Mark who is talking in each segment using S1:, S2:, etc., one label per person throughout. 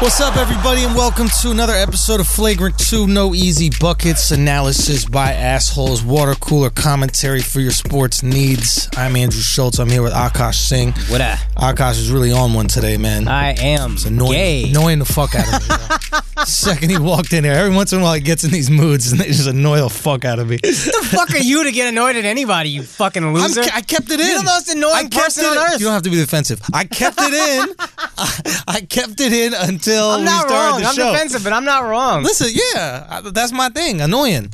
S1: What's up, everybody, and welcome to another episode of Flagrant 2 No Easy Buckets Analysis by Assholes, water cooler commentary for your sports needs. I'm Andrew Schultz. I'm here with Akash Singh.
S2: What up?
S1: Akash is really on one today, man.
S2: I am
S1: annoying,
S2: Uh, gay.
S1: annoying the fuck out of me. yo. Second he walked in here, every once in a while he gets in these moods and they just annoy the fuck out of me.
S2: What the fuck are you to get annoyed at anybody, you fucking
S1: I'm,
S2: loser?
S1: I kept it in.
S2: You're the most annoying
S1: I kept
S2: person
S1: it
S2: on
S1: in.
S2: earth.
S1: You don't have to be defensive. I kept it in. I, I kept it in until
S2: I'm
S1: we
S2: not
S1: started
S2: wrong.
S1: the
S2: I'm
S1: show.
S2: defensive, but I'm not wrong.
S1: Listen, yeah, I- that's my thing. Annoying.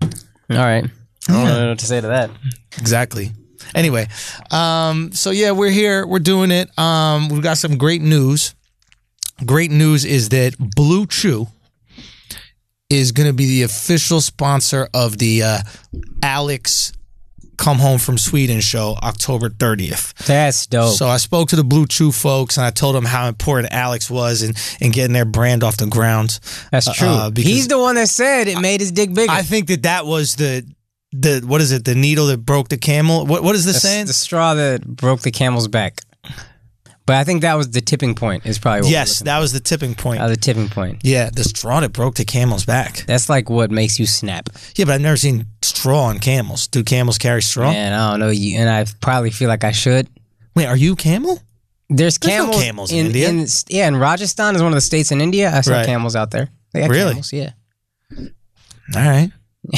S2: All right. I don't know what to say to that.
S1: Exactly. Anyway, um, so yeah, we're here. We're doing it. Um, we've got some great news. Great news is that Blue Chew is going to be the official sponsor of the uh, Alex Come Home from Sweden show, October 30th.
S2: That's dope.
S1: So I spoke to the Blue Chew folks and I told them how important Alex was in, in getting their brand off the ground.
S2: That's true.
S1: uh, because-
S2: He's the one that said it made his dick bigger.
S1: I think that that was the the what is it? The needle that broke the camel. What what is the
S2: That's
S1: saying?
S2: the straw that broke the camel's back. But I think that was the tipping point. Is probably what we're
S1: Yes,
S2: looking
S1: that was the tipping point.
S2: for. Uh, the tipping point.
S1: yeah, the straw that broke the camel's back.
S2: That's like what makes you snap.
S1: Yeah, but I've never seen straw on camels. Do camels carry straw?
S2: And I don't know you. And I probably feel like I should.
S1: Wait, are you camel?
S2: There's
S1: There's no
S2: camels,
S1: camels in India.
S2: yeah, and Rajasthan is one of the states in India. I saw
S1: Right.
S2: camels out there. They got
S1: Really?
S2: Camels, yeah.
S1: All right.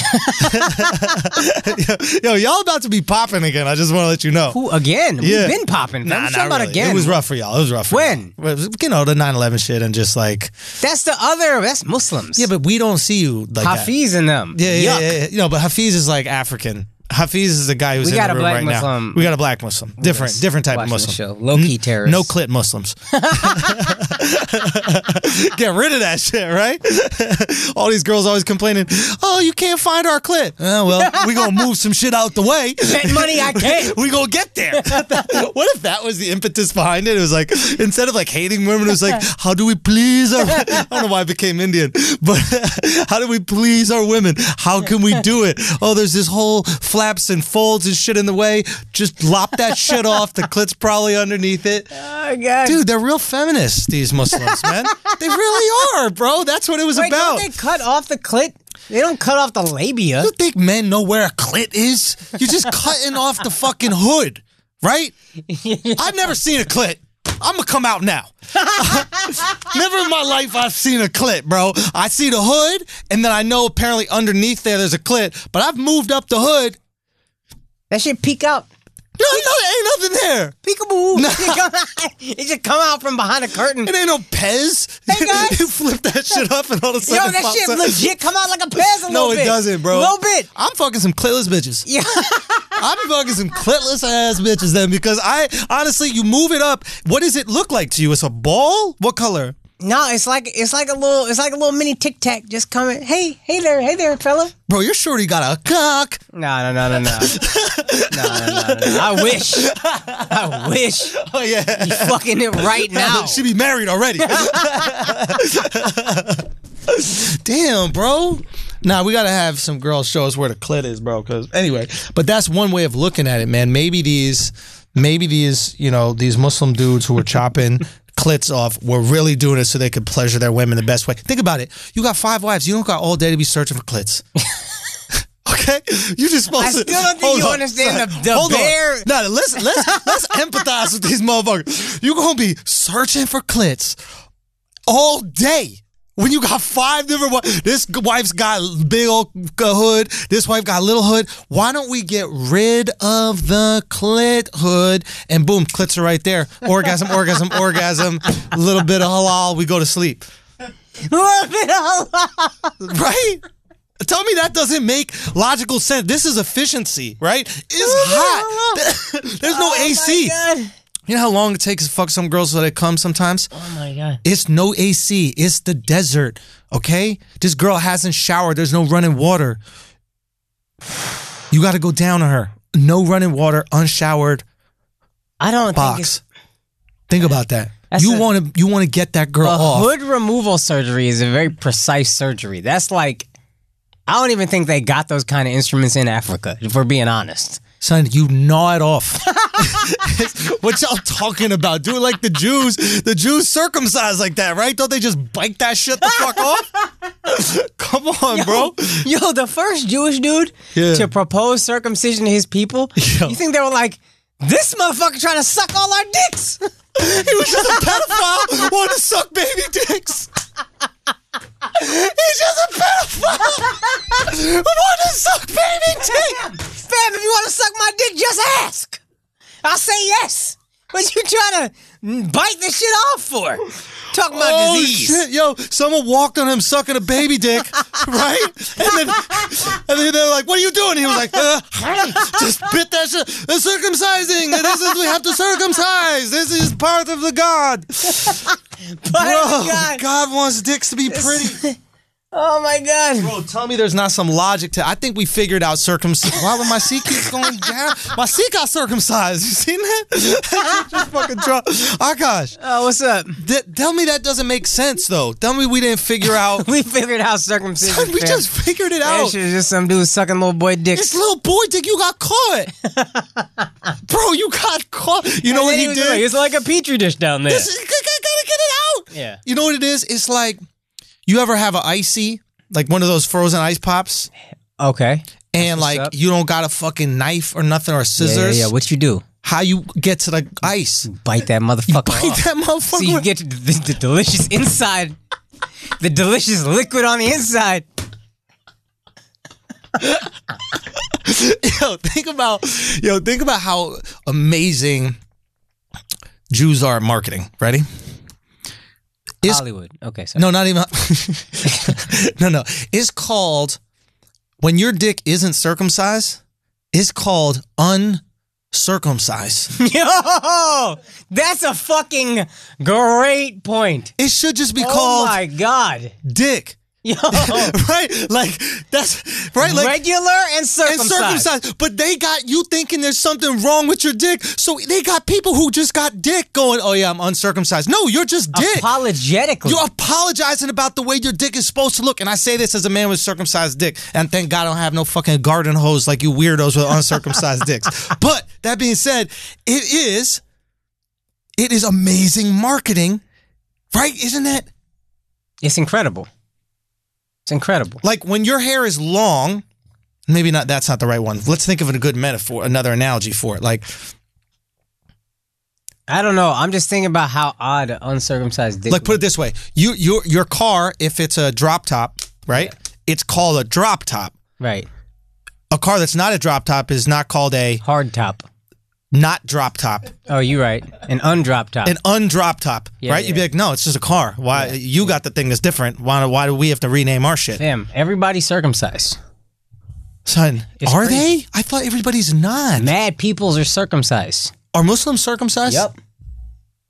S1: yo, yo, y'all about to be popping again. I just want to let you know.
S2: Who again?
S1: Yeah.
S2: We've been popping. Nah,
S1: Nah,
S2: I'm
S1: not
S2: talking about
S1: really.
S2: again.
S1: It was rough for y'all. It was rough. For
S2: When?
S1: y'all. It was, you know the 9-11 shit and just like
S2: That's the other. That's Muslims.
S1: yeah, but we don't see you like that.
S2: Hafiz in them.
S1: Yeah, yeah,
S2: Yuck.
S1: yeah, yeah. You know, but Hafiz is like African. Hafiz is the guy who's
S2: We
S1: in
S2: got
S1: the
S2: a
S1: room
S2: black
S1: right now.
S2: Muslim.
S1: We got a black Muslim. Different,
S2: us
S1: different type of
S2: watching the
S1: Muslim.
S2: show. Low-key terrorist.
S1: No clit Muslims. Get rid of that shit, right? All these girls always complaining. Oh, you can't find our clit. Oh well, we gonna move some shit out the way.
S2: Bet money I can't.
S1: We gonna get there. what if that was the impetus behind it? It was like instead of like hating women, it was like, how do we please our? I don't know why I became Indian, but how do we please our women? How can we do it? Oh, there's this whole flaps and folds and shit in the way. Just lop that shit off. The clit's probably underneath it.
S2: Oh, God.
S1: Dude, they're real feminists. These Muslims, man, they really are, bro. That's what it was
S2: Wait,
S1: about.
S2: don't they cut off the clit? They don't cut off the labia.
S1: You think men know where a clit is? You're just cutting off the fucking hood, right? I've never seen a clit. I'm gonna come out now. never in my life I've seen a clit, bro. I see the hood, and then I know apparently underneath there there's a clit, but I've moved up the hood.
S2: That shit peek out.
S1: No, no, there ain't nothing there.
S2: Peekaboo. it should come out from behind a curtain.
S1: It ain't no Pez.
S2: Hey, guys.
S1: you flip that shit up and all of a
S2: Yo,
S1: sudden. it
S2: that
S1: pops
S2: shit
S1: up.
S2: legit come out like a pez a
S1: No,
S2: little
S1: it
S2: bit.
S1: doesn't, bro.
S2: A little bit.
S1: I'm fucking some clitless bitches.
S2: Yeah.
S1: I be fucking some clitless ass bitches then because I honestly, you move it up. What does it look like to you? It's a ball. What color?
S2: No, it's like it's like a little it's like a little mini tic tac just coming. Hey, hey there, hey there, fella.
S1: Bro, you're sure you got a cock.
S2: No, no, no, no, no. no, no, no, no. I wish. I wish.
S1: Oh yeah.
S2: You fucking it right now.
S1: She be married already. Damn, bro. Nah, we gotta have some girls show us where the clit is, bro. Cause anyway, but that's one way of looking at it, man. Maybe these, maybe these, you know, these Muslim dudes who were chopping clits off were really doing it so they could pleasure their women the best way. Think about it. You got five wives. You don't got all day to be searching for clits. Okay, you just supposed
S2: I
S1: to.
S2: still don't think
S1: Hold
S2: you
S1: on.
S2: understand the- the
S1: Hold on.
S2: bare-
S1: No, let's let's let's empathize with these motherfuckers. You're gonna be searching for clits all day when you got five different wives. This wife's got big old hood. This wife got little hood. Why don't we get rid of the clit hood and boom, clits are right there. Orgasm, orgasm, orgasm. A little bit of halal. We go to sleep.
S2: Little bit of love.
S1: Right? Tell me that doesn't make logical sense. This is efficiency, right? It's hot. There's no AC.
S2: Oh my god.
S1: You know how long it takes to fuck some girls so they come sometimes?
S2: Oh my god.
S1: It's no AC. It's the desert. Okay? This girl hasn't showered. There's no running water. You got to go down on her. No running water, unshowered
S2: I don't think it's
S1: box. Think about that.
S2: That's
S1: You
S2: a-
S1: want to you want to get that girl
S2: a
S1: off.
S2: hood removal surgery is a very precise surgery. That's like I don't even think they got those kind of instruments in Africa, if we're being honest.
S1: Son, you gnaw it off. what y'all talking about? Do it like the Jews. The Jews circumcised like that, right? Don't they just bite that shit the fuck off? Come on, bro.
S2: Yo, the first Jewish dude
S1: Yeah.
S2: to propose circumcision to his people,
S1: Yo.
S2: you think they were like, this motherfucker trying to suck all our dicks?
S1: He was just a pedophile wanting to suck baby dicks. He's just a pedophile wanting to suck baby dicks.
S2: Fam, if you want to suck my dick, just ask. I'll say yes. What you trying to bite the shit off for? Talking about
S1: Oh,
S2: disease.
S1: shit, yo! Someone walked on him sucking a baby dick, right? And then, and then they're like, "What are you doing?" He was like, uh, "Just bit that shit. The circumcising. This is we have to circumcise. This is part of the God.
S2: Bite
S1: Bro,
S2: the guy.
S1: God. wants dicks to be pretty.
S2: Oh my god.
S1: Bro, tell me there's not some logic to. I think we figured out circumcision. Why would my seat keep going down? My seat got circumcised. You seen that? just fucking draw. Akash,
S2: Oh, what's up?
S1: th- tell me that doesn't make sense though. Tell me we didn't figure out.
S2: We figured out circumcision.
S1: we
S2: fam.
S1: just figured it
S2: That
S1: out.
S2: shit is just some dude sucking little boy dicks.
S1: This little boy dick, you got caught. Bro, you got caught. You know
S2: And
S1: what
S2: then
S1: he
S2: was Like,
S1: did?
S2: it's like a petri dish down there.
S1: This is- I gotta get it out.
S2: Yeah.
S1: You know what it is? It's like you ever have an icy, like one of those frozen ice pops,
S2: okay.
S1: and
S2: what's
S1: like
S2: up.
S1: you don't got a fucking knife or nothing or
S2: Yeah, yeah,
S1: scissors.
S2: yeah. What you do?
S1: How you get to the ice?
S2: Bite that motherfucker.
S1: Bite
S2: off.
S1: that motherfucker.
S2: so you get the, the, the delicious inside, the delicious liquid on the inside.
S1: yo, think about yo, think about how amazing Jews are at marketing. Ready? It's-
S2: Hollywood. Okay, sorry.
S1: No, not even. no, no. It's called when your dick isn't circumcised. It's called uncircumcised.
S2: Yo, that's a fucking great point.
S1: it should just be
S2: oh
S1: called
S2: my Oh. god.
S1: dick,
S2: Yo,
S1: right? Like that's right. Like
S2: regular and
S1: and
S2: circumcised.
S1: circumcised, but they got you thinking there's something wrong with your dick. So they got people who just got dick going. Oh yeah, I'm uncircumcised. No, you're just dick.
S2: Apologetically.
S1: You're apologizing about the way your dick is supposed to look. And I say this as a man with circumcised dick. And thank God I don't have no fucking garden hose like you weirdos with uncircumcised dicks. But that being said, it is it is amazing marketing, right? Isn't that
S2: it's incredible. It's incredible.
S1: like when your hair is long, maybe not that's not the right one. Let's think of a good metaphor, another analogy for it. Like
S2: I don't know. I'm just thinking about how odd an uncircumcised dick.
S1: like put it this way. You your your car, if it's a drop top, right? It's called a drop top.
S2: right.
S1: A car that's not a drop top is not called a
S2: Hard top.
S1: not drop top,
S2: Oh, you right. An undrop top.
S1: an undrop top,
S2: Yeah,
S1: right?
S2: yeah,
S1: You'd be
S2: yeah.
S1: like, no, it's just a car. Why you got the thing that's different? Why why do we have to rename our shit,
S2: Damn, everybody circumcised.
S1: son?
S2: It's
S1: are
S2: crazy.
S1: they? I thought everybody's not.
S2: Mad peoples are circumcised.
S1: Are Muslims circumcised?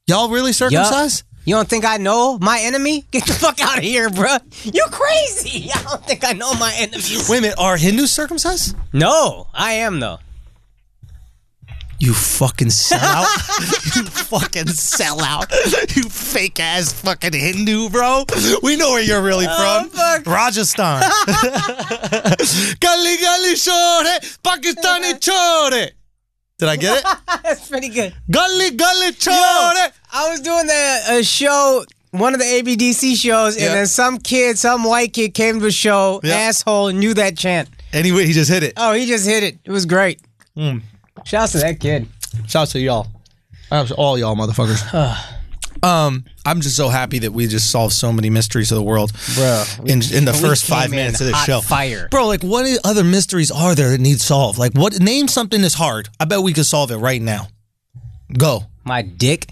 S1: Y'all really circumcised?
S2: You don't think I know my enemy? Get the fuck out of here, bruh. You crazy. I don't think I know my enemies.
S1: Wait a minute, are Hindus circumcised?
S2: No, I am though.
S1: You fucking sellout! you fucking sellout! You fake ass fucking Hindu, bro. We know where you're really from.
S2: fuck.
S1: Rajasthan. Gali gali shore, Pakistani chore. Did I get it?
S2: That's pretty good.
S1: Gully gully
S2: I
S1: chore.
S2: was doing the a show, one of the ABDC shows,
S1: Yeah.
S2: and then some kid, some white kid came to the show,
S1: Yeah.
S2: asshole, knew that chant.
S1: Anyway, he just hit it.
S2: Oh, he just hit it. It was great. Mm. Shouts to that kid.
S1: Shouts to y'all. Shouts to all y'all motherfuckers.
S2: Ah.
S1: um, I'm just so happy that we just solved so many mysteries of the world,
S2: Bro, we-
S1: In in the
S2: we
S1: first
S2: came
S1: five
S2: in
S1: minutes of this
S2: hot
S1: show,
S2: fire.
S1: bro. Like, what i- other mysteries are there that need solved? Like, what name something that's hard? I bet we could solve it right now. Go.
S2: My dick.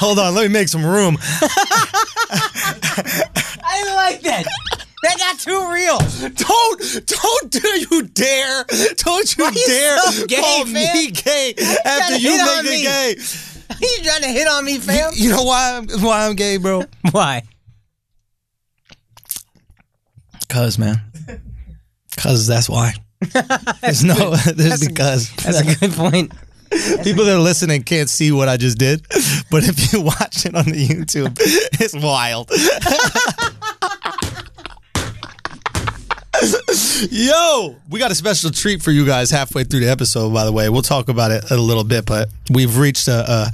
S1: Hold on. Let me make some room.
S2: I didn't like that. that got too real.
S1: Don't, don't do you dare, don't you
S2: you
S1: dare
S2: so gay,
S1: call me
S2: man?
S1: gay after
S2: gotta
S1: you
S2: hit on
S1: make it
S2: me.
S1: gay.
S2: He's trying to hit on me, fam.
S1: You know why I'm, why I'm gay, bro?
S2: Why?
S1: Cause man, cause that's why. There's no, there's because
S2: That's a good point.
S1: people that are listening can't see what I just did, but if you watch it on the YouTube, it's wild. Yo, we got a special treat for you guys halfway through the episode. By the way, we'll talk about it in a little bit, but we've reached a, a,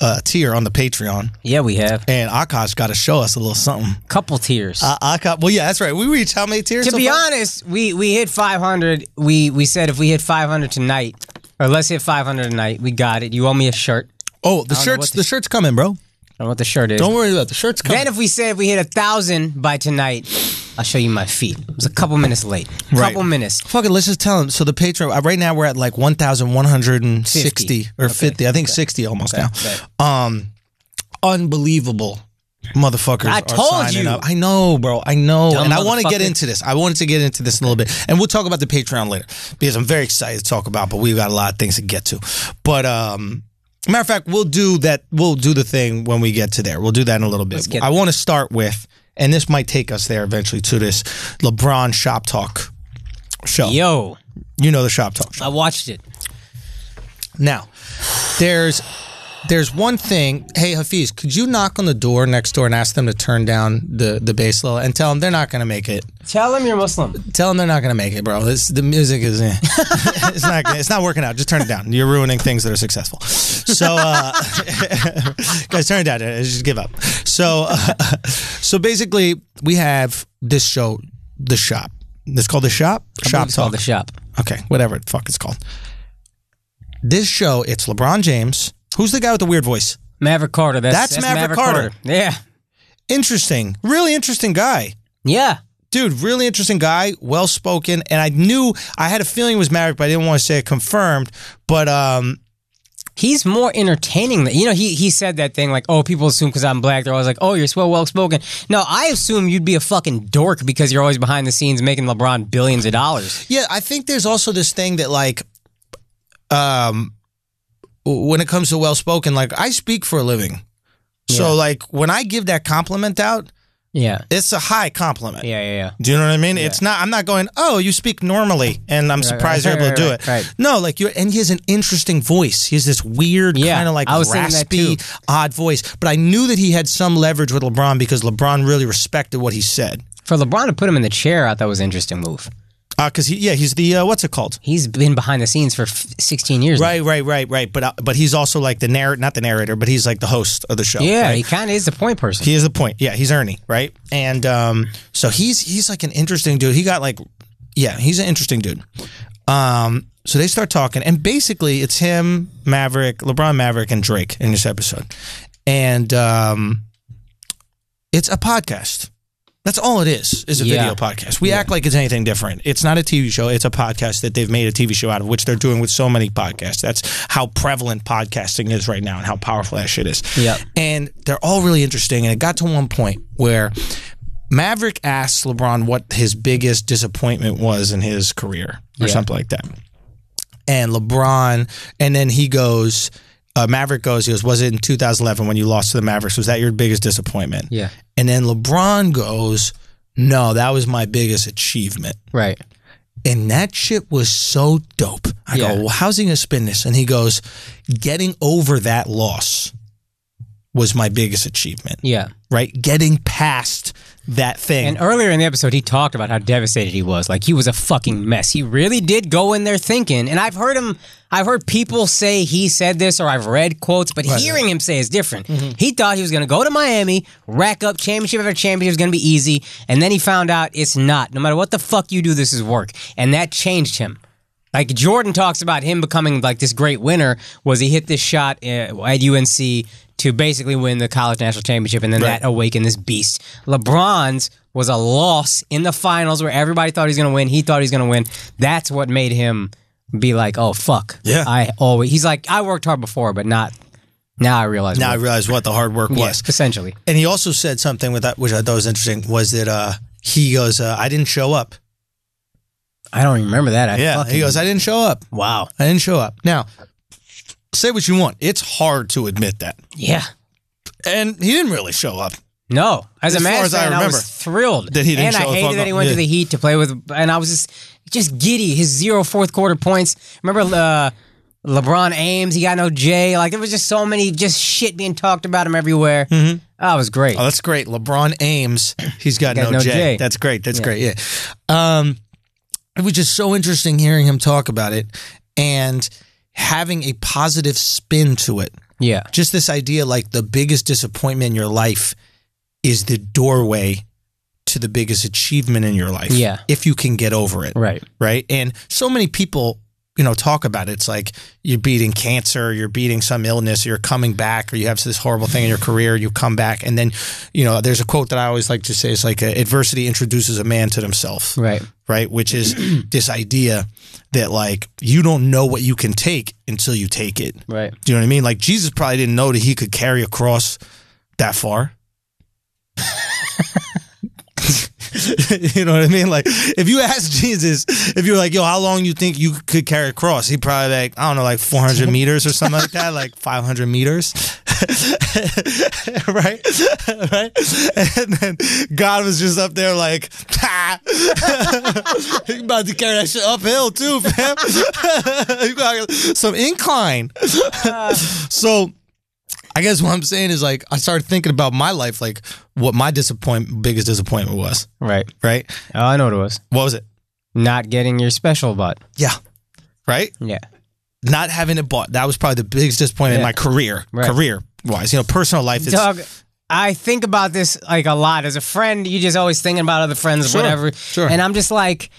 S1: a tier on the Patreon,
S2: Yeah, we have
S1: and Akash got to show us a little something.
S2: couple tears.
S1: Uh, Akash, well, yeah, that's right. We reached how many tiers?
S2: to
S1: so
S2: be
S1: far?
S2: honest, we we hit 500. We we said if we hit 500 tonight, or let's hit 500 tonight, we got it. You owe me a shirt.
S1: oh, the
S2: don't know
S1: shirts,
S2: what
S1: the shirts coming, bro.
S2: I don't know what the shirt is.
S1: Don't worry about it. the shirts coming.
S2: Then if we say if we hit a thousand by tonight, I'll show you my feet. It was a couple minutes late.
S1: Right.
S2: Couple minutes.
S1: Fuck it, let's just tell them. So the Patreon, uh, right now we're at like 1,160 or 50. I think 60 almost
S2: bet.
S1: now. Um, unbelievable motherfuckers
S2: I
S1: are
S2: told
S1: signing
S2: you.
S1: up. I know, bro. I know.
S2: Dumb
S1: and I want to get
S2: motherfucker.
S1: into this. I wanted to get into this in a little bit. And we'll talk about the Patreon later because I'm very excited to talk about, but we've got a lot of things to get to. But, um, matter of fact, we'll do that. We'll do the thing when we get to there. We'll do that in a little bit.
S2: get
S1: I want to start with, and this might take us there eventually to this LeBron shop talk show.
S2: Yo,
S1: You know the shop talk show.
S2: I watched it.
S1: Now, there's there's one thing. Hey Hafiz, could you knock on the door next door and ask them to turn down the the bass level and tell them they're not gonna make it.
S2: Tell him you're Muslim.
S1: Tell them they're not gonna make it, bro. This the music is eh. it's not it's not working out. Just turn it down. You're ruining things that are successful. So uh, guys, turn it down. Uh, Just give up. So uh, so basically, we have this show, the shop. It's called the shop. Shop
S2: It's called
S1: talk.
S2: the shop.
S1: Okay, whatever the fuck it's called. This show, it's LeBron James. Who's the guy with the weird voice?
S2: Maverick Carter. That's,
S1: That's Maverick Carter.
S2: Yeah.
S1: Interesting. Really interesting guy.
S2: Yeah.
S1: Dude, really interesting guy, well spoken. And I knew I had a feeling it was Maverick, but I didn't want to say it confirmed. But um
S2: He's more entertaining than you know. He he said that thing like, "Oh, people assume because I'm black, they're always like, oh, you're so well spoken." No, I assume you'd be a fucking dork because you're always behind the scenes making LeBron billions of dollars.
S1: yeah, I think there's also this thing that like um when it comes to well spoken, like I speak for a living.
S2: Yeah.
S1: So like when I give that compliment out,
S2: Yeah.
S1: it's a high compliment.
S2: Yeah. Yeah. Yeah.
S1: Do you know what I mean? It's not. I'm not going. Oh, you speak normally, and I'm surprised
S2: right,
S1: you're able to do
S2: right,
S1: it.
S2: right, right.
S1: No, like you. And he has an interesting voice. He has this weird
S2: Yeah,
S1: kind of like
S2: I was thinking that
S1: raspy,
S2: too.
S1: odd voice. But I knew that he had some leverage with LeBron because LeBron really respected what he said.
S2: For LeBron to put him in the chair, I thought was an interesting move.
S1: Because he, yeah, he's the uh, what's it called?
S2: He's been behind the scenes for f- 16 years. now.
S1: Right, right, right, right. But uh, but he's also like the narrator, not the narrator, but he's like the host of the show.
S2: Yeah,
S1: right?
S2: he kind of is the point person.
S1: He is the point. Yeah, he's Ernie, right? And um, so he's he's like an interesting dude. He got like, yeah, he's an interesting dude. Um, so they start talking, and basically it's him, Maverick, LeBron, Maverick, and Drake in this episode, and um, it's a podcast. That's all it is. Is a
S2: Yeah.
S1: video podcast. We act like it's anything different. It's not a TV show. It's a podcast that they've made a TV show out of, which they're doing with so many podcasts. That's how prevalent podcasting is right now, and how powerful that shit is.
S2: Yeah.
S1: And they're all really interesting. And it got to one point where Maverick asked LeBron what his biggest disappointment was in his career or
S2: Yeah.
S1: something like that. And LeBron, and then he goes, uh, Maverick goes, he goes, was it in 2011 when you lost to the Mavericks? Was that your biggest disappointment?
S2: Yeah.
S1: And then LeBron goes, no, that was my biggest achievement.
S2: Right.
S1: And that shit was so dope. I
S2: Yeah.
S1: go, well, how's he gonna spin this? And he goes, getting over that loss was my biggest achievement,
S2: Yeah.
S1: right? Getting past that thing.
S2: And earlier in the episode, he talked about how devastated he was. Like he was a fucking mess. He really did go in there thinking. And I've heard him. I've heard people say he said this, or I've read quotes, but hearing him say is different. He thought he was going to go to Miami, rack up championship after championship, it was going to be easy, and then he found out it's not. No matter what the fuck you do, this is work, and that changed him. Like Jordan talks about him becoming like this great winner was he hit this shot uh, at UNC to basically win the college national championship and then
S1: Right.
S2: that awakened this beast. LeBron's was a loss in the finals where everybody thought he's going to win, he thought he's going to win. That's what made him be like, "Oh fuck."
S1: Yeah.
S2: I always he's like, "I worked hard before, but not now I realize."
S1: now I
S2: what-
S1: realize what the hard work was.
S2: yes, essentially.
S1: And he also said something with that, which I thought was interesting, was that uh, he goes, uh, I didn't show up.
S2: I don't remember that. I
S1: Yeah.
S2: fucking-
S1: He goes, I didn't show up.
S2: "Wow."
S1: I didn't show up. Now, say what you want. It's hard to admit that.
S2: Yeah.
S1: And he didn't really show up.
S2: No, as,
S1: As
S2: a
S1: far
S2: Mavs
S1: as I
S2: fan, I,
S1: remember,
S2: was thrilled
S1: that he didn't
S2: and
S1: show
S2: I
S1: the fuck
S2: hated that he
S1: up.
S2: went
S1: Yeah.
S2: to the Heat to play with, and I was just just giddy. His zero fourth quarter points. Remember, uh, LeBron Ames, he got no J. Like there was just so many just shit being talked about him everywhere. Mm-hmm. That was great.
S1: Oh, that's great. LeBron Ames. He's got, no, J. That's great. That's great. Yeah. Um, it was just so interesting hearing him talk about it and having a positive spin to it.
S2: Yeah.
S1: Just this idea like the biggest disappointment in your life is the doorway to the biggest achievement in your life.
S2: Yeah.
S1: If you can get over it.
S2: Right.
S1: Right. And so many people, you know, talk about it. It's like you're beating cancer, you're beating some illness, you're coming back, or you have this horrible thing in your career, you come back. And then, you know, there's a quote that I always like to say it's like uh, adversity introduces a man to himself
S2: Right.
S1: right? Which is this idea that like you don't know what you can take until you take it.
S2: Right.
S1: Do you know what I mean? Like Jesus probably didn't know that he could carry a cross that far. you know what I mean? Like if you ask Jesus, if you're like, yo, how long you think you could carry a cross? He probably like, I don't know, like 400 meters or something like that, like 500 meters. right? right? And then God was just up there like, "Ha." you about to carry that shit uphill too, fam. you got some incline. so I guess what I'm saying is like I started thinking about my life, like what my disappoint biggest disappointment was.
S2: Right.
S1: Right?
S2: Oh, I know what it was.
S1: What was it?
S2: Not getting your special butt.
S1: Yeah. Right?
S2: Yeah.
S1: Not having it bought. That was probably the biggest disappointment in
S2: Yeah.
S1: my career.
S2: Right.
S1: Career wise. You know, personal life is
S2: Doug, I think about this like a lot. As a friend, you just always thinking about other friends
S1: Sure,
S2: or whatever.
S1: sure.
S2: And I'm just like,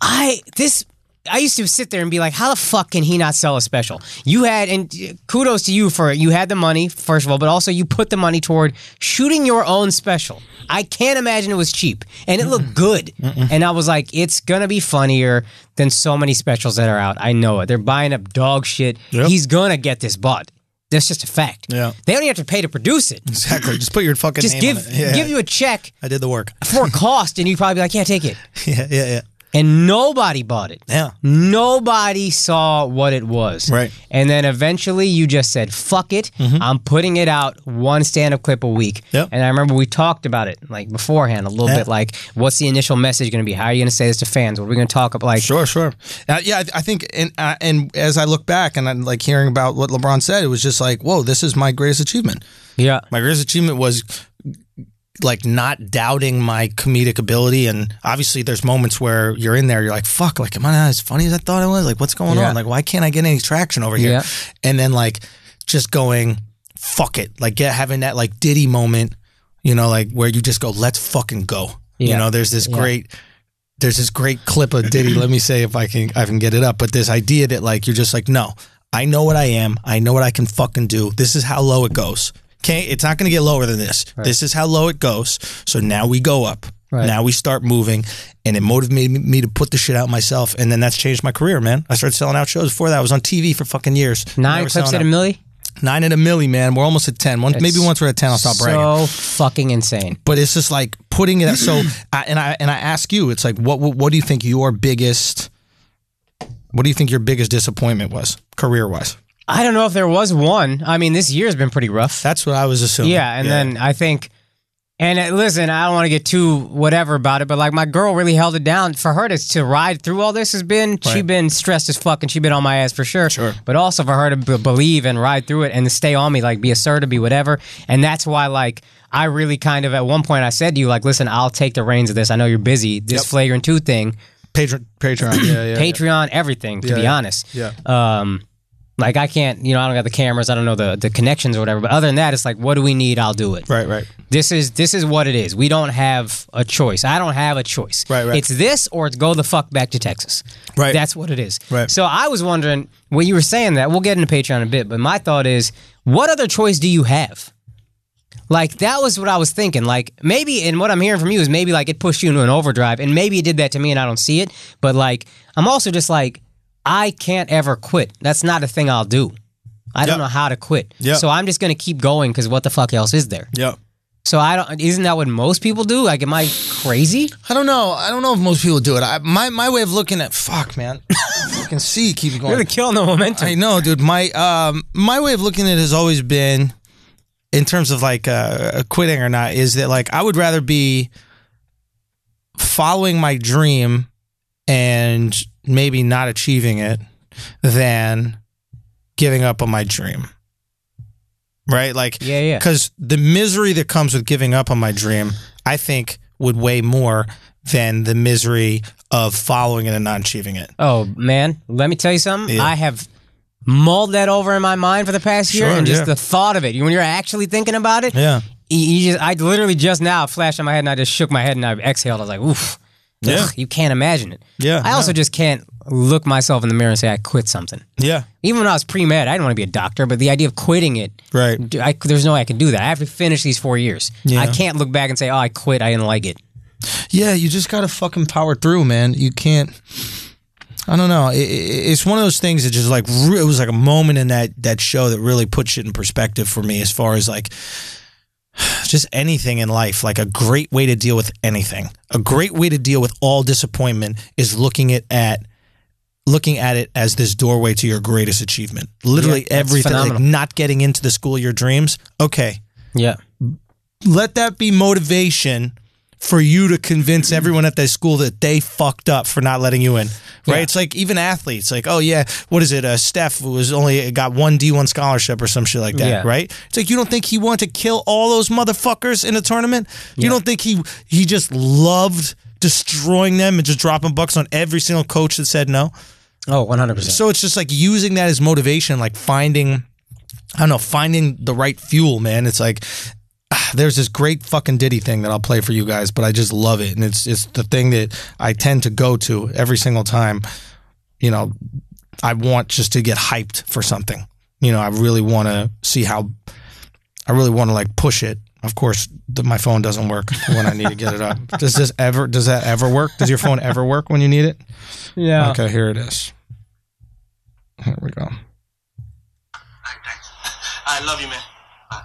S2: I this. I used to sit there and be like, "How the fuck can he not sell a special?" You had, and kudos to you for it. You had the money, first of all, but also you put the money toward shooting your own special. I can't imagine it was cheap, and it looked good. And I was like, "It's gonna be funnier than so many specials that are out." I know it. They're buying up dog shit.
S1: Yep.
S2: He's gonna get this bought. That's just a fact.
S1: Yeah.
S2: They don't even have to pay to produce it.
S1: exactly. Just put your fucking
S2: Just
S1: name
S2: give
S1: on it. Yeah.
S2: give you a check
S1: I did the work.
S2: for cost, and you probably be like, yeah, take it.
S1: yeah, yeah, yeah.
S2: And nobody bought it.
S1: Yeah.
S2: Nobody saw what it was.
S1: Right. Mm-hmm.
S2: And then eventually you just said, fuck it. I'm putting it out one stand up clip a week.
S1: Yep.
S2: And I remember we talked about it like beforehand a little
S1: Yeah.
S2: bit like, what's the initial message going to be? How are you going to say this to fans? What are we going to talk about? Like,
S1: Sure, sure. Uh, yeah, I, I think, and uh, and as I look back and I'm like hearing about what LeBron said, it was just like, whoa, this is my greatest achievement.
S2: yeah.
S1: My greatest achievement was like not doubting my comedic ability, and obviously there's moments where you're in there, you're like, fuck, like am I not as funny as I thought I was? Like, what's going
S2: Yeah.
S1: on? Like, why can't I get any traction over here?
S2: Yeah.
S1: And then like just going, fuck it, like get having that like Diddy moment, you know, like where you just go, let's fucking go. You
S2: Yeah.
S1: know, there's this great there's this great clip of Diddy. Let me say if I can I can get it up, but this idea that like you're just like, no, I know what I am. I know what I can fucking do. This is how low it goes. Okay, it's not going to get lower than this. This is how low it goes. So now we go up.
S2: Right.
S1: Now we start moving, and it motivated me to put the shit out myself. And then that's changed my career, man. I started selling out shows before that. I was on TV for fucking years.
S2: Nine
S1: Never
S2: clips
S1: selling
S2: at a
S1: out.
S2: milli?
S1: nine at a milli, man. We're almost at ten. One, maybe
S2: It's
S1: once we're at ten, I'll stop bragging
S2: So fucking insane.
S1: but it's just like putting it out. So, I, and I and I ask you, it's like, what, what what do you think your biggest, what do you think your biggest disappointment was career wise?
S2: I don't know if there was one. I mean, this year has been pretty rough.
S1: That's what I was assuming.
S2: Yeah, and then I think, and uh, listen, I don't want to get too whatever about it, but like my girl really held it down for her to, to ride through all this has been she
S1: Right.
S2: been stressed as fuck and she been on my ass for sure.
S1: Sure.
S2: But also for her to b- believe and ride through it and to stay on me, like be assertive, be whatever, and that's why like. I really kind of at one point I said to you like, listen, I'll take the reins of this. I know you're busy. This flagrant two thing,
S1: Patreon, Patreon, Uh, yeah, yeah,
S2: Patreon, everything. To be
S1: yeah.
S2: honest,
S1: yeah.
S2: um like I can't, you know, I don't got the cameras, I don't know the the connections or whatever. But other than that, it's like, what do we need? I'll do it.
S1: right, right,
S2: This is this is what it is. We don't have a choice. I don't have a choice.
S1: Right, right.
S2: It's this or it's go the fuck back to Texas.
S1: Right.
S2: That's what it is.
S1: Right.
S2: So I was wondering when you were saying that. We'll get into Patreon in a bit, but my thought is, what other choice do you have? Like that was what I was thinking. Like maybe, and what I'm hearing from you is maybe like it pushed you into an overdrive, and maybe it did that to me, and I don't see it. But like, I'm also just like, I can't ever quit. That's not a thing I'll do. I don't
S1: Yeah.
S2: know how to quit.
S1: Yeah.
S2: So I'm just gonna keep going because what the fuck else is there?
S1: yeah.
S2: So I don't. Isn't that what most people do? Like, am I crazy?
S1: I don't know. I don't know if most people do it. I, my my way of looking at fuck, man. Fucking see keeps going.
S2: Really killing the momentum.
S1: I know, dude. My um my way of looking at it has always been, in terms of like uh, quitting or not, is that like I would rather be following my dream and maybe not achieving it than giving up on my dream. Right? Like
S2: Yeah, yeah.
S1: Because the misery that comes with giving up on my dream, I think, would weigh more than the misery of following it and not achieving it.
S2: Oh man, let me tell you something.
S1: Yeah.
S2: I have mulled that over in my mind for the past year,
S1: Sure,
S2: and just
S1: yeah.
S2: the thought of it. When you're actually thinking about it,
S1: Yeah.
S2: you- you just, I literally just now flashed in my head, and I just shook my head, and I exhaled. I was like, oof.
S1: Yeah.
S2: Ugh, you can't imagine it.
S1: Yeah,
S2: I also just can't look myself in the mirror and say I quit something.
S1: Yeah.
S2: Even when I was pre med, I didn't want to be a doctor, but the idea of quitting it,
S1: Right.
S2: d- I, there's no way I can do that. I have to finish these four years.
S1: Yeah.
S2: I can't look back and say, oh, I quit. I didn't like it.
S1: Yeah, you just gotta fucking power through, man. You can't. I don't know. It, it, it's one of those things that just like re- it was like a moment in that that show that really put shit in perspective for me as far as like just anything in life. Like a great way to deal with anything. A great way to deal with all disappointment is looking it at looking at it as this doorway to your greatest achievement. Literally
S2: Yeah, that's
S1: everything. Like
S2: phenomenal.
S1: not getting into the school of your dreams. Okay,
S2: Yeah.
S1: let that be motivation for you to convince everyone at that school that they fucked up for not letting you in. Right?
S2: Yeah.
S1: It's like even athletes, like, oh yeah, what is it? Uh, Steph was only uh, got one D one scholarship or some shit like that.
S2: Yeah.
S1: Right? It's like you don't think he wanted to kill all those motherfuckers in a tournament. You don't think he he just loved destroying them and just dropping bucks on every single coach that said no.
S2: Oh, 100%.
S1: So it's just like using that as motivation, like finding, I don't know, finding the right fuel, man. It's like ah, there's this great fucking Diddy thing that I'll play for you guys, but I just love it, and it's it's the thing that I tend to go to every single time. You know, I want just to get hyped for something. You know, I really want to see how. I really want to like push it. Of course, the, my phone doesn't work when I need to get it up. Does this ever? Does that ever work? Does your phone ever work when you need it?
S2: yeah.
S1: Okay, here it is. Here we go.
S3: I love you, man. I,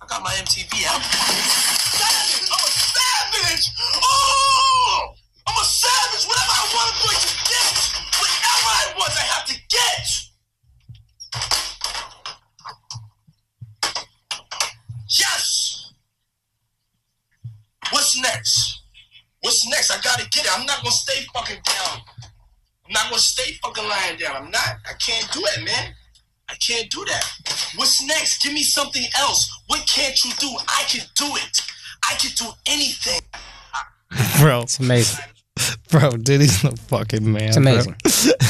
S3: I got my MTV out. Savage! I'm a savage! Oh! I'm a savage! Whatever I want, I'm going to get! Whatever I want, I have to get! Yes! What's next? What's next? I gotta get it. I'm not gonna stay fucking down. I'm not gonna stay fucking lying down. I'm not. I can't do it, man. I can't do that. What's next? Give me something else. What can't you do? I can do it. I can do anything.
S1: Bro,
S2: It's amazing.
S1: bro, Diddy's the fucking man. It's
S2: amazing.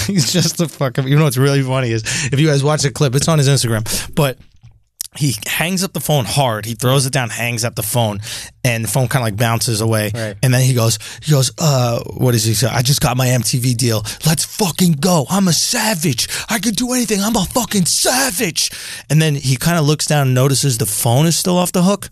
S1: He's just the fucking you know what's really funny is if you guys watch the clip, it's on his Instagram. But he hangs up the phone hard. He throws it down, hangs up the phone, and the phone kind of like bounces away.
S2: Right.
S1: And then he goes, he goes, uh, what does he say? I just got my MTV deal. Let's fucking go. I'm a savage. I could do anything. I'm a fucking savage. And then he kind of looks down and notices the phone is still off the hook.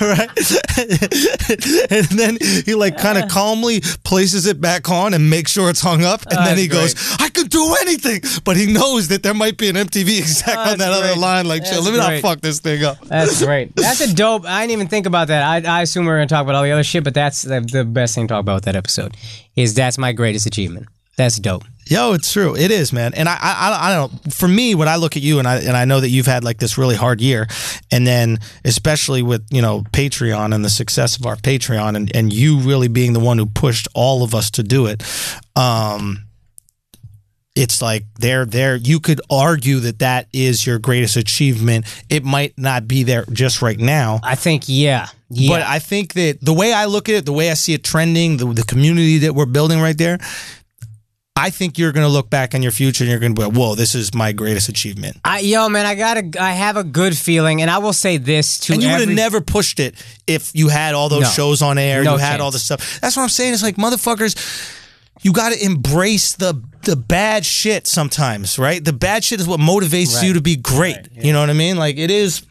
S1: right? and then he like kind of calmly places it back on and makes sure it's hung up. And
S2: Ah,
S1: then he
S2: that's
S1: goes, I could do anything. But he knows that there might be an MTV exec
S2: Ah,
S1: on that
S2: that's
S1: other
S2: great.
S1: line. Like, chill,
S2: That's
S1: let me not
S2: great.
S1: fuck this thing up.
S2: That's great. That's a dope. I didn't even think about that. I, I assume we're gonna talk about all the other shit, but that's the, the best thing to talk about with that episode. Is that's my greatest achievement. That's dope.
S1: Yo, it's true. It is, man. And I, I, I- I don't know. For me, when I look at you, and I, and I know that you've had like this really hard year, and then especially with you know Patreon and the success of our Patreon, and and you really being the one who pushed all of us to do it. Um, it's like there, there. You could argue that that is your greatest achievement. It might not be there just right now,
S2: I think yeah, yeah.
S1: but I think that the way I look at it, the way I see it trending, the, the community that we're building right there, I think you're going to look back on your future and you're going to be like, whoa, this is my greatest achievement.
S2: I, yo, man, I got a, I have a good feeling, and I will say this to
S1: And you would have
S2: every-
S1: never pushed it if you had all those
S2: No.
S1: shows on air,
S2: No
S1: you had all
S2: chance.
S1: this stuff. That's what I'm saying. It's like, motherfuckers, you got to embrace the the bad shit sometimes, right? The bad shit is what motivates
S2: Right.
S1: you to be great. You know what I mean? Like, it is.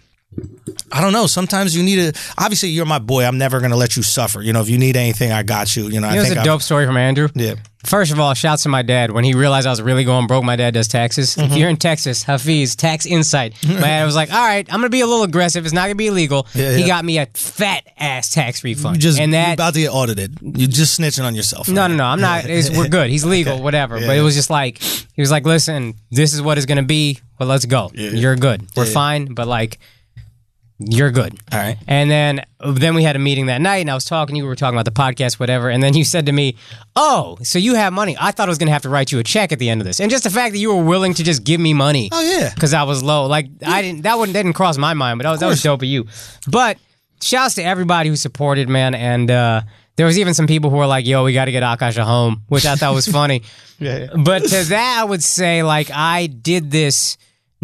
S1: I don't know. Sometimes you need to. Obviously, you're my boy. I'm never going to let you suffer. You know, if you need anything, I got you. You know, I
S2: Here's
S1: think
S2: a
S1: I've-
S2: dope story from Andrew.
S1: Yeah.
S2: First of all, shouts to my dad when he realized I was really going broke. My dad does taxes.
S1: Mm-hmm.
S2: If you're in Texas, Hafiz Tax Insight. My dad was like, "All right, I'm gonna be a little aggressive. It's not gonna be illegal."
S1: Yeah,
S2: He
S1: yeah.
S2: got me a fat ass tax refund,
S1: You just
S2: and
S1: you're
S2: that
S1: about to get audited. You're just snitching on yourself.
S2: No, no, no. I'm not. It's, we're good. He's legal, whatever. but it was just like he was like, "Listen, this is what it's gonna be. But let's go. You're good. We're fine. But like, you're good.
S1: All right.
S2: And then then we had a meeting that night, and I was talking. to You we were talking about the podcast, whatever. And then you said to me, "Oh, so you have money? I thought I was gonna have to write you a check at the end of this. And just the fact that you were willing to just give me money.
S1: Oh, yeah.
S2: Because I was low. Like I didn't. That wouldn't that didn't cross my mind. But that was that was dope of you. But shouts to everybody who supported, man. And uh, there was even some people who were like, "Yo, we got to get Akasha home," which I thought was funny.
S1: Yeah,
S2: But to that, I would say like I did this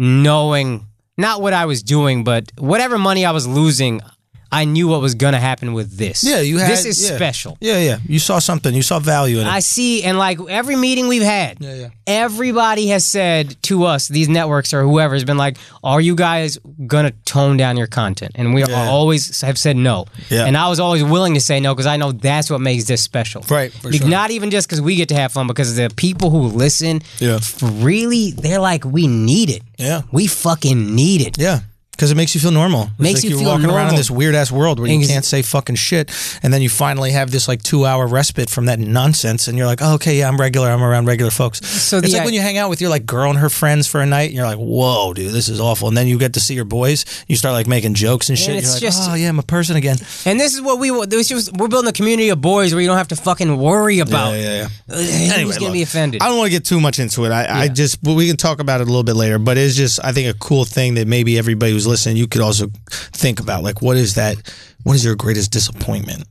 S2: knowing not what I was doing, but whatever money I was losing, I knew what was gonna happen with this.
S1: yeah. You had
S2: this is
S1: yeah.
S2: special.
S1: Yeah, yeah. You saw something. You saw value in it.
S2: I see, and like every meeting we've had,
S1: Yeah, yeah.
S2: everybody has said to us, these networks or whoever has been like, "Are you guys gonna tone down your content?" And we
S1: Yeah.
S2: always have said no.
S1: Yeah.
S2: And I was always willing to say no because I know that's what makes this special.
S1: Right, for
S2: Be-
S1: sure.
S2: Not even just because we get to have fun, because the people who listen,
S1: Yeah.
S2: f- really, they're like, "We need it.
S1: Yeah.
S2: we fucking need it."
S1: Yeah. Because it makes you feel normal. It's
S2: Makes
S1: like
S2: you
S1: are
S2: feel
S1: walking around in
S2: normal.
S1: this weird ass world where you
S2: Ex-
S1: can't say fucking shit, and then you finally have this like two hour respite from that nonsense, and you're like, oh, okay, yeah, I'm regular. I'm around regular folks. So
S2: So
S1: it's
S2: the-
S1: like when you hang out with your like girl and her friends for a night, and you're like, whoa, dude, this is awful. And then you get to see your boys, you start like making jokes and shit.
S2: it's
S1: you're like,
S2: just-
S1: oh yeah, I'm a person again.
S2: And this is what we wa- this is, we're building a community of boys where you don't have to fucking worry about.
S1: yeah.
S2: Who's gonna
S1: Uh, look,
S2: be offended?
S1: I don't want to get too much into it. I, I just well, we can talk about it a little bit later, but it's just I think a cool thing that maybe everybody who's listening you could also think about like what is that? What is your greatest disappointment?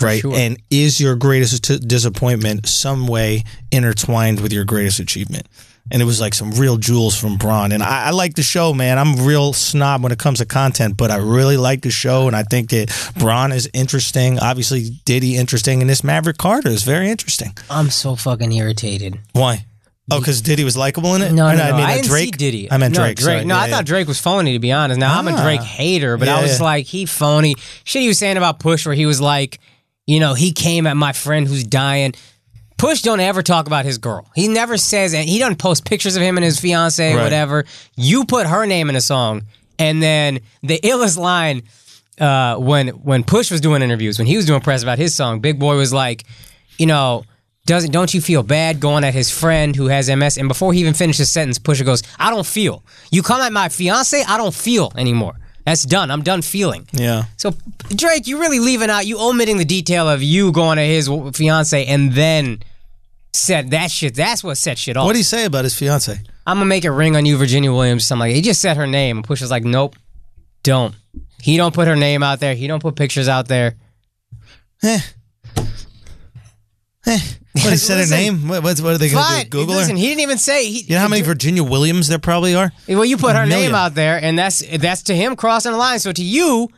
S1: Right,
S2: sure.
S1: and is your greatest t- disappointment some way intertwined with your greatest achievement? And it was like some real jewels from Braun. And I, I like the show, man. I'm a real snob when it comes to content, but I really like the show. And I think that Braun is interesting. Obviously, Diddy interesting, and this Maverick Carter is very interesting.
S2: I'm so fucking irritated.
S1: Why? Oh, because Diddy was likable in it.
S2: No,
S1: Or
S2: no, no. I,
S1: I mean uh,
S2: didn't
S1: Drake.
S2: see Diddy.
S1: I meant
S2: no,
S1: Drake. sorry.
S2: no,
S1: Yeah,
S2: I
S1: yeah.
S2: thought Drake was phony. To be honest, now I'm
S1: Ah.
S2: a Drake hater, but
S1: Yeah,
S2: I was
S1: yeah.
S2: like, he phony. Shit, he was saying about Push, where he was like, you know, he came at my friend who's dying. Push don't ever talk about his girl. He never says, and he doesn't post pictures of him and his fiance,
S1: Right.
S2: whatever. You put her name in a song, and then the illest line uh, when when Push was doing interviews, when he was doing press about his song, Big Boy was like, you know, doesn't don't you feel bad going at his friend who has MS? And before he even finished his sentence, Pusha goes, I don't feel. You come at my fiance, I don't feel anymore. That's done. I'm done feeling.
S1: Yeah.
S2: So Drake, you really leaving out, you omitting the detail of you going to his w- fiance and then said that shit. That's what set shit off.
S1: What do you say about his fiance?
S2: I'm gonna make it ring on you, Virginia Williams. Something like that. he just said her name, and Push was like, nope, don't. He don't put her name out there. He don't put pictures out there.
S1: Eh. Eh. What he said her
S2: Listen.
S1: name? What, what, what are they going to
S2: But
S1: do? Google
S2: listen,
S1: her.
S2: he didn't even say. He,
S1: You know how many Virginia Williams there probably are?
S2: Well, you put her
S1: million.
S2: name out there, and that's that's to him crossing the line. So to you,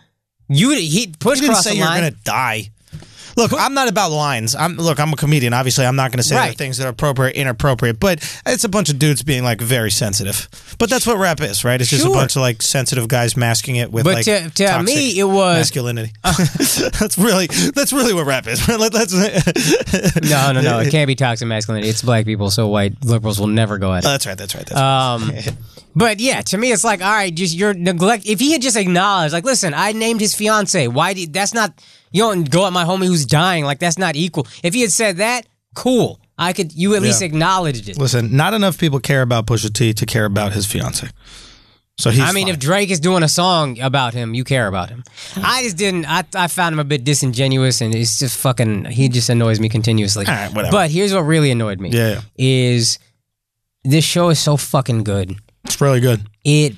S2: you he Push
S1: You didn't
S2: crossed
S1: say
S2: the
S1: you're
S2: line.
S1: gonna die. Look, I'm not about lines. I'm look, I'm a comedian. Obviously, I'm not gonna say
S2: Right.
S1: things that are appropriate, inappropriate. But it's a bunch of dudes being like very sensitive. But that's what rap is, right? It's just a
S2: Sure.
S1: bunch of like sensitive guys masking it with
S2: But
S1: like
S2: to- to
S1: toxic
S2: me, it was-
S1: masculinity. that's really that's really what rap is. Let- Let's
S2: no, no, no. It can't be toxic masculinity. It's black people, so white liberals will never go at it.
S1: that's right. That's right. That's right.
S2: Um, but yeah, to me, it's like, all right, just your neglect. If he had just acknowledged, like, listen, I named his fiance. Why did that's not? You don't go at my homie who's dying. Like that's not equal. If he had said that, cool. I could. You at least
S1: Yeah.
S2: acknowledged it.
S1: Listen, not enough people care about Pusha T to care about his fiance. So he's.
S2: I mean,
S1: fine. Hmm.
S2: if Drake is doing a song about him, you care about him. I just didn't. I, I found him a bit disingenuous, and it's just fucking. He just annoys me continuously.
S1: All right, whatever.
S2: But here's what really annoyed me.
S1: Yeah, yeah.
S2: Is this show is so fucking good.
S1: it's really good.
S2: It.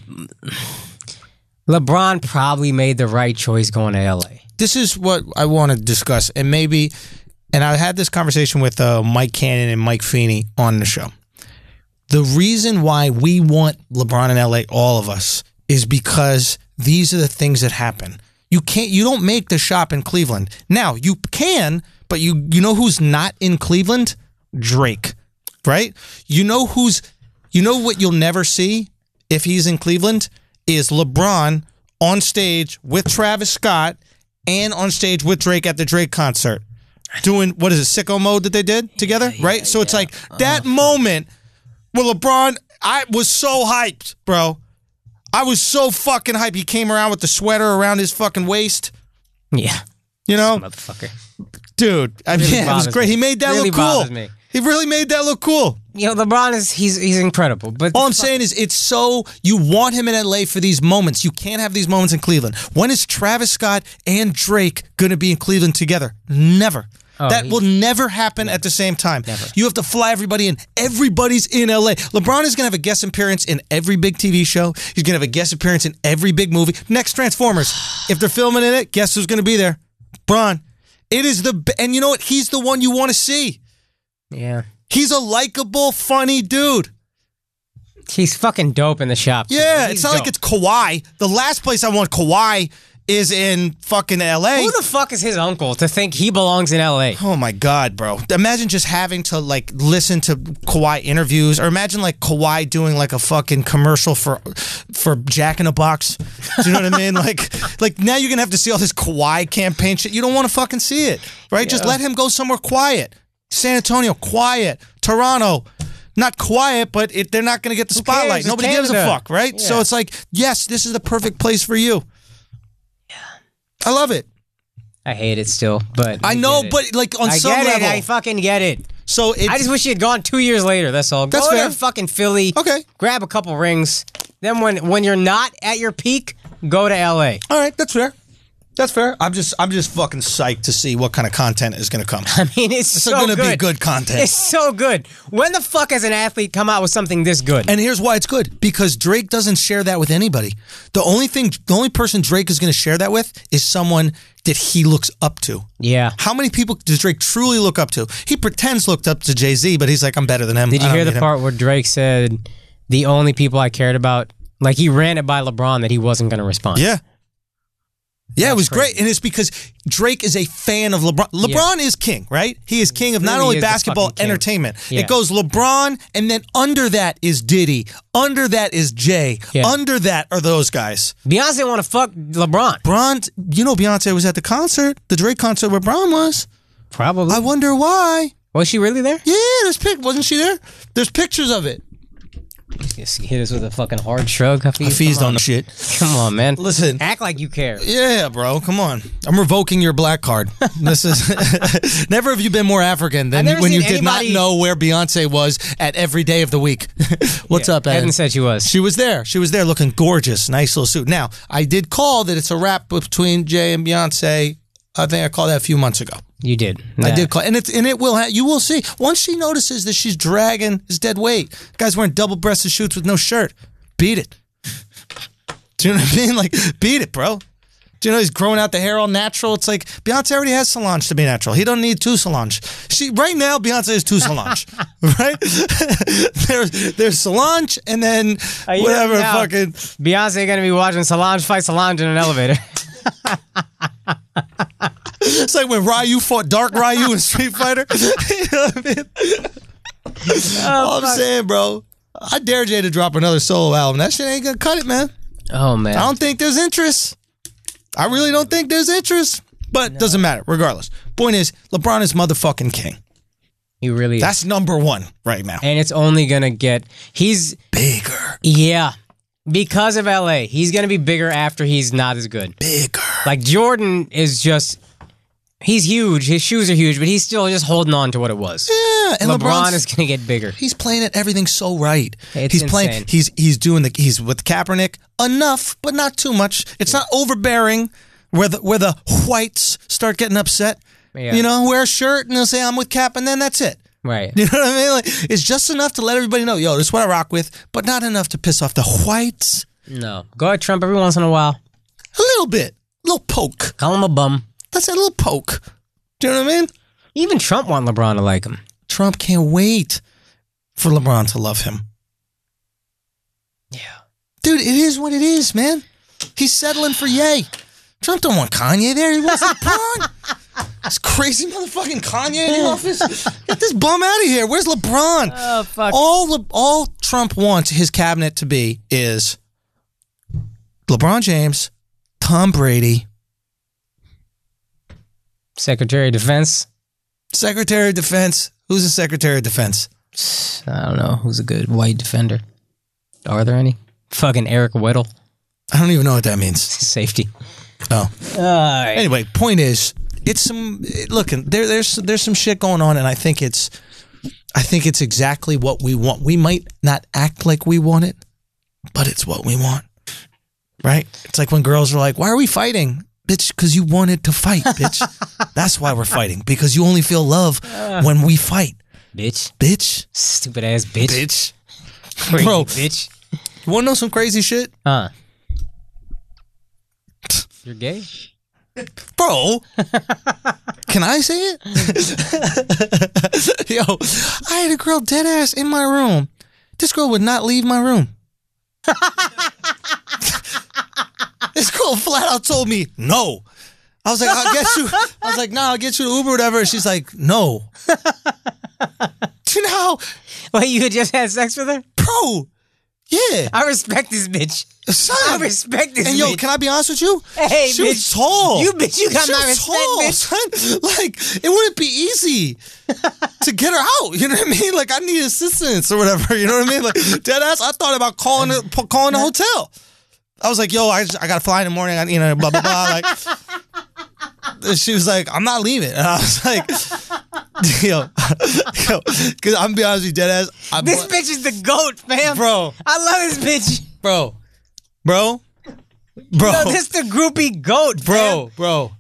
S2: LeBron probably made the right choice going to LA.
S1: this is what I want to discuss, and maybe, and I had this conversation with uh, Mike Cannon and Mike Feeney on the show. The reason why we want LeBron in LA, all of us, is because these are the things that happen. You can't, you don't make the shop in Cleveland. Now you can, but you you know who's not in Cleveland? Drake, right? You know who's, you know what you'll never see if he's in Cleveland is LeBron on stage with Travis Scott and on stage with Drake at the Drake concert. Doing what is it, sicko mode that they did together? right? So it's like that moment where LeBron, I was so hyped, bro. I was so fucking hyped. He came around with the sweater around his fucking waist.
S2: Yeah,
S1: You know,
S2: motherfucker.
S1: dude, I mean,
S2: Really
S1: it was
S2: bothers
S1: great.
S2: me.
S1: He made that
S2: Really
S1: look cool.
S2: bothers me.
S1: He really made that look cool.
S2: You know, LeBron is he's he's incredible, but
S1: All I'm saying is, it's so you want him in LA for these moments. You can't have these moments in Cleveland. When is Travis Scott and Drake going to be in Cleveland together? Never. that
S2: he-
S1: will never happen at the same time. You have to fly everybody in. Everybody's in LA. LeBron is going to have a guest appearance in every big TV show. He's going to have a guest appearance in every big movie. Next Transformers, if they're filming in it, guess who's going to be there? Bron. It is the b- and you know what? He's the one you want to see.
S2: Yeah.
S1: He's a likable, funny dude.
S2: He's fucking dope in the shop. too.
S1: Yeah,
S2: He's
S1: it's not
S2: dope.
S1: like it's Kawhi. The last place I want Kawhi is in fucking L.A.
S2: Who the fuck is his uncle to think he belongs in L.A.?
S1: Oh my God, bro. Imagine just having to like listen to Kawhi interviews or imagine like Kawhi doing like a fucking commercial for for Jack in a Box. Do you know what I mean? Like like now you're gonna have to see all this Kawhi campaign shit. You don't wanna fucking see it. Right? Just let him go somewhere quiet. San Antonio, quiet. Toronto. Not quiet, but it, they're not going to get the
S2: cares?
S1: spotlight.
S2: It's
S1: Nobody gives a
S2: Canada.
S1: fuck, right? So
S2: Yeah.
S1: it's like, yes, this is the perfect place for you. Yeah, I love it.
S2: I hate it still, but
S1: I
S2: get
S1: know,
S2: it.
S1: but like on
S2: I
S1: some
S2: get
S1: level,
S2: it. I fucking get it.
S1: so it's,
S2: I just wish he had gone two years later. That's all.
S1: That's
S2: Go
S1: fair.
S2: to fucking Philly.
S1: Okay.
S2: Grab a couple rings. Then when when you're not at your peak, go to L.A.
S1: All right, that's fair. That's fair. I'm just I'm just fucking psyched to see what kind of content is going to come.
S2: I mean, it's
S1: It's
S2: so
S1: going to
S2: good.
S1: be good content.
S2: It's so good. When the fuck has an athlete come out with something this good?
S1: and here's why it's good because Drake doesn't share that with anybody. The only thing the only person Drake is going to share that with is someone that he looks up to.
S2: yeah.
S1: How many people does Drake truly look up to? He pretends looked up to Jay-Z, but he's like I'm better than him.
S2: Did
S1: I
S2: you
S1: don't
S2: hear the
S1: need him."
S2: part where Drake said the only people I cared about? Like he ran it by LeBron that he wasn't going to respond.
S1: Yeah. Yeah, it was great. And it's because Drake is a fan of LeBron. LeBron is king, right? He is king of not
S2: Really
S1: only
S2: is the
S1: basketball,
S2: fucking king.
S1: entertainment.
S2: Yeah.
S1: It goes LeBron, and then under that is Diddy. Under that is Jay.
S2: Yeah.
S1: Under that are those guys.
S2: Beyonce want to fuck LeBron.
S1: Bron, you know, Beyonce was at the concert, the Drake concert where Bron was.
S2: Probably.
S1: I wonder why.
S2: was she really there?
S1: Yeah, there's pic. Wasn't she there? There's pictures of it.
S2: Yes, he hit us with a fucking hard shrug. Hafiz. Come on.
S1: shit.
S2: Come on, man.
S1: Listen.
S2: Act like you care.
S1: Yeah, bro, come on. I'm revoking your black card. This is never have you been more African than
S2: I've never
S1: when you
S2: seen
S1: did not
S2: anybody-
S1: know where Beyonce was at every day of the week. What's up, Eden?
S2: Evan said she was.
S1: She was there. She was there looking gorgeous, nice little suit. Now, I did call that it's a wrap between Jay and Beyonce. I think I called that a few months ago.
S2: you did.
S1: I did call, and it's and it will. Ha- you will see once she notices that she's dragging his dead weight. Guy's wearing double-breasted shoots with no shirt. Beat it. Do you know what I mean? Like, beat it, bro. Do you know he's growing out the hair all natural? It's like Beyonce already has Solange to be natural. He don't need two Solange. She right now Beyonce is two Solange, right? there's there's Solange and then
S2: year
S1: whatever
S2: from now.
S1: fucking
S2: Beyonce gonna be watching Solange fight Solange in an elevator.
S1: It's like when Ryu fought Dark Ryu in Street Fighter. you know what I mean?
S2: Oh,
S1: All I'm saying, bro, I dare Jay to drop another solo album. That shit ain't gonna cut it, man.
S2: oh man.
S1: I don't think there's interest. I really don't think there's interest. But doesn't matter, regardless. Point is, LeBron is motherfucking king.
S2: You really.
S1: That's number one right now.
S2: and it's only gonna get. He's
S1: Bigger,
S2: yeah. Because of LA, he's gonna be bigger after he's not as good.
S1: bigger.
S2: Like Jordan is just. He's huge. His shoes are huge, but he's still just holding on to what it was.
S1: Yeah, and
S2: LeBron
S1: LeBron's-
S2: is gonna get bigger.
S1: He's playing it everything so right.
S2: It's
S1: he's playing.
S2: insane.
S1: He's he's doing the. He's with Kaepernick enough, but not too much. It's not overbearing. Where the where the whites start getting upset.
S2: Yeah.
S1: You know, wear a shirt and they'll say I'm with Cap, and then that's it.
S2: Right.
S1: You know what I mean? Like, it's just enough to let everybody know, yo, this is what I rock with, but not enough to piss off the whites.
S2: No. Go at Trump every once in a while.
S1: A little bit, a little poke.
S2: Call him a bum.
S1: That's a little poke. Do you know what I mean?
S2: Even Trump want LeBron to like him.
S1: Trump can't wait for LeBron to love him.
S2: Yeah.
S1: Dude, it is what it is, man. He's settling for Ye. Trump don't want Kanye there. He wants LeBron. this crazy motherfucking Kanye in the office. Get this bum out of here. Where's LeBron?
S2: Oh fuck.
S1: all Le- all Trump wants his cabinet to be is LeBron James, Tom Brady,
S2: Secretary of Defense.
S1: Secretary of Defense. Who's the Secretary of Defense?
S2: I don't know who's a good white defender. Are there any? Fucking Eric Weddle,
S1: I don't even know what that means.
S2: safety.
S1: Oh.
S2: All right.
S1: Anyway, point is, it's some it- look, and there there's there's some shit going on, and I think it's, I think it's exactly what we want. We might not act like we want it, but it's what we want, right? It's like when girls are like, "Why are we fighting?" bitch, because you wanted to fight, bitch. That's why we're fighting because you only feel love when we fight,
S2: bitch.
S1: bitch.
S2: Stupid ass bitch.
S1: Bitch.
S2: Crazy
S1: Bro.
S2: Bitch.
S1: You want to know some crazy shit?
S2: Huh. You're gay?
S1: Bro, can I say it? Yo, I had a girl dead ass in my room. This girl would not leave my room. this girl flat out told me no. I was like, I'll get you. I was like, no, I'll get you the Uber, or whatever. And she's like, no. Do you know how,
S2: Wait, you had just had sex with her?
S1: bro? Yeah,
S2: I respect this bitch.
S1: son.
S2: I respect this
S1: And
S2: bitch.
S1: yo, can I be honest with you?
S2: Hey,
S1: she was
S2: bitch.
S1: tall.
S2: You bitch, you got
S1: she
S2: my
S1: was
S2: respect,
S1: tall,
S2: bitch.
S1: son. Like it wouldn't be easy to get her out. You know what I mean? Like I need assistance or whatever. You know what I mean? Like dead ass. I thought about calling the, p- calling the hotel. I was like, yo, I, just, I gotta fly in the morning. I, you know, blah blah blah. Like and she was like, I'm not leaving. And I was like, yo, yo, because I'm gonna be honest with you, dead ass. I,
S2: this bitch is the goat, fam.
S1: bro,
S2: I love this bitch.
S1: bro, bro, bro.
S2: Yo, this the groupie goat, fam.
S1: bro, bro,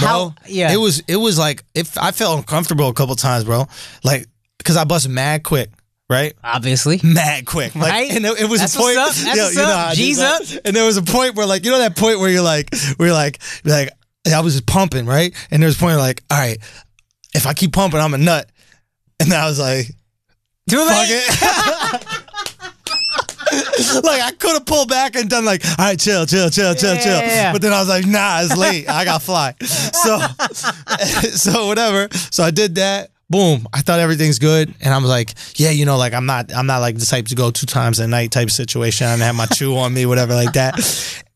S1: bro.
S2: How- yeah.
S1: it was it was like if I felt uncomfortable a couple times, bro, like because I bust mad quick, right?
S2: Obviously.
S1: Mad quick, like,
S2: Right?
S1: And it, it was
S2: That's
S1: a point.
S2: what's up. That's
S1: yo,
S2: what's
S1: you know
S2: up.
S1: how I do
S2: G's
S1: that?
S2: up.
S1: And there was a point where like you know that point where you're like we're like like I was just pumping, right? And there was a point where like all right, if I keep pumping, I'm a nut. And I was like,
S2: Too
S1: fuck
S2: late.
S1: it. like I could have pulled back and done like, all right, chill, chill, chill, chill,
S2: Yeah,
S1: chill.
S2: yeah, yeah.
S1: But then I was like, nah, it's late. I got fly. So, so whatever. So I did that. Boom. I thought everything's good, and I'm like, yeah, you know, like I'm not, I'm not like the type to go two times a night type situation. I didn't have my chew on me, whatever, like that.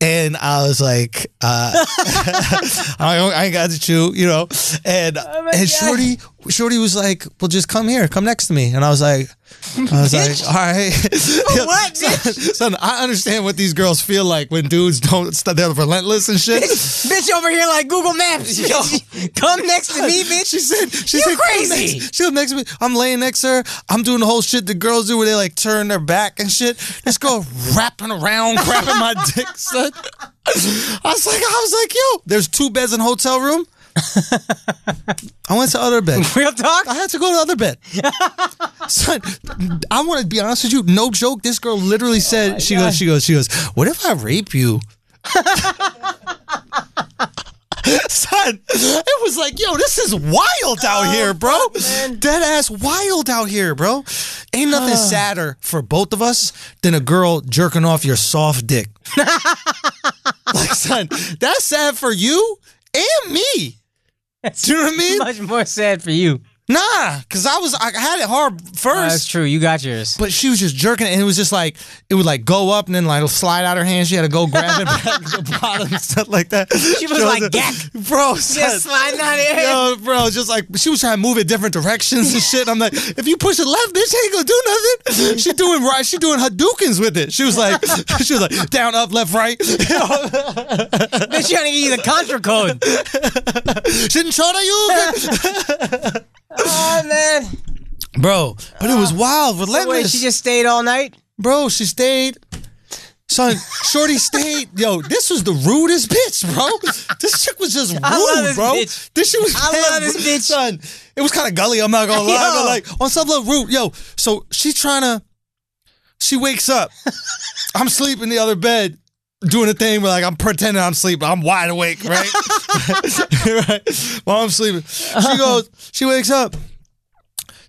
S1: And I was like, uh, I, don't- I ain't got to chew, you know. And
S2: Oh my
S1: and
S2: God.
S1: Shorty, Shorty was like, well, just come here, come next to me. And I was like, I was like, all right.
S2: What, bitch?
S1: Son, I understand what these girls feel like when dudes don't, they're relentless and shit.
S2: bitch over here like Google Maps.
S1: Yo.
S2: Come next to me, bitch.
S1: She said, she
S2: You
S1: said, "Come
S2: crazy."
S1: Next, she was next to me. I'm laying next to her. I'm doing the whole shit the girls do where they like turn their back and shit. This girl wrapping around, grabbing my dick, son. I was like, I was like, yo, there's two beds in hotel room. I went to other bed.
S2: Real talk?
S1: I had to go to the other bed. Son, I want to be honest with you. No joke. This girl literally said, she
S2: God.
S1: goes, she goes, she goes, what if I rape you? Son, it was like, yo, this is wild out here, bro. Dead ass wild out here, bro. Ain't nothing sadder for both of us than a girl jerking off your soft dick. like, son, that's sad for you and me. Do you know what I mean?
S2: Much more sad for you.
S1: Nah, cause I was I had it hard
S2: Oh, that's
S1: first,
S2: true. You got yours.
S1: but she was just jerking it, and it was just like it would like go up and then like slide out her hand. She had to go grab it back to the bottom and stuff like that. She
S2: was like, "Gack."
S1: bro, son,
S2: Just sliding out of here.
S1: yo, bro, just like she was trying to move in different directions and shit. I'm like, if you push it left, bitch, ain't gonna do nothing. She doing right, she doing Hadoukens with it. She was like, she was like down, up, left, right. You know?
S2: Bitch trying to give you the contra code.
S1: Shouldn't show that you,
S2: oh man.
S1: bro. But it was wild, relentless.
S2: Wait, Uh, she just stayed all night?
S1: Bro, she stayed. Son, Shorty stayed. Yo, this was the rudest bitch, bro. This chick was just rude,
S2: I love this
S1: bro.
S2: bitch.
S1: This shit was.
S2: I
S1: mad
S2: love this
S1: rude,
S2: bitch.
S1: Son, it was kind of gully. I'm not gonna lie, but
S2: Yo.
S1: like on some level, rude. Yo, so she's trying to. She wakes up. I'm sleeping in the other bed, doing a thing where like I'm pretending I'm sleeping. I'm wide awake, right? right. While I'm sleeping,
S2: Uh-huh.
S1: she goes. She wakes up.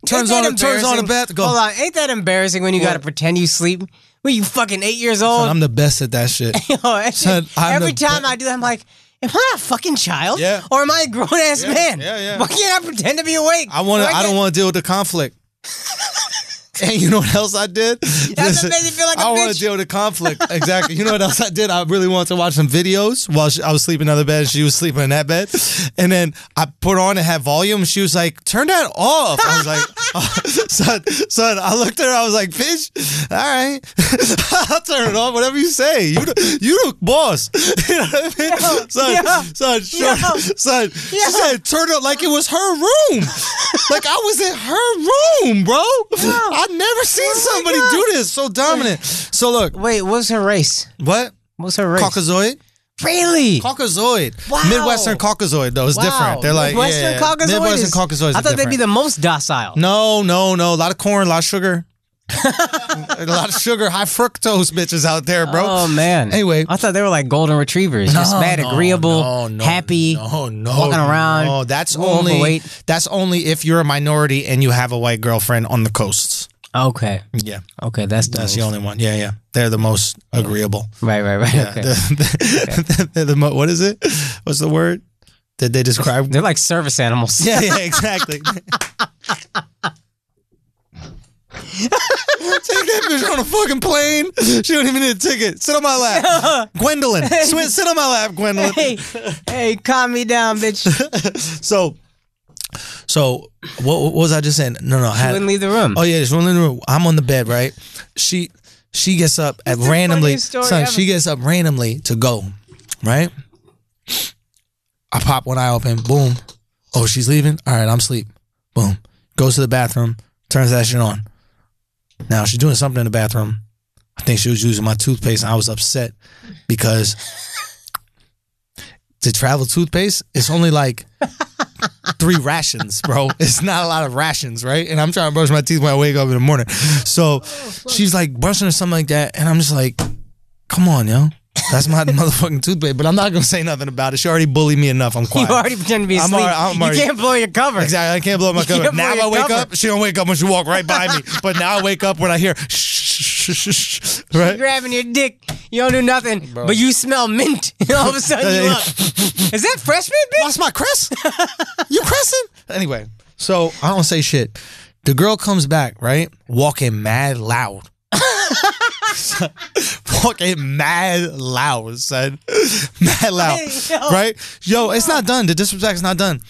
S1: Turns
S2: Ain't that
S1: on. Turns on the
S2: embarrassing?
S1: bath. Go.
S2: Hold on, ain't that embarrassing when you
S1: What?
S2: gotta pretend you sleep? When you fucking eight years
S1: Son,
S2: old?
S1: I'm the best at that shit.
S2: Yo, every
S1: Son, I'm
S2: every
S1: the
S2: time
S1: be-
S2: I do that, I'm like, am I a fucking child?
S1: Yeah.
S2: Or am I a grown ass
S1: Yeah,
S2: man?
S1: yeah, yeah.
S2: Why can't I pretend to be awake?
S1: I want
S2: Why
S1: to. I don't
S2: can't-
S1: want to deal with the conflict. and you know what else I did? That
S2: made me feel like a
S1: I want
S2: bitch.
S1: to deal with the conflict. Exactly. You know what else I did? I really wanted to watch some videos while she, I was sleeping in another bed. and She was sleeping in that bed, and then I put on and had volume. and She was like, "Turn that off." I was like, oh, "Son, son." I looked at her. I was like, "Bitch, all right, I'll turn it off. Whatever you say. You, the, you the boss." you know what I mean? son,
S2: yeah.
S1: son, sure,
S2: Yeah.
S1: son. She
S2: Yeah.
S1: said, "Turn it like it was her room, like I was in her room, bro. I never seen somebody
S2: Oh God.
S1: do this so dominant." So look,
S2: Wait, what's her race?
S1: what
S2: What's her race?
S1: Caucasoid?
S2: Really?
S1: Caucasoid.
S2: Wow.
S1: Midwestern Caucasoid though is
S2: Wow.
S1: different. They're like
S2: Midwestern
S1: yeah,
S2: Caucasoid.
S1: Midwestern
S2: is-
S1: Caucasoid.
S2: I thought they'd be the most docile.
S1: No, no, no. A lot of corn, a lot of sugar. a lot of sugar, high fructose bitches out there, bro.
S2: Oh man.
S1: Anyway.
S2: I thought they were like golden retrievers, just
S1: No,
S2: mad,
S1: no,
S2: agreeable,
S1: no, no,
S2: happy.
S1: no, no,
S2: walking around,
S1: No, that's
S2: little
S1: only
S2: overweight.
S1: that's only if you're a minority and you have a white girlfriend on the coasts.
S2: Okay.
S1: Yeah,
S2: Okay, that's the,
S1: that's the
S2: most-
S1: only one. Yeah, yeah, they're the most agreeable.
S2: Right, right, right.
S1: Yeah,
S2: okay.
S1: the, they're the mo- what is it? What's the word that they describe?
S2: They're like service animals.
S1: yeah, yeah, exactly. Take that bitch on a fucking plane. She don't even need a ticket. Sit on my lap, Gwendolyn. Sit sit on my lap, Gwendolyn.
S2: Hey, hey, calm me down, bitch. You
S1: So, so what, what was I just saying? No, no. I had,
S2: wouldn't leave the room.
S1: oh yeah, just one in the room. I'm on the bed, right? She she gets up at
S2: the
S1: randomly.
S2: funniest story
S1: Son,
S2: ever.
S1: she gets up randomly to go, right? I pop one eye open. Boom. Oh, she's leaving. All right, I'm asleep. Boom. Goes to the bathroom. Turns that shit on. Now she's doing something in the bathroom. I think she was using my toothpaste, and I was upset because to travel toothpaste, it's only like three rations, bro. It's not a lot of rations, right? And I'm trying to brush my teeth when I wake up in the morning.
S2: Oh,
S1: So she's like brushing or something like that, and I'm just like, come on, yo. That's my motherfucking toothpaste, but I'm not gonna say nothing about it. She already bullied me enough. I'm
S2: you
S1: quiet.
S2: already pretend to be
S1: I'm
S2: asleep.
S1: already- I'm already-
S2: you can't blow your cover.
S1: Exactly. I can't blow my
S2: You
S1: cover.
S2: can't
S1: Now
S2: blow
S1: I
S2: your
S1: wake
S2: cover.
S1: up. She don't wake up when she walk right by me. But now I wake up when I hear shh, shh, shh, shh, shh,
S2: You're
S1: right.
S2: grabbing your dick. You don't do nothing, but you smell mint. And all of a sudden, you up. Is that fresh mint, bitch?
S1: That's my crest. you crescent? Anyway, so I don't say shit. The girl comes back, right? Walking mad loud. walking mad loud, son. Mad loud.
S2: Yo.
S1: Right? Yo, it's not done. The disrespect is not done.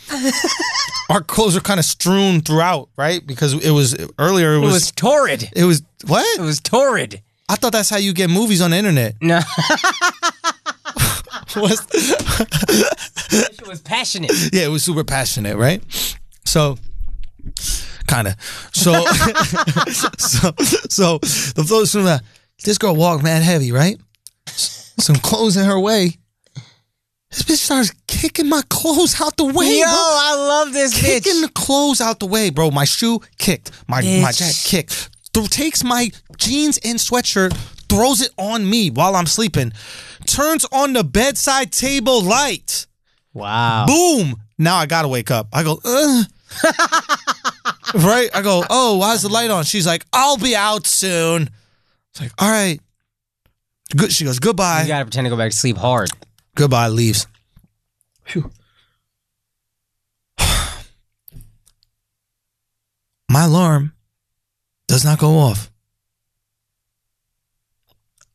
S1: Our clothes are kind of strewn throughout, right? Because it was earlier. It
S2: It
S1: was.
S2: was torrid.
S1: It was what?
S2: It was torrid.
S1: I thought that's how you get movies on the internet.
S2: No,
S1: What's-
S2: it was passionate.
S1: yeah, it was super passionate, right? So, kind of. So, so, so the flow from that. This girl walked mad heavy, right? S- Some clothes in her way. This bitch starts kicking my clothes out the way.
S2: Yo,
S1: bro.
S2: I love this bitch.
S1: kicking the clothes out the way, bro. My shoe kicked. My my
S2: Bitch.
S1: jacket kicked. Th- takes my jeans and sweatshirt, throws it on me while I'm sleeping. Turns on the bedside table light.
S2: Wow.
S1: Boom. Now I gotta wake up. I go. Ugh. right. I go. Oh, why is the light on? She's like, I'll be out soon. It's like, all right. Good. She goes. Goodbye.
S2: You gotta pretend to go back to sleep hard.
S1: Goodbye, leaves. My alarm does not go off.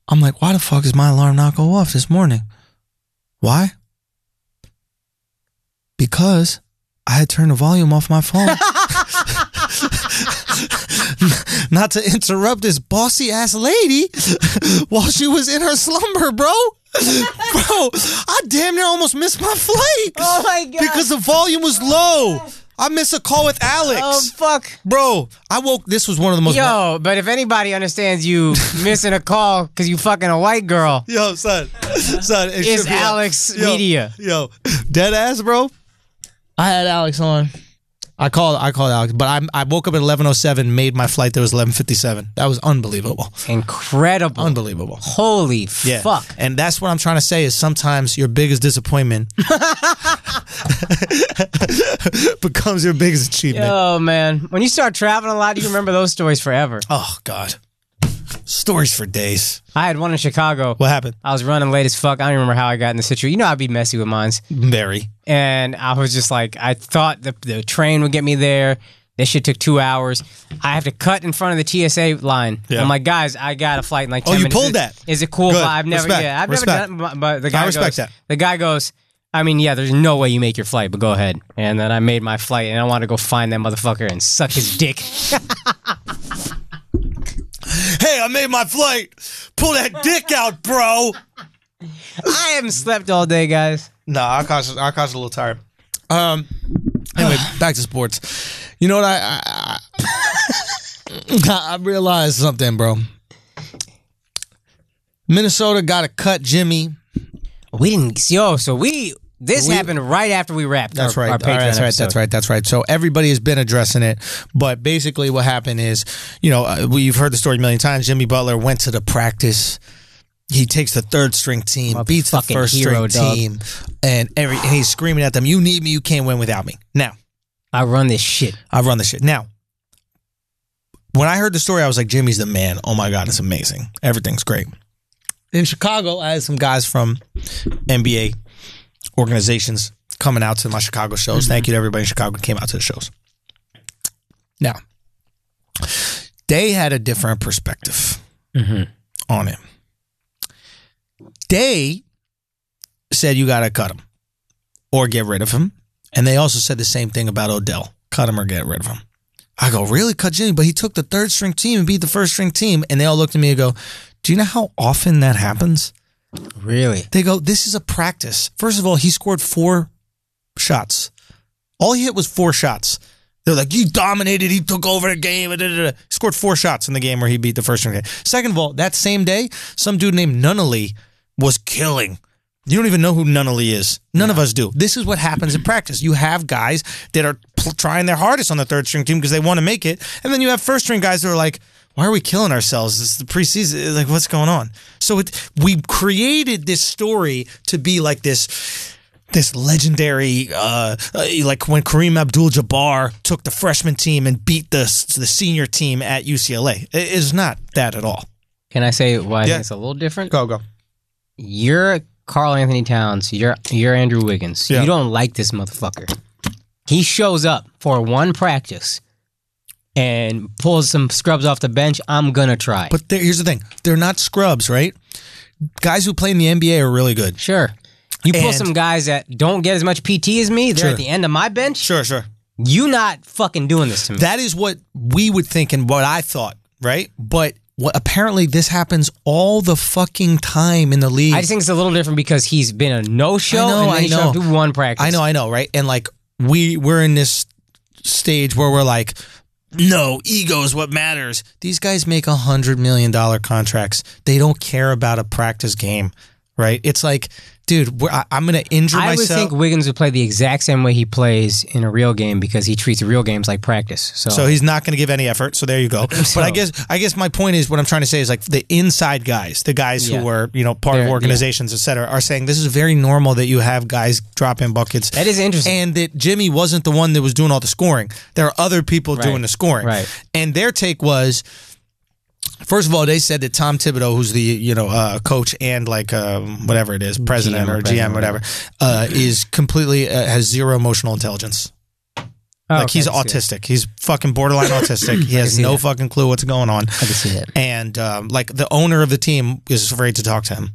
S1: I'm like, why the fuck is my alarm not go off this morning? Why? Because I had turned the volume off my phone. not to interrupt this bossy ass lady while she was in her slumber, bro. bro, I damn near almost missed my flight.
S2: Oh my God.
S1: Because the volume was low. I missed a call with Alex.
S2: Oh fuck.
S1: Bro, I woke. This was one of the most.
S2: Yo, but if anybody understands you missing a call because you fucking a white girl,
S1: Yo, son, son, it
S2: It's
S1: should be-
S2: Alex Media.
S1: Yo, dead ass, bro. I had Alex on. I called. I called Alex, but I I woke up at eleven oh seven. Made my flight. There was eleven fifty seven. That was unbelievable.
S2: incredible.
S1: Unbelievable.
S2: Holy fuck.
S1: And that's what I'm trying to say is sometimes your biggest disappointment becomes your biggest achievement.
S2: Oh man. When you start traveling a lot, you remember those stories forever.
S1: Oh God. Stories for days.
S2: I had one in Chicago.
S1: What happened?
S2: I was running late as fuck. I don't even remember how I got in the situation. You know, I'd be messy with mines.
S1: Barry.
S2: And I was just like, I thought the, the train would get me there. That shit took two hours. I have to cut in front of the TSA line.
S1: Yeah.
S2: I'm like, guys, I got a flight in like
S1: Oh,
S2: 10
S1: you
S2: minutes.
S1: pulled
S2: Is-
S1: that.
S2: Is it cool?
S1: Good.
S2: But I've never,
S1: Respect.
S2: yeah, I've
S1: Respect.
S2: never done it. But the guy
S1: respect
S2: goes,
S1: that.
S2: the guy goes, I mean, yeah, there's no way you make your flight, but go ahead. And then I made my flight, and I want to go find that motherfucker and suck his dick.
S1: Hey, I made my flight. Pull that dick out, bro.
S2: I haven't slept all day, guys.
S1: No, nah, Akash, Akash is a little tired. Um. Anyway, back to sports. You know what I I, I I realized something, bro. Minnesota got to cut Jimmy
S2: We didn't. Yo, so we. This
S1: We-
S2: happened right after we wrapped.
S1: That's
S2: our,
S1: right.
S2: Our
S1: All
S2: Patreon
S1: right, that's right. That's right. That's right. So everybody has been addressing it, but basically what happened is, you know, uh, we've heard the story a million times. Jimmy Butler went to the practice. He takes the third string team, beats the
S2: Motherfucking
S1: first
S2: hero,
S1: string
S2: dog.
S1: team, and every and he's screaming at them, "You need me. You can't win without me." Now
S2: I run this shit.
S1: I run the shit. Now, when I heard the story, I was like, "Jimmy's the man. Oh my god, it's amazing. Everything's great." In Chicago, I had some guys from NBA organizations coming out to my Chicago shows. Thank you to everybody in Chicago who came out to the shows. Now, they had a different perspective on it. They said you got to cut him or get rid of him, and they also said the same thing about Odell: cut him or get rid of him. I go, really cut Jimmy, but he took the third string team and beat the first string team, and they all looked at me and go, "Do you know how often that happens?"
S2: Really?
S1: They go, this is a practice. First of all, he scored four shots. All he hit was four shots. They're like, he dominated. He took over the game. da, da, da, da." Scored four shots in the game where he beat the first string. Second of all, that same day, some dude named Nunnally was killing. You don't even know who Nunnally is. None of us do. This is what happens in practice. You have guys that are pl- trying their hardest on the third string team because they want to make it, and then you have first string guys that are like, "Why are we killing ourselves? It's the preseason. It's Like, what's going on?" So it, we created this story to be like this this legendary, uh, uh, like when Kareem Abdul-Jabbar took the freshman team and beat the the senior team at UCLA. It is not that at all.
S2: Can I say why I think
S1: Yeah.
S2: it's a little different?
S1: Go go.
S2: You're Carl Anthony Towns. You're you're Andrew Wiggins.
S1: Yeah.
S2: You don't like this motherfucker. He shows up for one practice and pulls some scrubs off the bench. I'm gonna try.
S1: But there, here's the thing: they're not scrubs, right? Guys who play in the NBA are really good.
S2: sure. You pull
S1: And-
S2: some guys that don't get as much PT as me. They're
S1: Sure.
S2: at the end of my bench.
S1: Sure, sure.
S2: You not fucking doing this to me.
S1: That is what we would think and what I thought, right? But what, apparently, this happens all the fucking time in the league.
S2: I just think it's a little different because he's been a no show
S1: I know,
S2: and
S1: I
S2: then he showed
S1: know.
S2: up to one practice.
S1: I know, I know, right? And like we we're in this stage where we're like, no, ego is what matters. These guys make a hundred million dollar contracts. They don't care about a practice game, right? It's like, dude, we're, I, I'm gonna injure
S2: I would
S1: myself.
S2: think Wiggins would play the exact same way he plays in a real game because he treats real games like practice. So,
S1: So he's not going to give any effort. So there you go.
S2: So-
S1: but I guess I guess my point is what I'm trying to say is like the inside guys, the guys
S2: Yeah.
S1: who are you know part of
S2: They're-
S1: organizations, et cetera, are saying this is very normal that you have guys drop in buckets.
S2: That is interesting.
S1: And that Jimmy wasn't the one that was doing all the scoring. There are other people doing the scoring.
S2: right.
S1: And their take was. First of all, they said that Tom Thibodeau, who's the you know uh, coach and like um whatever it is, president
S2: GM or
S1: or
S2: president,
S1: GM, whatever, uh, is completely uh, has zero emotional intelligence.
S2: Oh,
S1: Like
S2: okay,
S1: he's
S2: I can see it.
S1: autistic. He's fucking borderline autistic. He has
S2: see
S1: no
S2: that.
S1: fucking clue what's going on.
S2: I can see that.
S1: And um, like the owner of the team is afraid to talk to him.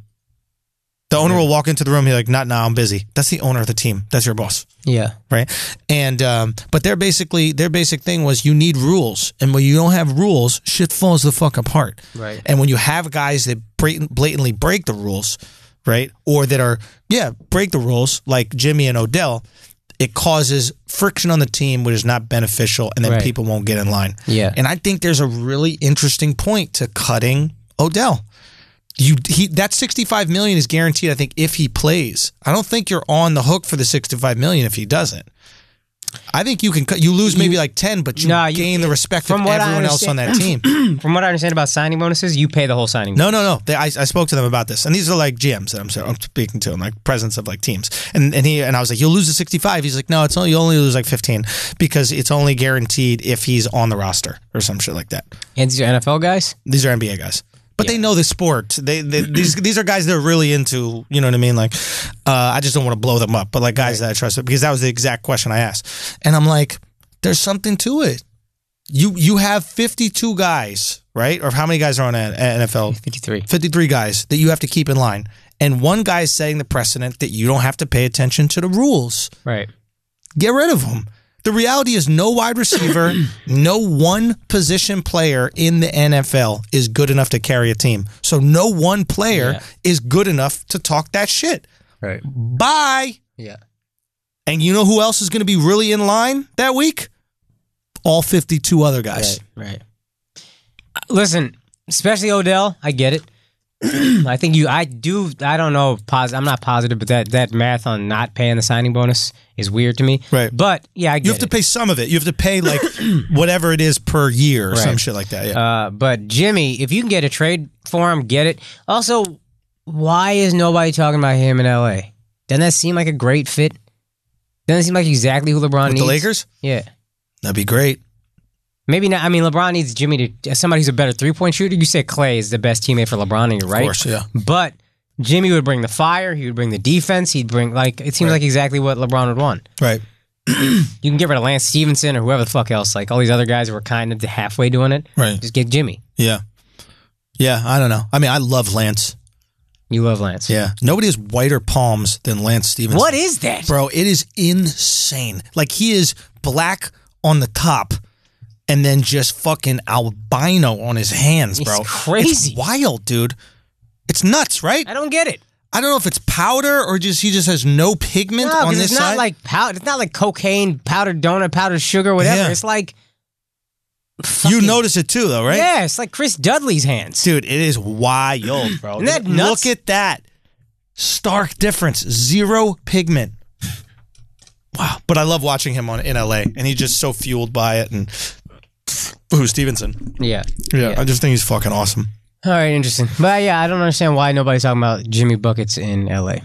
S1: The owner will walk into the room. He's like, "Not now. I'm busy." That's the owner of the team. That's your boss,
S2: Yeah.
S1: right? And um, but their basically their basic thing was you need rules, and when you don't have rules, shit falls the fuck apart.
S2: Right.
S1: And when you have guys that blatant- blatantly break the rules, right, or that are yeah break the rules like Jimmy and Odell, it causes friction on the team, which is not beneficial, and then
S2: Right.
S1: people won't get in line.
S2: Yeah.
S1: and I think there's a really interesting point to cutting Odell. You he that 65 million is guaranteed. I think if he plays, I don't think you're on the hook for the 65 million if he doesn't. I think you can cut. You lose maybe like 10, but you
S2: No, you-
S1: gain the respect
S2: from
S1: of
S2: what I
S1: everyone else on that team.
S2: From what I understand about signing bonuses, you pay the whole signing.
S1: No, no, no. They, I, I spoke to them about this, and these are like GMs that I'm, so- I'm speaking to, and like presidents of like teams. And and he and I was like, you'll lose the 65. He's like, no, it's only you only lose like 15 because it's only guaranteed if he's on the roster or some shit like that.
S2: And these are NFL guys?
S1: These are NBA guys, but they know the sport. They, they these these are guys that are really into. You know what I mean? Like, uh, I just don't want to blow them up, but like guys that I trust because that was the exact question I asked, and I'm like, there's something to it. You you have 52 guys, right? Or how many guys are on a- a NFL?
S2: 53.
S1: 53 guys that you have to keep in line. And one guy is setting the precedent that you don't have to pay attention to the rules.
S2: Right.
S1: Get rid of him. The reality is, no wide receiver, no one position player in the NFL is good enough to carry a team. So, no one player
S2: Yeah.
S1: is good enough to talk that shit.
S2: Right.
S1: Bye.
S2: Yeah.
S1: And you know who else is going to be really in line that week? All 52 other guys.
S2: Uh, Right. Right. Listen, especially Odell, I get it. I think you. I do. I don't know. Pos- I'm not positive, but that that math on not paying the signing bonus is weird to me.
S1: Right.
S2: But yeah, I get
S1: You have to
S2: it.
S1: pay some of it. You have to pay like whatever it is per year or some
S2: Right.
S1: shit like that. Yeah.
S2: Uh, but Jimmy, if you can get a trade for him, get it. Also, why is nobody talking about him in LA? Doesn't that seem like a great fit? Doesn't it seem like exactly who LeBron
S1: With
S2: needs?
S1: the Lakers,
S2: Yeah.
S1: that'd be great.
S2: Maybe not. I mean, LeBron needs Jimmy to as somebody who's a better three point shooter. You say Clay is the best teammate for LeBron, and you're right.
S1: Of course, yeah.
S2: But Jimmy would bring the fire. He would bring the defense. He'd bring like it seems
S1: Right.
S2: like exactly what LeBron would want.
S1: Right.
S2: You can get rid of Lance Stevenson or whoever the fuck else. Like all these other guys who were kind of halfway doing it.
S1: Right.
S2: Just get Jimmy.
S1: Yeah. Yeah. I don't know. I mean, I love Lance.
S2: You love Lance.
S1: Yeah. Nobody has whiter palms than Lance Stevens.
S2: What is that?
S1: Bro, it is insane. Like he is black on the top and then just fucking albino on his hands, bro.
S2: It's crazy.
S1: It's wild, dude. It's nuts, right?
S2: I don't get it.
S1: I don't know if it's powder or just he just has no pigment
S2: No,
S1: on
S2: 'cause
S1: this
S2: it's not
S1: side.
S2: like powder. It's not like cocaine, powdered donut, powdered sugar, whatever.
S1: Yeah.
S2: It's like
S1: you
S2: fucking-
S1: notice it too, though, right?
S2: yeah, it's like Chris Dudley's hands.
S1: Dude, it is wild, bro.
S2: Isn't that nuts?
S1: Look at that. Stark difference. Zero pigment. Wow. But I love watching him on in LA and he's just so fueled by it and Ooh, Stevenson.
S2: Yeah.
S1: Yeah, I just think he's fucking awesome.
S2: All right, interesting. But yeah, I don't understand why nobody's talking about Jimmy buckets in LA.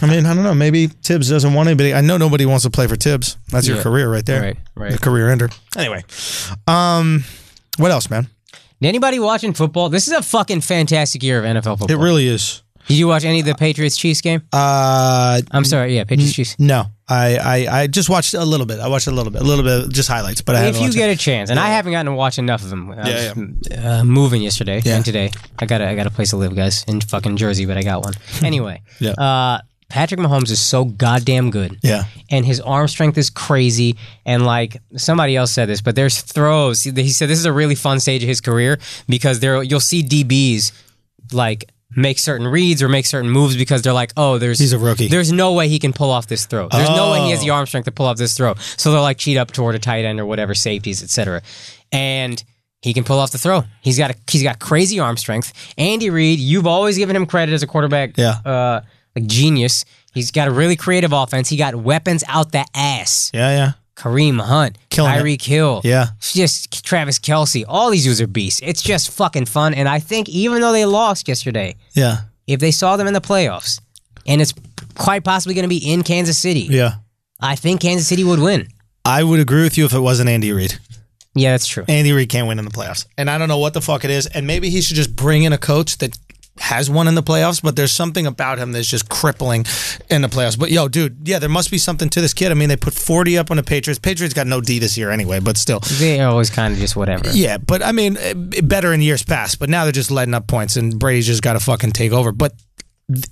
S1: I mean, I don't know. Maybe Tibbs doesn't want anybody. I know nobody wants to play for Tibbs. That's your
S2: Yeah.
S1: career right there.
S2: Right, right.
S1: The career ender. Anyway, um, what else, man?
S2: Anybody watching football? This is a fucking fantastic year of NFL football.
S1: It really is.
S2: Did you watch any of the Patriots Chiefs game?
S1: Uh,
S2: I'm sorry, yeah, Patriots Chiefs.
S1: no, I, I, I just watched a little bit. I watched a little bit, a little bit, just highlights. But I
S2: If
S1: haven't
S2: you
S1: watched
S2: get
S1: it.
S2: a chance, and I haven't gotten to watch enough of them. I
S1: Yeah,
S2: was, Uh, moving yesterday
S1: Yeah.
S2: and today. I got a, I got a place to live, guys, in fucking Jersey, but I got one. Anyway,
S1: Yeah.
S2: uh, Patrick Mahomes is so goddamn good.
S1: yeah,
S2: and his arm strength is crazy. And like somebody else said this, but there's throws. He he said this is a really fun stage of his career because there you'll see DBs like make certain reads or make certain moves because they're like, oh, there's
S1: He's a rookie. Oh.
S2: There's no way he can pull off this throw. There's no way he has the arm strength to pull off this throw. So they'll like cheat up toward a tight end or whatever safeties, etc. And he can pull off the throw. He's got a, he's got crazy arm strength. Andy Reid, you've always given him credit as a quarterback
S1: Yeah.
S2: uh, like genius. He's got a really creative offense. He got weapons out the ass.
S1: yeah, yeah,
S2: Kareem Hunt,
S1: Killing it.
S2: Tyreek Hill,
S1: yeah.
S2: just Travis Kelsey. All these dudes are beasts. It's just fucking fun. And I think even though they lost yesterday,
S1: Yeah.
S2: if they saw them in the playoffs, and it's quite possibly going to be in Kansas City,
S1: Yeah.
S2: I think Kansas City would win.
S1: I would agree with you if it wasn't Andy Reid.
S2: Yeah, that's true.
S1: Andy Reid can't win in the playoffs. And I don't know what the fuck it is. And maybe he should just bring in a coach that has won in the playoffs, but there's something about him that's just crippling in the playoffs. But yo, dude, yeah, there must be something to this kid. I mean, they put 40 up on the Patriots. Patriots got no D this year anyway, but still.
S2: They are always kind of just whatever.
S1: Yeah, but I mean, eh, better in years past. But now they're just letting up points, and Brady's just got to fucking take over. But th-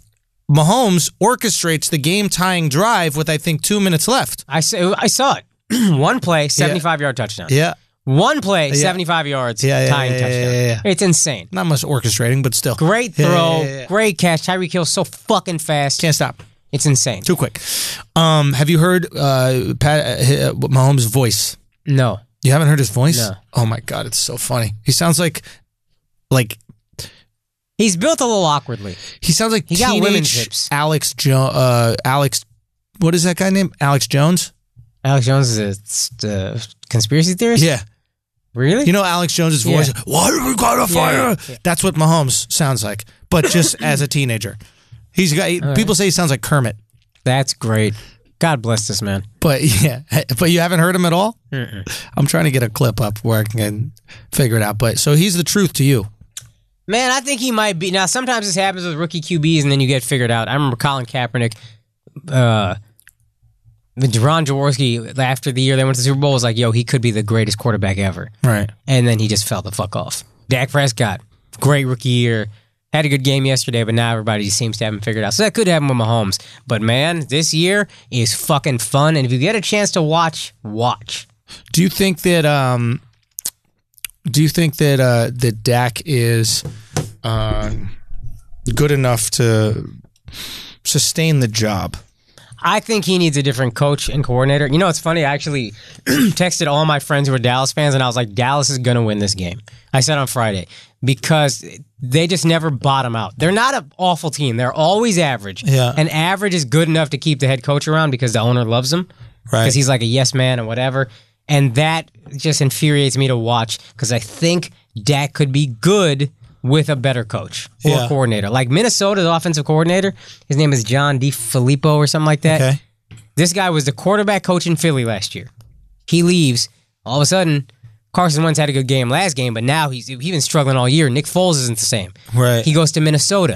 S1: Mahomes orchestrates the game tying drive with I think two minutes left.
S2: I saw, I saw it. One play, 75 yard touchdown.
S1: Yeah,
S2: One play, 75 yards,
S1: Yeah, yeah,
S2: tying
S1: yeah, yeah,
S2: touchdown.
S1: yeah,
S2: It's insane.
S1: not much orchestrating, but still
S2: Great throw,
S1: Yeah, yeah, yeah, yeah.
S2: great catch. Tyreek Hill so fucking fast.
S1: Can't stop.
S2: It's insane.
S1: Too quick. Um, have you heard uh, Pat, uh, Mahomes' voice?
S2: No.
S1: You haven't heard his voice?
S2: No.
S1: Oh my god, it's so funny. He sounds like, like
S2: He's built a little awkwardly.
S1: he sounds like
S2: He got
S1: teenage
S2: women's hips.
S1: Alex jo- uh Alex. What is that guy named? Alex Jones.
S2: Alex Jones is a s- uh, conspiracy theorist?
S1: Yeah,
S2: Really?
S1: you know Alex Jones's voice.
S2: Yeah.
S1: Why are we got to
S2: Yeah,
S1: fire?
S2: yeah,
S1: That's what Mahomes sounds like, but just as a teenager. He's got. People say he sounds like Kermit,
S2: That's great. God bless this man.
S1: but yeah, but you haven't heard him at all. I'm trying to get a clip up where I can figure it out. But so he's the truth to you.
S2: Man, I think he might be. Now, sometimes this happens with rookie QBs and then you get figured out. I remember Colin Kaepernick, uh, Ron Jaworski, after the year they went to the Super Bowl, was like, yo, he could be the greatest quarterback ever.
S1: Right.
S2: and then he just fell the fuck off. Dak Prescott, great rookie year. Had a good game yesterday, but now everybody seems to have him figured out. So that could happen with Mahomes. But man, this year is fucking fun. And if you get a chance to watch, watch.
S1: Do you think that um do you think that uh that Dak is uh, um good enough to sustain the job?
S2: I think he needs a different coach and coordinator. You know, it's funny. I actually texted all my friends who were Dallas fans, and I was like, Dallas is going to win this game. I said on Friday because they just never bottom out. They're not an awful team. They're always average.
S1: Yeah.
S2: And average is good enough to keep the head coach around because the owner loves him.
S1: Right.
S2: Because he's like a yes man and whatever. And that just infuriates me to watch because I think Dak could be good with a better coach or
S1: Yeah.
S2: coordinator. Like Minnesota's offensive coordinator, his name is John D. Filippo or something like that.
S1: Okay.
S2: This guy was the quarterback coach in Philly last year. He leaves. All of a sudden, Carson Wentz had a good game last game, but now he's he's been struggling all year. Nick Foles isn't the same.
S1: Right.
S2: He goes to Minnesota.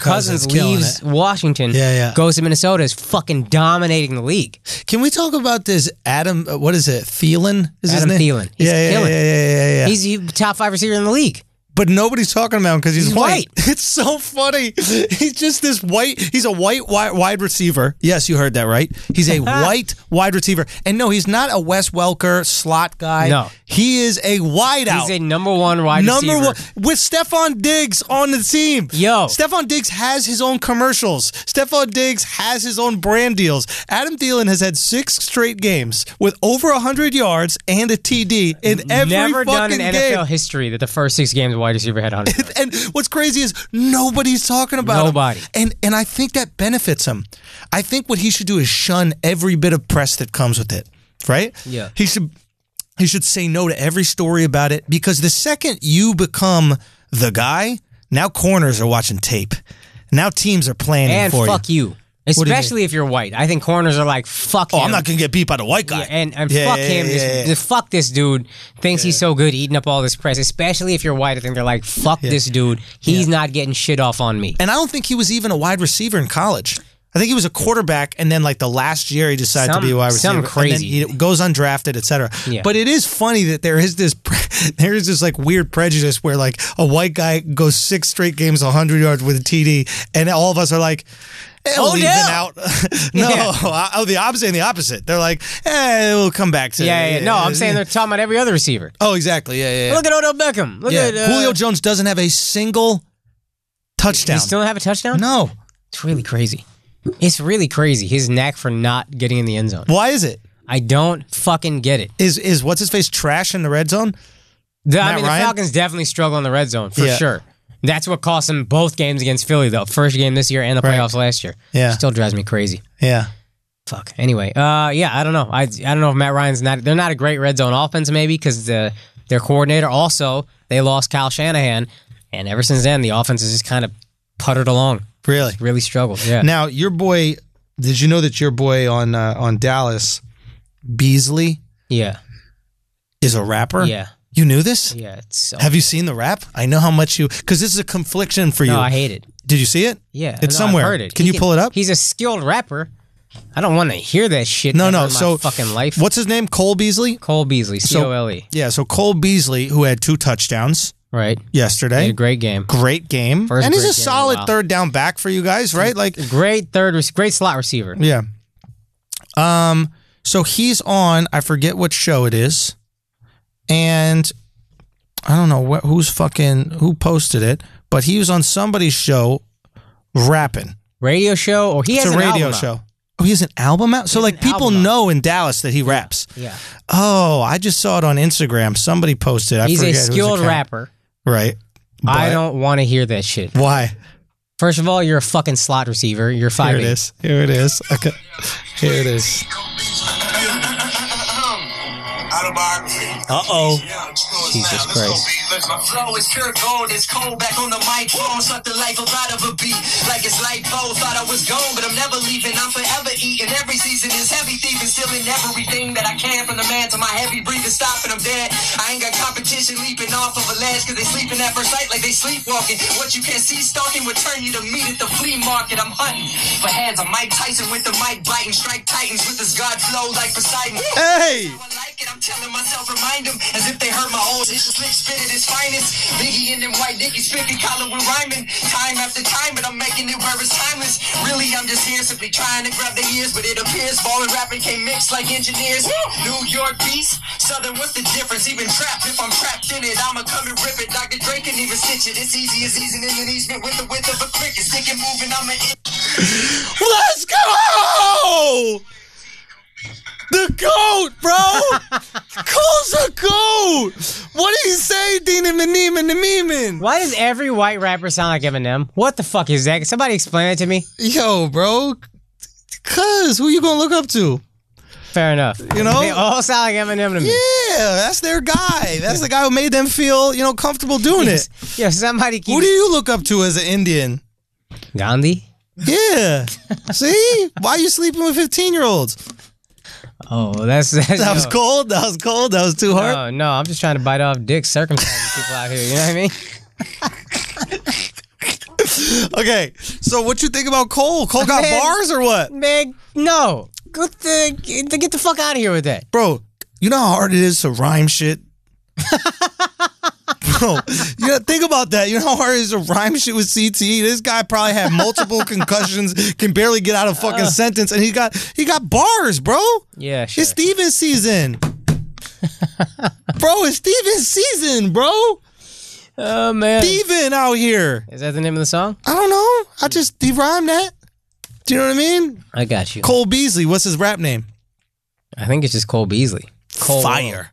S1: Kirk
S2: Cousins,
S1: Cousins killing
S2: leaves Washington.
S1: Yeah, yeah.
S2: Goes to Minnesota. Is fucking dominating the league.
S1: Can we talk about this Adam? uh, What is it? Thielen is
S2: Adam
S1: his name.
S2: Thielen. He's
S1: yeah, yeah,
S2: killing.
S1: yeah, yeah, yeah, yeah, yeah.
S2: He's he, top five receiver in the league.
S1: but nobody's talking about him because he's,
S2: He's
S1: white. It's so funny. He's just this white. He's a white wide, wide receiver. Yes, you heard that right. He's a white wide receiver, and no, he's not a Wes Welker slot guy.
S2: No.
S1: he is a wideout.
S2: He's a number one wide
S1: Number
S2: receiver.
S1: one with Stefan Diggs on the team.
S2: Yo.
S1: Stefan Diggs has his own commercials. Stefan Diggs has his own brand deals. Adam Thielen has had six straight games with over hundred yards and a TD in every
S2: Never done
S1: fucking
S2: in
S1: game.
S2: NFL history that the first six games wide receiver had 100. yards.
S1: And what's crazy is nobody's talking about him.
S2: Nobody.
S1: And and I think that benefits him. I think what he should do is shun every bit of press that comes with it. Right?
S2: Yeah.
S1: He should he should say no to every story about it because the second you become the guy, now corners are watching tape. Now teams are planning
S2: and
S1: for
S2: fuck
S1: you.
S2: you.
S1: do you
S2: Especially if you're white. I think corners are like fuck
S1: Oh,
S2: him.
S1: I'm not gonna get beat by the white guy.
S2: Yeah, and and
S1: Yeah,
S2: fuck
S1: yeah,
S2: him.
S1: yeah,
S2: this,
S1: yeah.
S2: the- fuck this dude. Thinks he's so good eating up all this press, especially if you're white. I think they're like, fuck this dude. He's not getting shit off on me.
S1: And I don't think he was even a wide receiver in college. I think he was a quarterback, and then like the last year he decided
S2: Some-
S1: to be a wide receiver.
S2: some crazy.
S1: And then he goes undrafted, etc.
S2: Yeah.
S1: But it is funny that there is this pre- there is this like weird prejudice where like a white guy goes six straight games, hundred yards with a TD, and all of us are like. Eh,
S2: Oh,
S1: leaving
S2: no.
S1: out. no,
S2: Yeah.
S1: oh, the opposite and the opposite. They're like, eh, we'll come back to.
S2: Yeah, yeah, yeah. No, I'm saying
S1: that.
S2: they're talking about every other receiver.
S1: Oh, exactly. Yeah, yeah. yeah.
S2: Look at Odell Beckham. Look
S1: yeah.
S2: at uh,
S1: Julio Jones doesn't have a single touchdown.
S2: He still don't have a touchdown.
S1: no.
S2: It's really crazy. It's really crazy. His knack for not getting in the end zone.
S1: Why is it?
S2: I don't fucking get it.
S1: Is is what's his face trash in the red zone?
S2: The, I
S1: Matt
S2: mean,
S1: Ryan?
S2: the Falcons definitely struggle in the red zone for
S1: Yeah.
S2: sure. That's what cost them both games against Philly, though. First game this year and the
S1: Right.
S2: playoffs last year.
S1: Yeah.
S2: still drives me crazy.
S1: Yeah.
S2: Fuck. Anyway, uh, yeah, I don't know. I I don't know if Matt Ryan's not. They're not a great red zone offense, maybe because the their coordinator also they lost Kyle Shanahan, and ever since then the offense has just kind of puttered along.
S1: Really.
S2: Really struggled. Yeah.
S1: Now your boy, did you know that your boy on uh, on Dallas, Beasley
S2: yeah.
S1: is a rapper?
S2: Yeah.
S1: You knew this?
S2: Yeah. It's so,
S1: Have you seen the rap? I know how much you because this is a confliction for you.
S2: no, I hate it.
S1: Did you see it?
S2: Yeah.
S1: It's
S2: no, I've
S1: somewhere.
S2: heard it.
S1: Can
S2: He
S1: you pull it up?
S2: He's a skilled rapper. I don't want to hear that shit.
S1: No,
S2: ever
S1: no.
S2: In my
S1: So
S2: fucking life.
S1: What's his name? Cole Beasley.
S2: Cole Beasley, C O L E.
S1: Yeah. So Cole Beasley, who had two touchdowns
S2: Right. Had
S1: yesterday.
S2: a great game.
S1: Great game.
S2: First
S1: and he's
S2: great
S1: a
S2: game in a
S1: solid
S2: while.
S1: third down back for you guys, right? Like
S2: Great third. rec- Great slot receiver.
S1: Yeah. Um. So he's on. I forget what show it is, and I don't know what who's fucking who posted it, but he was on somebody's show rapping.
S2: Radio show or he
S1: It's
S2: has
S1: a
S2: an
S1: radio
S2: album out.
S1: show. Oh, he has an album out. So
S2: has
S1: like
S2: an
S1: people
S2: album out.
S1: know in Dallas that he raps.
S2: Yeah.
S1: Oh, I just saw it on Instagram. Somebody posted. I
S2: He's
S1: forget
S2: a
S1: whose
S2: skilled
S1: account.
S2: rapper.
S1: right?
S2: I
S1: But-
S2: don't want to hear that shit.
S1: Why?
S2: First of all, you're a fucking slot receiver.
S1: Here
S2: You're five
S1: it
S2: eight.
S1: is. Here it is. Okay. Here it is.
S3: Autobiography.
S1: Uh oh.
S2: Jesus Christ.
S3: My flow is pure gold. It's cold back on the microphone. Suck the life up out of a beat. Like it's light bulb. Thought I was gone, but I'm never leaving. I'm forever eating. Every season is heavy thieving. Stealing everything that I can from the man to my heavy breathing. Stopping, I'm dead. I ain't got competition leaping off of a ledge. Cause they sleeping at first sight like they sleepwalking. What you can't see stalking will turn you to meat at the flea market. I'm hunting for hands. I'm Mike Tyson with the mic biting. Strike Titans with this God flow like Poseidon.
S1: Hey.
S3: I like it, I'm telling myself, remind them as if they heard my old It's just slick spit at his finest. Biggie and them white dickies, spiffy collar with rhyming. Time after time, but I'm making it where it's timeless. Really, I'm just here simply trying to grab their ears, but it appears ball and rapping can't mix like engineers. New York beats, Southern, what's the difference? Even trapped, if I'm trapped in it, I'ma come and rip it. Dr. Drake can even stitch it. It's easy as easing in an easement with the width of a cricket. Stick it moving, I'm an
S1: Let's go! Yo! The goat, bro! Cole's a goat! What do you say, Dina Meneeman the Meeman?
S2: Why does every white rapper sound like Eminem? What the fuck is that? Can somebody explain it to me?
S1: Yo, bro. Cuz, who you gonna look up to?
S2: Fair enough. You
S1: know?
S2: they all sound like Eminem to me.
S1: Yeah, that's their guy. That's the guy who made them feel, you know, comfortable doing it.
S2: Yo, somebody keep
S1: Who do you look up to as an Indian?
S2: Gandhi.
S1: Yeah. See? Why you sleeping with 15 year olds?
S2: Oh, that's that's Oh,
S1: That was cold. That was cold. That was too hard.
S2: No, no, I'm just trying to bite off dick circumcising people out here. You know what I mean?
S1: Okay. So what you think about Cole? Cole got
S2: Man.
S1: bars or what?
S2: Man, no. Get the get the- get the fuck out of here with that.
S1: Bro, you know how hard it is to rhyme shit? Bro, you know, think about that. You know how hard it is to rhyme shit with CTE? This guy probably had multiple concussions, can barely get out of fucking sentence, and he got he got bars, bro.
S2: Yeah, sure.
S1: It's Steven season. bro, it's Steven season, bro.
S2: oh man,
S1: Steven out here.
S2: is that the name of the song?
S1: I don't know. I just he rhymed that. Do you know what I mean?
S2: I got you.
S1: Cole Beasley, what's his rap name?
S2: I think it's just Cole Beasley. Cole
S1: Fire.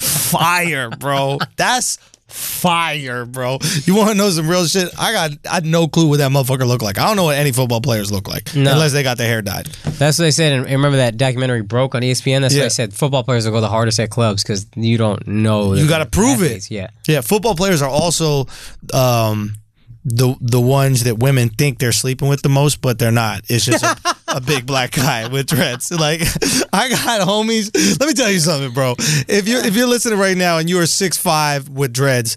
S1: fire, bro. That's fire, bro. You want to know some real shit? I got I had no clue what that motherfucker looked like. I don't know what any football players look like
S2: No.
S1: unless they got their hair dyed.
S2: That's what they said. And remember that documentary broke on E ESPN. That's what
S1: Yeah.
S2: they said. Football players will go the hardest at clubs because you don't know.
S1: You
S2: that
S1: gotta
S2: they're
S1: prove it.
S2: athletes. Yeah.
S1: Yeah, football players are also um, the the ones that women think they're sleeping with the most, but they're not. It's just a, a big black guy with dreads. Like I got homies. Let me tell you something, bro. If you're if you're listening right now and you are six five with dreads,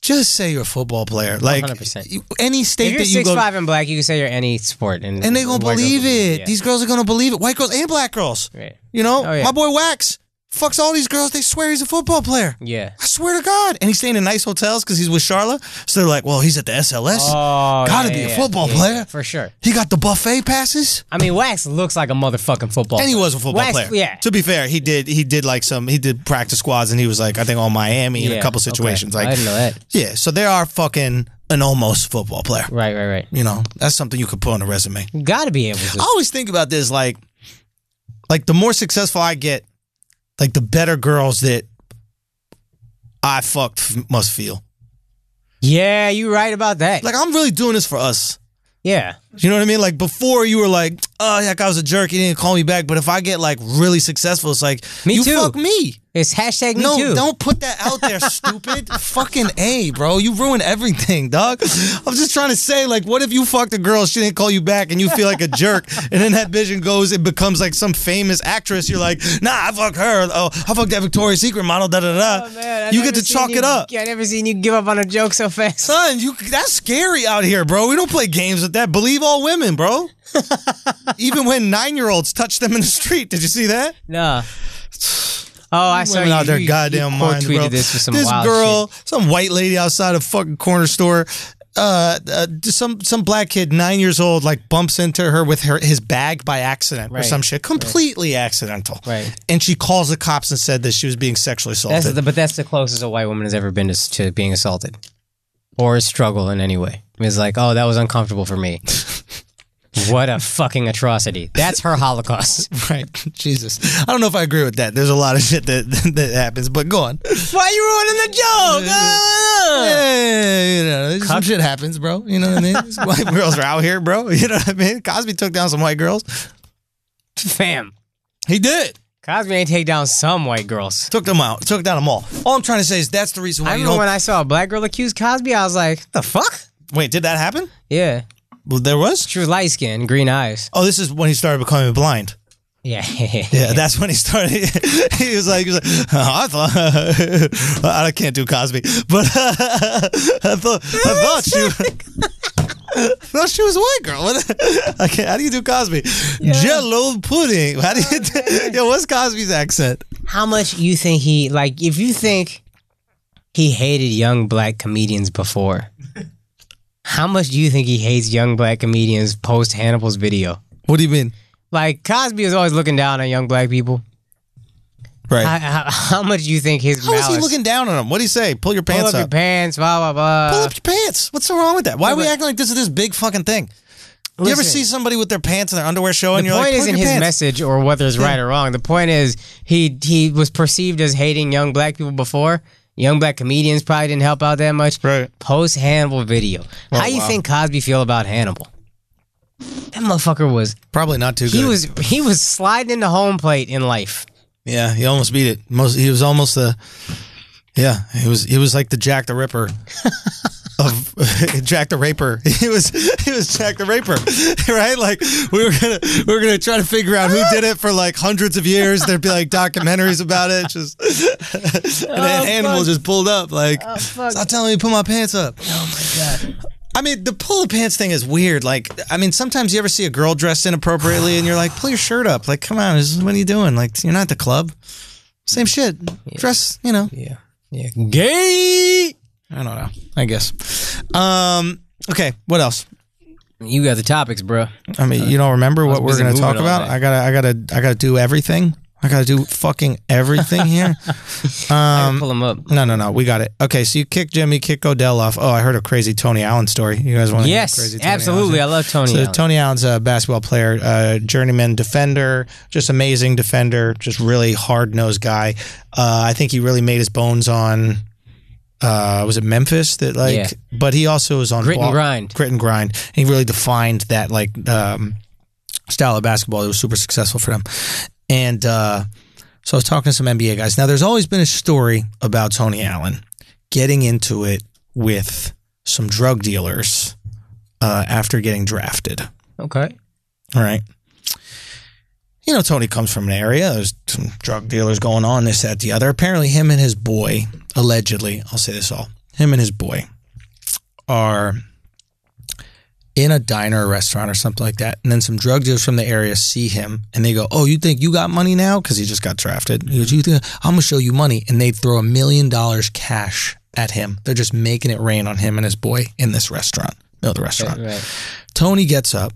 S1: just say you're a football player. Like
S2: 100%.
S1: you- any state
S2: If you're
S1: that you
S2: six
S1: go,
S2: five and black, you can say you're any sport, and
S1: and they gonna
S2: white girls
S1: believe
S2: will
S1: it.
S2: Yeah.
S1: These girls are gonna believe it. White girls and black girls.
S2: Right.
S1: You know,
S2: Oh, yeah.
S1: my boy Wax fucks all these girls. They swear he's a football player.
S2: yeah.
S1: I swear to God. And he's staying in nice hotels because he's with Charla. So they're like, well, he's at the SLS.
S2: Oh,
S1: Gotta
S2: yeah,
S1: be a
S2: yeah,
S1: football
S2: yeah,
S1: player.
S2: yeah, for sure.
S1: He got the buffet passes.
S2: I mean, Wax looks like a motherfucking football.
S1: And he
S2: player.
S1: was a football
S2: Wax,
S1: player.
S2: Yeah.
S1: To be fair, he did he did like some he did practice squads and he was like, I think on Miami in
S2: Yeah,
S1: a couple
S2: okay.
S1: situations.
S2: I
S1: Like
S2: didn't know that.
S1: Yeah. So there are fucking an almost football player.
S2: Right, right, right.
S1: You know, that's something you could put on a resume.
S2: You gotta be able
S1: I
S2: to.
S1: always think about this like like the more successful I get, like the better girls that I fucked f- must feel.
S2: Yeah, you're right about that.
S1: Like I'm really doing this for us.
S2: yeah.
S1: You know what I mean? Like before, you were like, "Oh, that guy was a jerk. He didn't call me back." But if I get like really successful, it's like,
S2: Me
S1: you
S2: too.
S1: fuck me.
S2: It's hashtag me
S1: no,
S2: too.
S1: don't put that out there, stupid. Fucking a, bro. You ruin everything, dog. I'm just trying to say, like, what if you fucked a girl, she didn't call you back, and you feel like a jerk, and then that vision goes and becomes like some famous actress. You're like, Nah, I fuck her. Oh, I fucked that Victoria's Secret model. Da da da.
S2: Oh, man, I
S1: you
S2: never
S1: get to
S2: seen
S1: chalk
S2: you-
S1: it up.
S2: Yeah, I never seen you give up on a joke so fast.
S1: Son, you that's scary out here, bro. We don't play games with that. Believe all women, bro. Even when nine year olds touch them in the street. Did you see that?
S2: No. Oh, I saw
S1: Women
S2: you,
S1: out there,
S2: you,
S1: goddamn
S2: you
S1: minds,
S2: tweeted
S1: bro.
S2: this for some
S1: This
S2: wild
S1: girl,
S2: shit.
S1: some white lady outside a fucking corner store. Uh, uh, some some black kid, nine years old, like bumps into her with her his bag by accident or
S2: Right.
S1: some shit, completely accidental.
S2: Right.
S1: And she calls the cops and said that she was being sexually assaulted.
S2: That's the, but that's the closest a white woman has ever been to, to being assaulted or a struggle in any way. It's like, oh, that was uncomfortable for me. what a fucking atrocity. That's her Holocaust.
S1: right, Jesus. I don't know if I agree with that. There's a lot of shit that that happens, but go on.
S2: Why are you ruining the joke? Uh,
S1: Yeah, you know, some shit happens, bro. You know what I mean? These white girls are out here, bro. You know what I mean? Cosby took down some white girls.
S2: Fam.
S1: He did.
S2: Cosby ain't take down some white girls.
S1: Took them out. Took down them all. All I'm trying to say is that's the reason
S2: I
S1: why you
S2: remember
S1: don't.
S2: when I saw a black girl accuse Cosby, I was like, the fuck?
S1: Wait, did that happen?
S2: Yeah.
S1: Well, there was.
S2: She was light skinned, green eyes.
S1: Oh, this is when he started becoming blind.
S2: Yeah.
S1: Yeah, that's when he started. he was like, he was like "Oh, I thought I can't do Cosby, but I thought I thought you. No, she was a white girl. What- I can't, how do you do Cosby? Jello pudding. How do you? Do, yo, what's Cosby's accent?
S2: how much you think he like if you think he hated young black comedians before how much do you think he hates young black comedians post hannibal's video
S1: What do you mean?
S2: like cosby is always looking down on young black people
S1: Right.
S2: how, how, how much do you think his
S1: how is he
S2: malice-
S1: looking down on him? What do he say? Pull your
S2: pull
S1: pants
S2: up your uh,
S1: up.
S2: pants blah blah
S1: Pull
S2: blah
S1: up your pants. What's so wrong with that? Why are we
S2: but-
S1: acting like this is this big fucking thing? you ever
S2: Listen.
S1: see somebody with their pants and their underwear showing?
S2: The
S1: You're
S2: point
S1: like, "Pull
S2: isn't
S1: your
S2: his
S1: pants."
S2: message or whether it's right or wrong. The point is he he was perceived as hating young black people before. Young black comedians probably didn't help out that much.
S1: Right. Oh,
S2: Post Hannibal video. How you
S1: wow.
S2: think Cosby feel about Hannibal? That motherfucker was
S1: Probably not too good.
S2: he was he was sliding into home plate in life.
S1: Yeah, he almost beat it. Most he was almost the yeah. He was he was like the Jack the Ripper of Jack the Raper. He was he was Jack the Raper, right? Like we were gonna we were gonna try to figure out who did it for like hundreds of years. There'd be like documentaries about it. Just and then animal just pulled up like stop telling me to put my pants up. I mean, the pull the pants thing is weird. Like, I mean, sometimes you ever see a girl dressed inappropriately, and you're like, pull your shirt up. Like, come on, this is, what are you doing? Like, you're not at the club. Same shit. Dress, you know.
S2: Yeah. Yeah. Gay.
S1: I don't know. I guess. Um. Okay. What else?
S2: You got the topics, bro.
S1: I mean, you don't remember what we're
S2: busy
S1: gonna
S2: moving
S1: talk
S2: all
S1: about?
S2: day.
S1: I gotta. I gotta. I gotta do everything. I gotta do fucking everything here.
S2: Um, pull them up.
S1: no, no, no. We got it. Okay. So you kick Jimmy, kick Odell off. Oh, I heard a crazy Tony Allen story. You guys want?
S2: Yes,
S1: crazy Tony Allen
S2: absolutely. I love Tony.
S1: So
S2: Allen.
S1: Tony Allen's a basketball player, uh, journeyman defender, just amazing defender, just really hard nosed guy. Uh, I think he really made his bones on. Uh, was it Memphis that like?
S2: Yeah.
S1: But he also was on
S2: Grit and
S1: Bal-
S2: grind.
S1: Grit and grind. And he really defined that like um, style of basketball. It was super successful for them. And uh, so I was talking to some NBA guys. Now there's always been a story about Tony Allen getting into it with some drug dealers uh, after getting drafted.
S2: Okay.
S1: All right. You know, Tony comes from an area. There's some drug dealers going on, this, that, the other. Apparently, him and his boy, allegedly, I'll say this all, him and his boy are in a diner or restaurant or something like that. And then some drug dealers from the area see him and they go, Oh, you think you got money now? Because he just got drafted. He goes, You think I'm going to show you money? And they throw a million dollars cash at him. They're just making it rain on him and his boy in this restaurant, middle of the restaurant.
S2: Right.
S1: Tony gets up,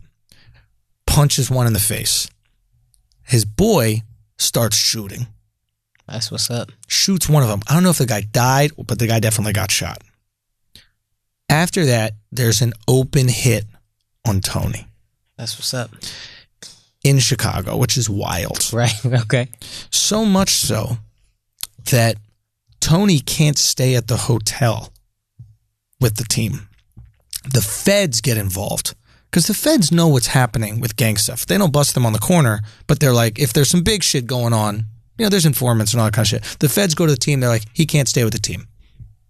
S1: punches one in the face. His boy starts shooting,
S2: That's what's up.
S1: shoots one of them. I don't know if the guy died, but the guy definitely got shot. After that, there's an open hit on Tony
S2: That's what's up.
S1: in Chicago, which is wild.
S2: Right. Okay.
S1: So much so that Tony can't stay at the hotel with the team. The feds get involved because the feds know what's happening with gang stuff. They don't bust them on the corner, but they're like, if there's some big shit going on, you know, there's informants and all that kind of shit. The feds go to the team. They're like, he can't stay with the team.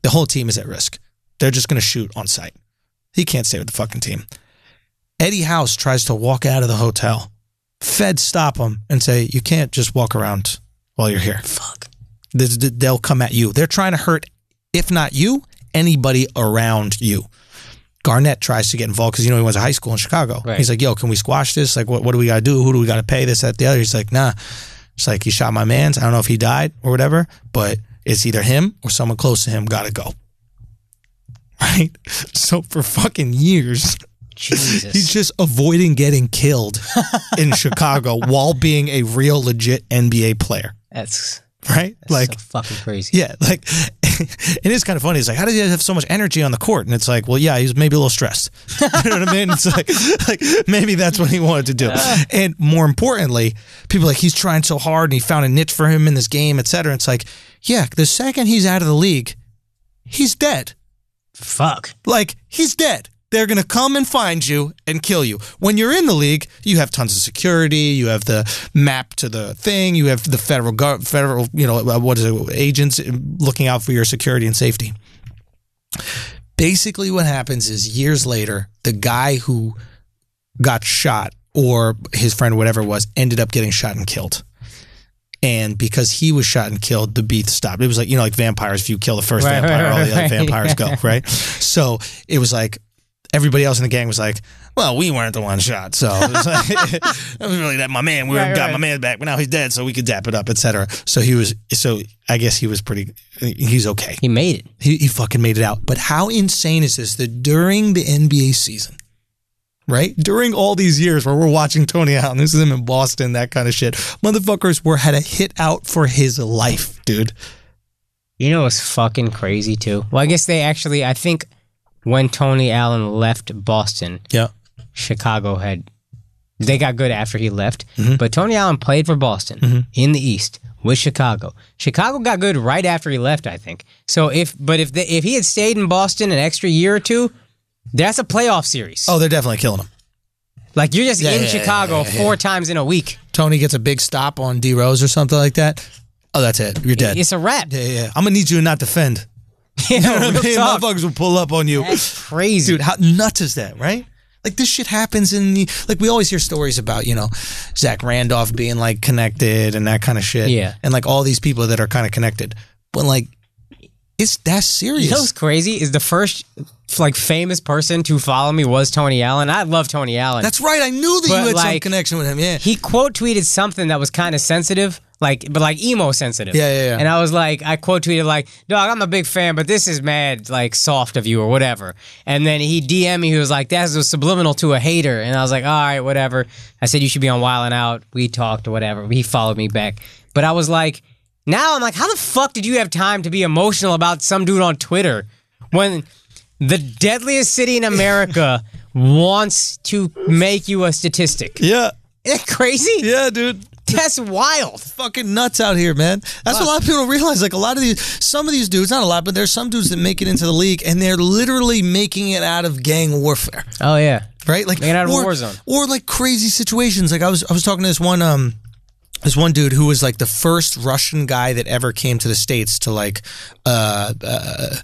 S1: The whole team is at risk. They're just going to shoot on sight. He can't stay with the fucking team. Eddie House tries to walk out of the hotel. Feds stop him and say, you can't just walk around while you're here. Fuck. They'll come at you. They're trying to hurt, if not you, anybody around you. Garnett tries to get involved because you know he went to high school in Chicago.
S2: Right.
S1: He's like, "Yo, can we squash this? Like, what, what do we got to do? Who do we got to pay? This, that, the other." He's like, "Nah." It's like he shot my man's. I don't know if he died or whatever, but it's either him or someone close to him got to go. Right. So for fucking years,
S2: Jesus.
S1: he's just avoiding getting killed in Chicago while being a real legit NBA player.
S2: That's
S1: Right. like
S2: so fucking crazy.
S1: yeah, like it is kind of funny. It's like, how does he have so much energy on the court? And it's like, well, yeah, he was maybe a little stressed. you know what I mean? It's like, like maybe that's what he wanted to do. And more importantly, people are like he's trying so hard and he found a niche for him in this game, et cetera. It's like, yeah, the second he's out of the league, he's dead.
S2: Fuck.
S1: Like, he's dead. They're going to come and find you and kill you. When you're in the league, you have tons of security. You have the map to the thing. You have the federal, gov- federal, you know, uh, what is it, agents looking out for your security and safety. Basically, what happens is years later, the guy who got shot or his friend, whatever it was, ended up getting shot and killed. And because he was shot and killed, the beat stopped. It was like, you know, like vampires, if you kill the first
S2: Right,
S1: vampire, all the other
S2: right,
S1: vampires go, right? So it was like everybody else in the gang was like, well, we weren't the one shot. So it was, like, it was really that my man, we
S2: Right,
S1: got
S2: right.
S1: my man back, but now he's dead, so we could dap it up, et cetera. So he was, so I guess he was pretty, he's okay.
S2: He made it.
S1: He, he fucking made it out. But how insane is this that during the NBA season, right? During all these years where we're watching Tony Allen, this is him in Boston, that kind of shit. Motherfuckers were had a hit out for his life, dude.
S2: You know what's fucking crazy too? Well, I guess they actually. I think when Tony Allen left Boston,
S1: Yeah.
S2: Chicago had they got good after he left,
S1: Mm-hmm.
S2: but Tony Allen played for Boston in the East with Chicago. Chicago got good right after he left, I think. So if but if they, if he had stayed in Boston an extra year or two, that's a playoff series.
S1: Oh, they're definitely killing him.
S2: Like you're just in
S1: yeah, yeah,
S2: Chicago four times in a week.
S1: Tony gets a big stop on D Rose or something like that. Oh, that's it. You're dead.
S2: It's a wrap.
S1: yeah, yeah. I'm gonna need you to not defend.
S2: You know,
S1: I
S2: real
S1: mean,
S2: talk.
S1: motherfuckers will pull up on you.
S2: That's crazy.
S1: Dude, how nuts is that, right? Like this shit happens in the like we always hear stories about, you know, Zach Randolph being like connected and that kind of shit.
S2: Yeah.
S1: And like all these people that are kind of connected. But like it's that serious.
S2: You know what's crazy is the first like famous person to follow me was Tony Allen. I love Tony Allen.
S1: That's right. I knew that
S2: But,
S1: you had some
S2: like,
S1: connection with him. Yeah.
S2: he quote tweeted something that was kind of sensitive, like but like emo sensitive.
S1: Yeah, yeah, yeah.
S2: And I was like, I quote tweeted like, "Dog, I'm a big fan, but this is mad like soft of you or whatever." And then he DM me, he was like, "That's a subliminal to a hater," and I was like, "All right, whatever." I said, "You should be on Wild and Out." We talked or whatever. He followed me back, but I was like, now I'm like, how the fuck did you have time to be emotional about some dude on Twitter when? The deadliest city in America wants to make you a statistic.
S1: Yeah.
S2: Isn't that crazy?
S1: Yeah, dude.
S2: That's wild.
S1: Fucking nuts out here, man. That's what a lot of people don't realize. Like a lot of these, some of these dudes, not a lot, but there's some dudes that make it into the league and they're literally making it out of gang warfare.
S2: Oh yeah.
S1: right? Like
S2: Make it out of
S1: or,
S2: a war zone.
S1: or like crazy situations. Like I was I was talking to this one um this one dude who was like the first Russian guy that ever came to the states to like uh, uh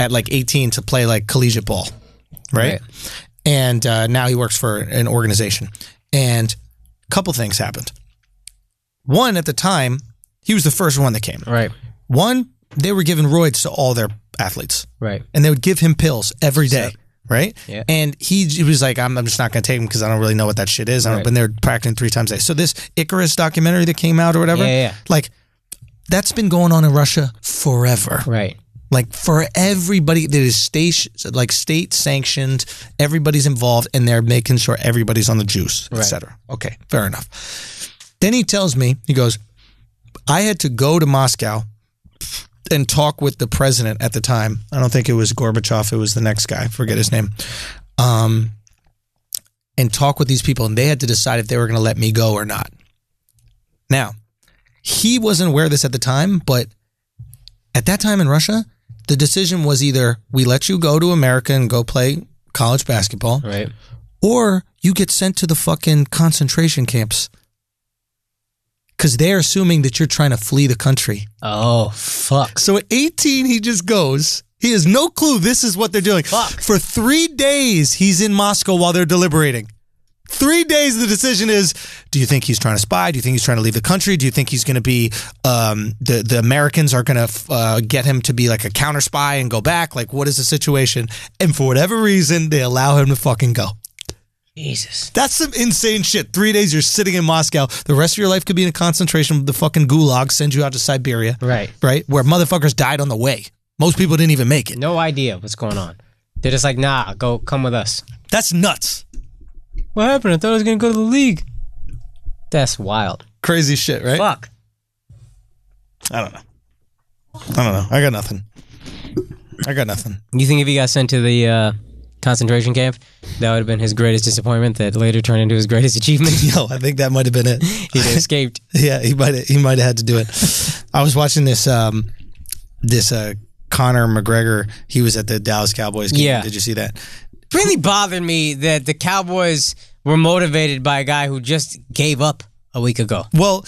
S1: at like 18 to play like collegiate ball, right?
S2: Right.
S1: And uh, now he works for an organization. And a couple things happened. One at the time, he was the first one that came.
S2: Right.
S1: One, they were giving roids to all their athletes
S2: Right.
S1: and they would give him pills every day, right?
S2: Yeah.
S1: And he, he was like, I'm, I'm just not going to take them because I don't really know what that shit is. I've
S2: Right.
S1: been there practicing three times a day. So this Icarus documentary that came out or whatever,
S2: Yeah, yeah.
S1: like that's been going on in Russia forever.
S2: Right.
S1: Like for everybody that is state like state sanctioned, everybody's involved, and they're making sure everybody's on the juice, et
S2: Right.
S1: cetera. Okay, fair enough. Then he tells me, he goes, I had to go to Moscow and talk with the president at the time. I don't think it was Gorbachev, it was the next guy, forget his name. Um, and talk with these people, and they had to decide if they were going to let me go or not. Now, he wasn't aware of this at the time, but at that time in Russia, the decision was either we let you go to America and go play college basketball,
S2: Right.
S1: or you get sent to the fucking concentration camps. Because they're assuming that you're trying to flee the country.
S2: Oh fuck.
S1: So at 18, he just goes. He has no clue this is what they're doing.
S2: Fuck.
S1: For three days, he's in Moscow while they're deliberating. Three days, the decision is: Do you think he's trying to spy? Do you think he's trying to leave the country? Do you think he's going to be um, the the Americans are going to uh, get him to be like a counter spy and go back? Like, what is the situation? And for whatever reason, they allow him to fucking go.
S2: Jesus.
S1: That's some insane shit. Three days, you're sitting in Moscow. The rest of your life could be in a concentration. The fucking gulag send you out to Siberia
S2: Right.
S1: right? Where motherfuckers died on the way. Most people didn't even make it.
S2: No idea what's going on. They're just like, nah, go come with us.
S1: That's nuts.
S2: What happened? I thought I was gonna go to the league. That's wild.
S1: Crazy shit, right?
S2: Fuck.
S1: I don't know. I don't know. I got nothing. I got nothing.
S2: You think if he got sent to the uh, concentration camp, that would have been his greatest disappointment that later turned into his greatest achievement?
S1: Yo, I think that might have been it.
S2: He'd have escaped.
S1: Yeah, he might he might have had to do it. I was watching this um this uh Connor McGregor. He was at the Dallas Cowboys game.
S2: Yeah.
S1: Did you see that?
S2: really bothered me that the Cowboys were motivated by a guy who just gave up a week ago.
S1: Well,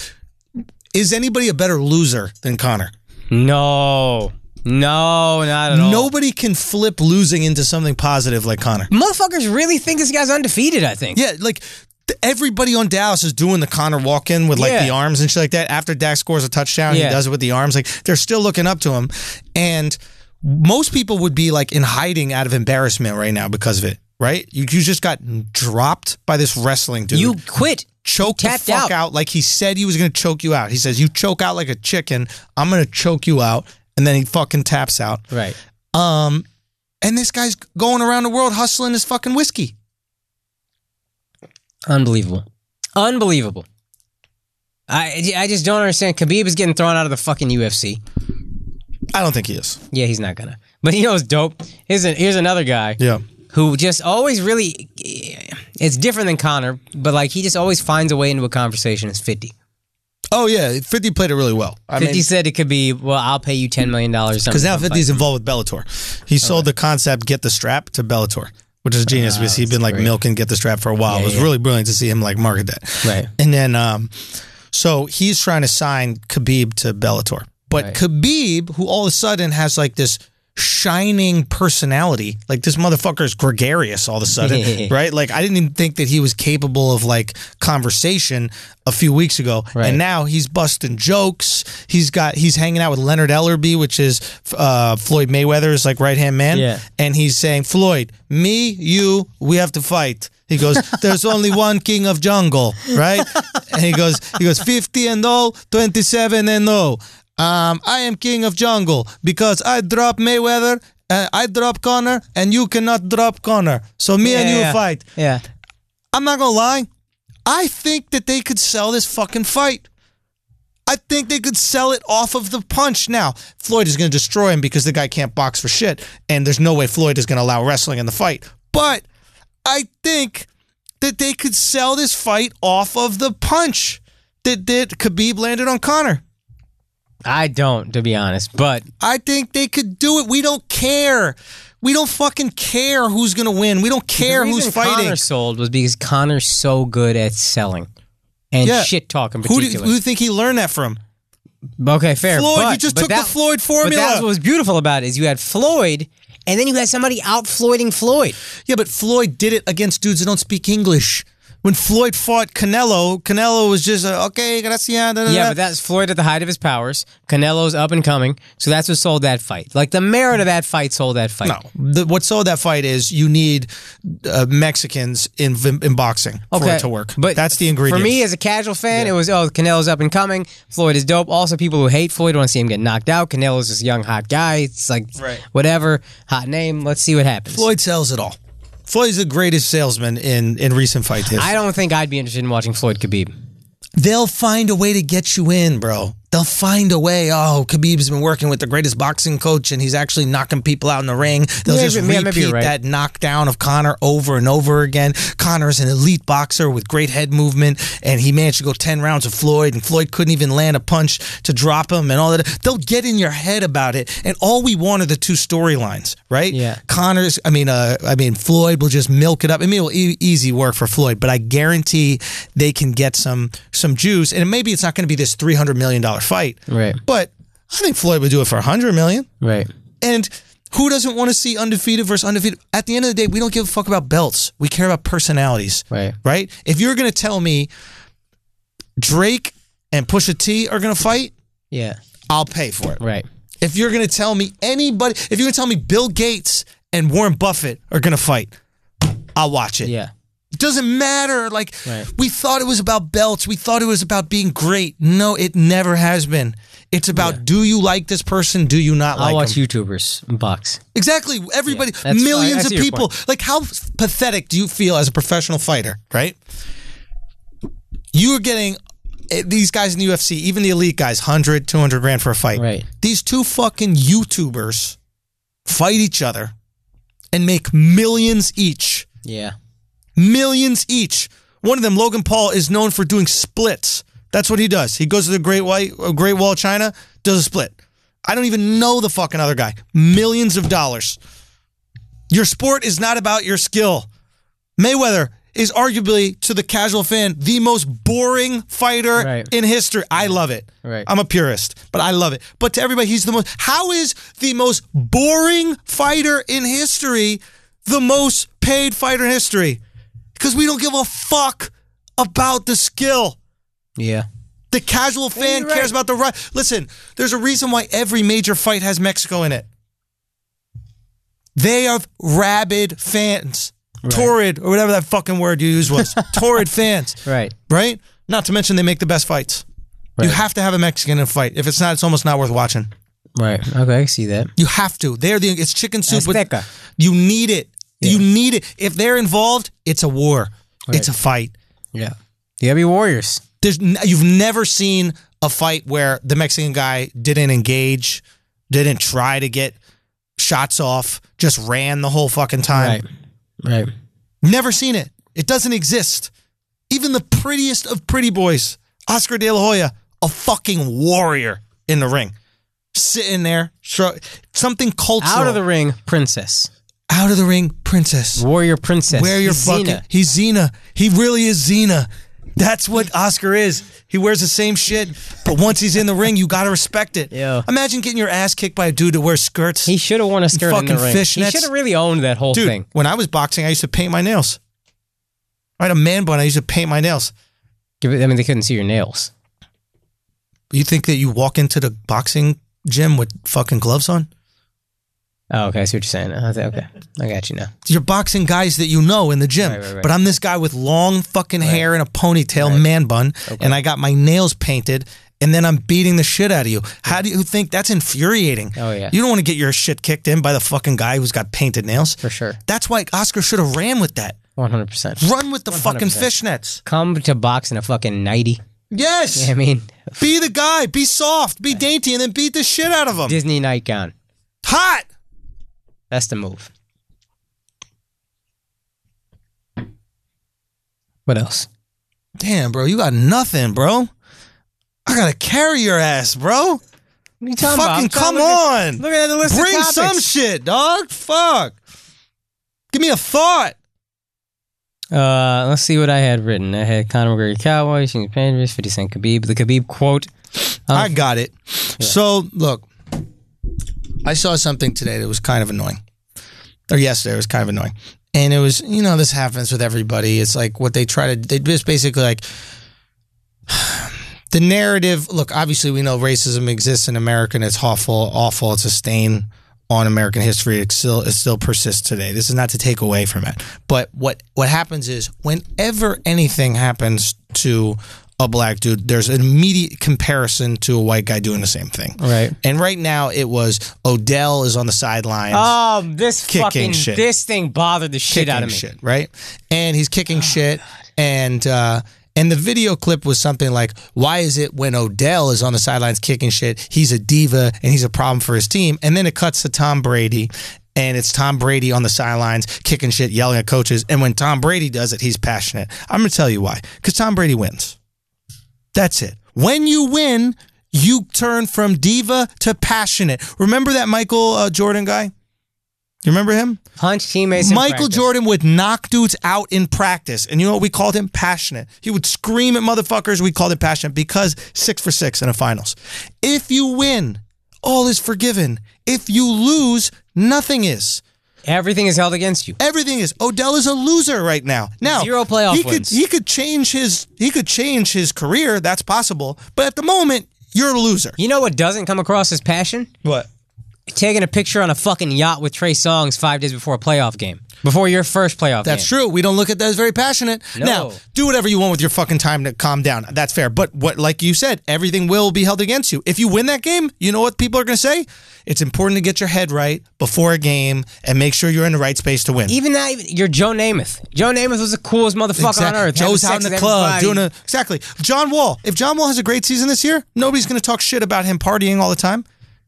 S1: is anybody a better loser than Connor?
S2: No. No, not at all.
S1: Nobody can flip losing into something positive like Connor.
S2: motherfuckers really think this guy's undefeated. I think.
S1: Yeah, like th- everybody on Dallas is doing the Connor walk in with like
S2: Yeah.
S1: the arms and shit like that. After Dak scores a touchdown, he
S2: Yeah.
S1: does it with the arms. Like they're still looking up to him. And most people would be like in hiding out of embarrassment right now because of it, right? You, you just got dropped by this wrestling dude.
S2: You quit.
S1: choke the
S2: tapped
S1: fuck out.
S2: out.
S1: like he said he was going to choke you out. He says, You choke out like a chicken. I'm going to choke you out. And then he fucking taps out.
S2: Right.
S1: And this guy's going around the world hustling his fucking whiskey.
S2: Unbelievable. Unbelievable. I I just don't understand. Khabib is getting thrown out of the fucking UFC.
S1: I don't think he is.
S2: Yeah, he's not gonna. But you know what's dope? Here's, an, here's another guy
S1: Yeah.
S2: who just always really eh, It's different than Connor, but like he just always finds a way into a conversation. It's fifty.
S1: Oh yeah, Fifty played it really well.
S4: I
S2: Fifty
S4: mean,
S2: said it could be. Well, I'll pay you ten million dollars
S1: Because now 50's involved with Bellator. He sold the concept "Get the Strap" to Bellator, which is genius because he'd been like
S2: Ah, great.
S1: milking "Get the Strap" for a while.
S2: Yeah,
S1: it was
S2: yeah.
S1: really brilliant to see him like market that.
S2: Right.
S1: And then, um, so he's trying to sign Khabib to Bellator, but
S2: Right.
S1: Khabib, who all of a sudden has like this shining personality, like this motherfucker is gregarious all of a sudden, right? Like I didn't even think that he was capable of like conversation a few weeks ago,
S2: Right.
S1: and now he's busting jokes. He's got he's hanging out with Leonard Ellerby, which is uh, Floyd Mayweather's like right hand man,
S2: Yeah.
S1: and he's saying, Floyd, me, you, we have to fight. He goes, There's only one king of jungle, right? And he goes, he goes, 50 and 0, 27 and 0. Um, I am king of jungle because I drop Mayweather, uh, I drop Connor, and you cannot drop Connor. So me and you
S2: Yeah.
S1: fight.
S2: Yeah.
S1: I'm not gonna lie. I think that they could sell this fucking fight. I think they could sell it off of the punch. Now Floyd is gonna destroy him because the guy can't box for shit, and there's no way Floyd is gonna allow wrestling in the fight. But I think that they could sell this fight off of the punch that that Khabib landed on Connor.
S2: I don't, to be honest, but
S1: I think they could do it. We don't care. We don't fucking care who's gonna win. We don't care
S2: the
S1: who's
S2: reason
S1: fighting.
S2: Connor sold was because Connor's so good at selling and
S1: Yeah.
S2: shit talk in
S1: who do, you,
S2: particular.
S1: who do you think he learned that from?
S2: okay, fair.
S1: Floyd,
S2: but,
S1: you just
S2: but
S1: took
S2: that-
S1: the Floyd
S2: But that's
S1: formula.
S2: what was beautiful about it is you had Floyd, and then you had somebody out Floyding Floyd.
S1: yeah, but Floyd did it against dudes that don't speak English. When Floyd fought Canelo, Canelo was just uh, okay, gracias. Da, da,
S2: Yeah,
S1: da."
S2: but that's Floyd at the height of his powers. Canelo's up and coming, so that's what sold that fight. Like the merit of that fight sold that fight.
S1: no. The, what sold that fight is you need uh, Mexicans in in boxing for
S2: Okay,
S1: it to work. that's the ingredient.
S2: For me, as a casual fan, it was oh, Canelo's up and coming. Floyd is dope. Also, people who hate Floyd want to see him get knocked out. Canelo's this young hot guy. It's like whatever, hot name. Let's see what happens.
S1: Floyd sells it all. Floyd's the greatest salesman in in recent fight history.
S2: I don't think I'd be interested in watching Floyd Khabib.
S1: They'll find a way to get you in, bro. They'll find a way. Oh, Khabib's been working with the greatest boxing coach, and he's actually knocking people out in the ring. They'll
S2: Yeah,
S1: just
S2: maybe- yeah,
S1: repeat
S2: maybe you're right.
S1: that knockdown of Connor over and over again. Connor's an elite boxer with great head movement, and he managed to go ten rounds with Floyd, and Floyd couldn't even land a punch to drop him, and all that. They'll get in your head about it, and all we want are the two storylines, right?
S2: Yeah.
S1: Connor's. I mean, uh, I mean, Floyd will just milk it up. I mean, it'll e- easy work for Floyd, but I guarantee they can get some some juice. And maybe it's not going to be this three hundred million dollar fight,
S2: Right.
S1: But I think Floyd would do it for a hundred million.
S2: Right.
S1: And who doesn't want to see undefeated versus undefeated? At the end of the day, we don't give a fuck about belts. We care about personalities,
S2: Right.
S1: right? If you're going to tell me Drake and Pusha T are going to fight,
S2: Yeah.
S1: I'll pay for it.
S2: Right.
S1: If you're gonna tell me anybody, if you're gonna tell me Bill Gates and Warren Buffett are gonna fight, I'll watch it.
S2: Yeah.
S1: It doesn't matter. Like
S2: Right.
S1: we thought it was about belts. We thought it was about being great. No, it never has been. It's about do you like this person? Do you not
S2: I'll
S1: like
S2: watch
S1: him?
S2: YouTubers box.
S1: Exactly. Everybody,
S2: Yeah, that's- I- I
S1: millions
S2: see
S1: of
S2: your
S1: people. Like how pathetic do you feel as a professional fighter? Right. You are getting eh, these guys in the UFC, even the elite guys, 100, 200 grand for a fight
S2: Right.
S1: these two fucking YouTubers fight each other and make millions each.
S2: Yeah.
S1: Millions each. One of them, Logan Paul, is known for doing splits. That's what he does. He goes to the Great White uh, Great Wall of China, does a split. I don't even know the fucking other guy. Millions of dollars. Your sport is not about your skill. Mayweather is arguably to the casual fan the most boring fighter
S2: Right.
S1: in history. I love it.
S2: Right.
S1: I'm a purist, but I love it. But to everybody, he's the most. How is the most boring fighter in history the most paid fighter in history? Because we don't give a fuck about the skill.
S2: Yeah.
S1: The casual fan cares about the right. Listen, there's a reason why every major fight has Mexico in it. They have rabid fans, torrid or whatever that fucking word you used was, torrid fans,
S2: Right.
S1: right? Not to mention they make the best fights. You
S2: Right.
S1: have to have a Mexican in a fight. If it's not, it's almost not worth watching.
S2: Right. Okay, I see that.
S1: You have to. They're the it's chicken soup. with-
S2: Azteca.
S1: you need it. You need it. If they're involved, it's a war. It's a fight.
S2: Yeah. You gotta be warriors.
S1: there's n- you've never seen a fight where the Mexican guy didn't engage, didn't try to get shots off, just ran the whole fucking time.
S2: Right. Right.
S1: Never seen it. It doesn't exist. Even the prettiest of pretty boys, Oscar De La Hoya, a fucking warrior in the ring, sitting there, shrug, something cultural
S2: Out of the ring, princess.
S1: out of the ring, princess.
S2: Warrior princess.
S1: Where you're
S2: He's Xena.
S1: fucking. He's Xena. He really is Xena. That's what Oscar is. He wears the same shit, but once he's in the ring, you gotta respect it.
S2: Yeah.
S1: Imagine getting your ass kicked by a dude that wears skirts.
S2: He should have worn a skirt in
S1: Fucking
S2: the ring.
S1: fishnets.
S2: He should have really owned that whole
S1: dude,
S2: thing.
S1: when I was boxing, I used to paint my nails. I had a man bun. I used to paint my nails.
S2: Give it- I mean, they couldn't see your nails.
S1: You think that you walk into the boxing gym with fucking gloves on?
S2: Oh, okay. I see what you're saying. I was like, okay, I got you now.
S1: You're boxing guys that you know in the gym,
S2: Right, right, right.
S1: but I'm this guy with long fucking hair and a ponytail, man bun, and I got my nails painted, and then I'm beating the shit out of you. How do you think that's infuriating?
S2: Oh, yeah.
S1: you don't want to get your shit kicked in by the fucking guy who's got painted nails
S2: For sure.
S1: That's why Oscar should have ran with that.
S2: 100%.
S1: Run with the fucking
S2: 100%.
S1: fishnets.
S2: Come to box in a fucking nighty.
S1: Yes,
S2: I mean,
S1: be the guy, be soft, be dainty, and then beat the shit out of him.
S2: Disney nightgown.
S1: Hot.
S2: That's the move. What else?
S1: Damn, bro, you got nothing, bro. I gotta carry your ass, bro.
S2: What are you talking about?
S1: Fucking
S2: I'm trying
S1: come
S2: to look at-
S1: on.
S2: Look at the list
S1: Bring
S2: of topics.
S1: some shit, dog. Fuck. Give me a thought.
S2: Uh, let's see what I had written. I had Conor McGregor, Cowboy, Shane Panthers, 50 Cent Khabib. The Khabib quote.
S1: I got it. So look, I saw something today that was kind of annoying, or yesterday it was kind of annoying, and it was you know this happens with everybody. It's like what they try to they just basically like the narrative. Look, obviously we know racism exists in America and it's awful, awful. It's a stain on American history. It still it still persists today. This is not to take away from it, but what what happens is whenever anything happens to a black dude, there's an immediate comparison to a white guy doing the same thing.
S2: Right.
S1: And right now it was Odell is on the sidelines.
S2: Oh, this
S1: Kicking
S2: fucking
S1: shit.
S2: this thing bothered the shit
S1: kicking
S2: out of me. Oh,
S1: shit, right? And he's kicking shit, and uh, and the video clip was something like, "Why is it when Odell is on the sidelines kicking shit, he's a diva and he's a problem for his team?" And then it cuts to Tom Brady, and it's Tom Brady on the sidelines kicking shit, yelling at coaches. And when Tom Brady does it, he's passionate. I'm gonna tell you why, because Tom Brady wins. That's it. When you win. You turn from diva to passionate. Remember that Michael uh, Jordan guy? You remember him?
S2: Punch teammates. in
S1: Michael
S2: practice.
S1: Jordan would knock dudes out in practice. And you know what we called him? Passionate. He would scream at motherfuckers. We called it passionate because six for six in the finals. If you win, all is forgiven. If you lose, nothing is.
S2: Everything is held against you.
S1: Everything is. Odell is a loser right now. Now
S2: Zero playoff
S1: he could,
S2: wins.
S1: He could change his he could change his career. That's possible. But at the moment, you're a loser.
S2: You know what doesn't come across as passion?
S1: What?
S2: Taking a picture on a fucking yacht with Trey Songz five days before a playoff game, before your first playoff
S1: That's
S2: game.
S1: true. We don't look at that as very passionate.
S2: No.
S1: Now, do whatever you want with your fucking time to calm down. That's fair. But what, like you said, everything will be held against you. If you win that game, you know what people are going to say? It's important to get your head right before a game and make sure you're in the right space to win.
S2: Even that, even, you're Joe Namath. Joe Namath was the coolest motherfucker on
S1: Exactly.
S2: earth.
S1: Joe's out
S2: having
S1: in the
S2: sex with
S1: club
S2: everybody.
S1: doing a exactly. John Wall. If John Wall has a great season this year, nobody's going to talk shit about him partying all the time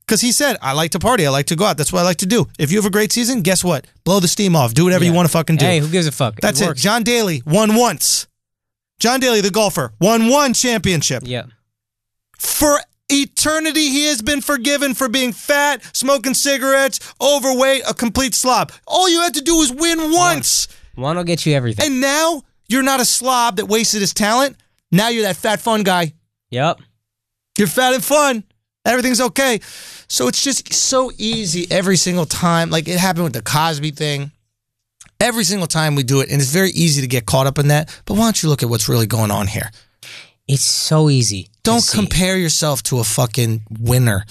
S1: because he said, "I like to party. I like to go out. That's what I like to do." If you have a great season, guess what? Blow the steam off. Do whatever you want to fucking do.
S2: Hey, who gives a fuck?
S1: That's
S2: it.
S1: it.
S2: works.
S1: John Daly won once. John Daly, the golfer, won one championship.
S2: Yeah.
S1: For eternity, he has been forgiven for being fat, smoking cigarettes, overweight, a complete slob. All you had to do was win once.
S2: One will get you everything.
S1: And now you're not a slob that wasted his talent. Now you're that fat, fun guy.
S2: yep.
S1: You're fat and fun. Everything's okay. So it's just so easy every single time. Like it happened with the Cosby thing. Every single time we do it, and it's very easy to get caught up in that. But why don't you look at what's really going on here?
S2: It's so easy. to
S1: Don't
S2: see.
S1: compare yourself to a fucking winner,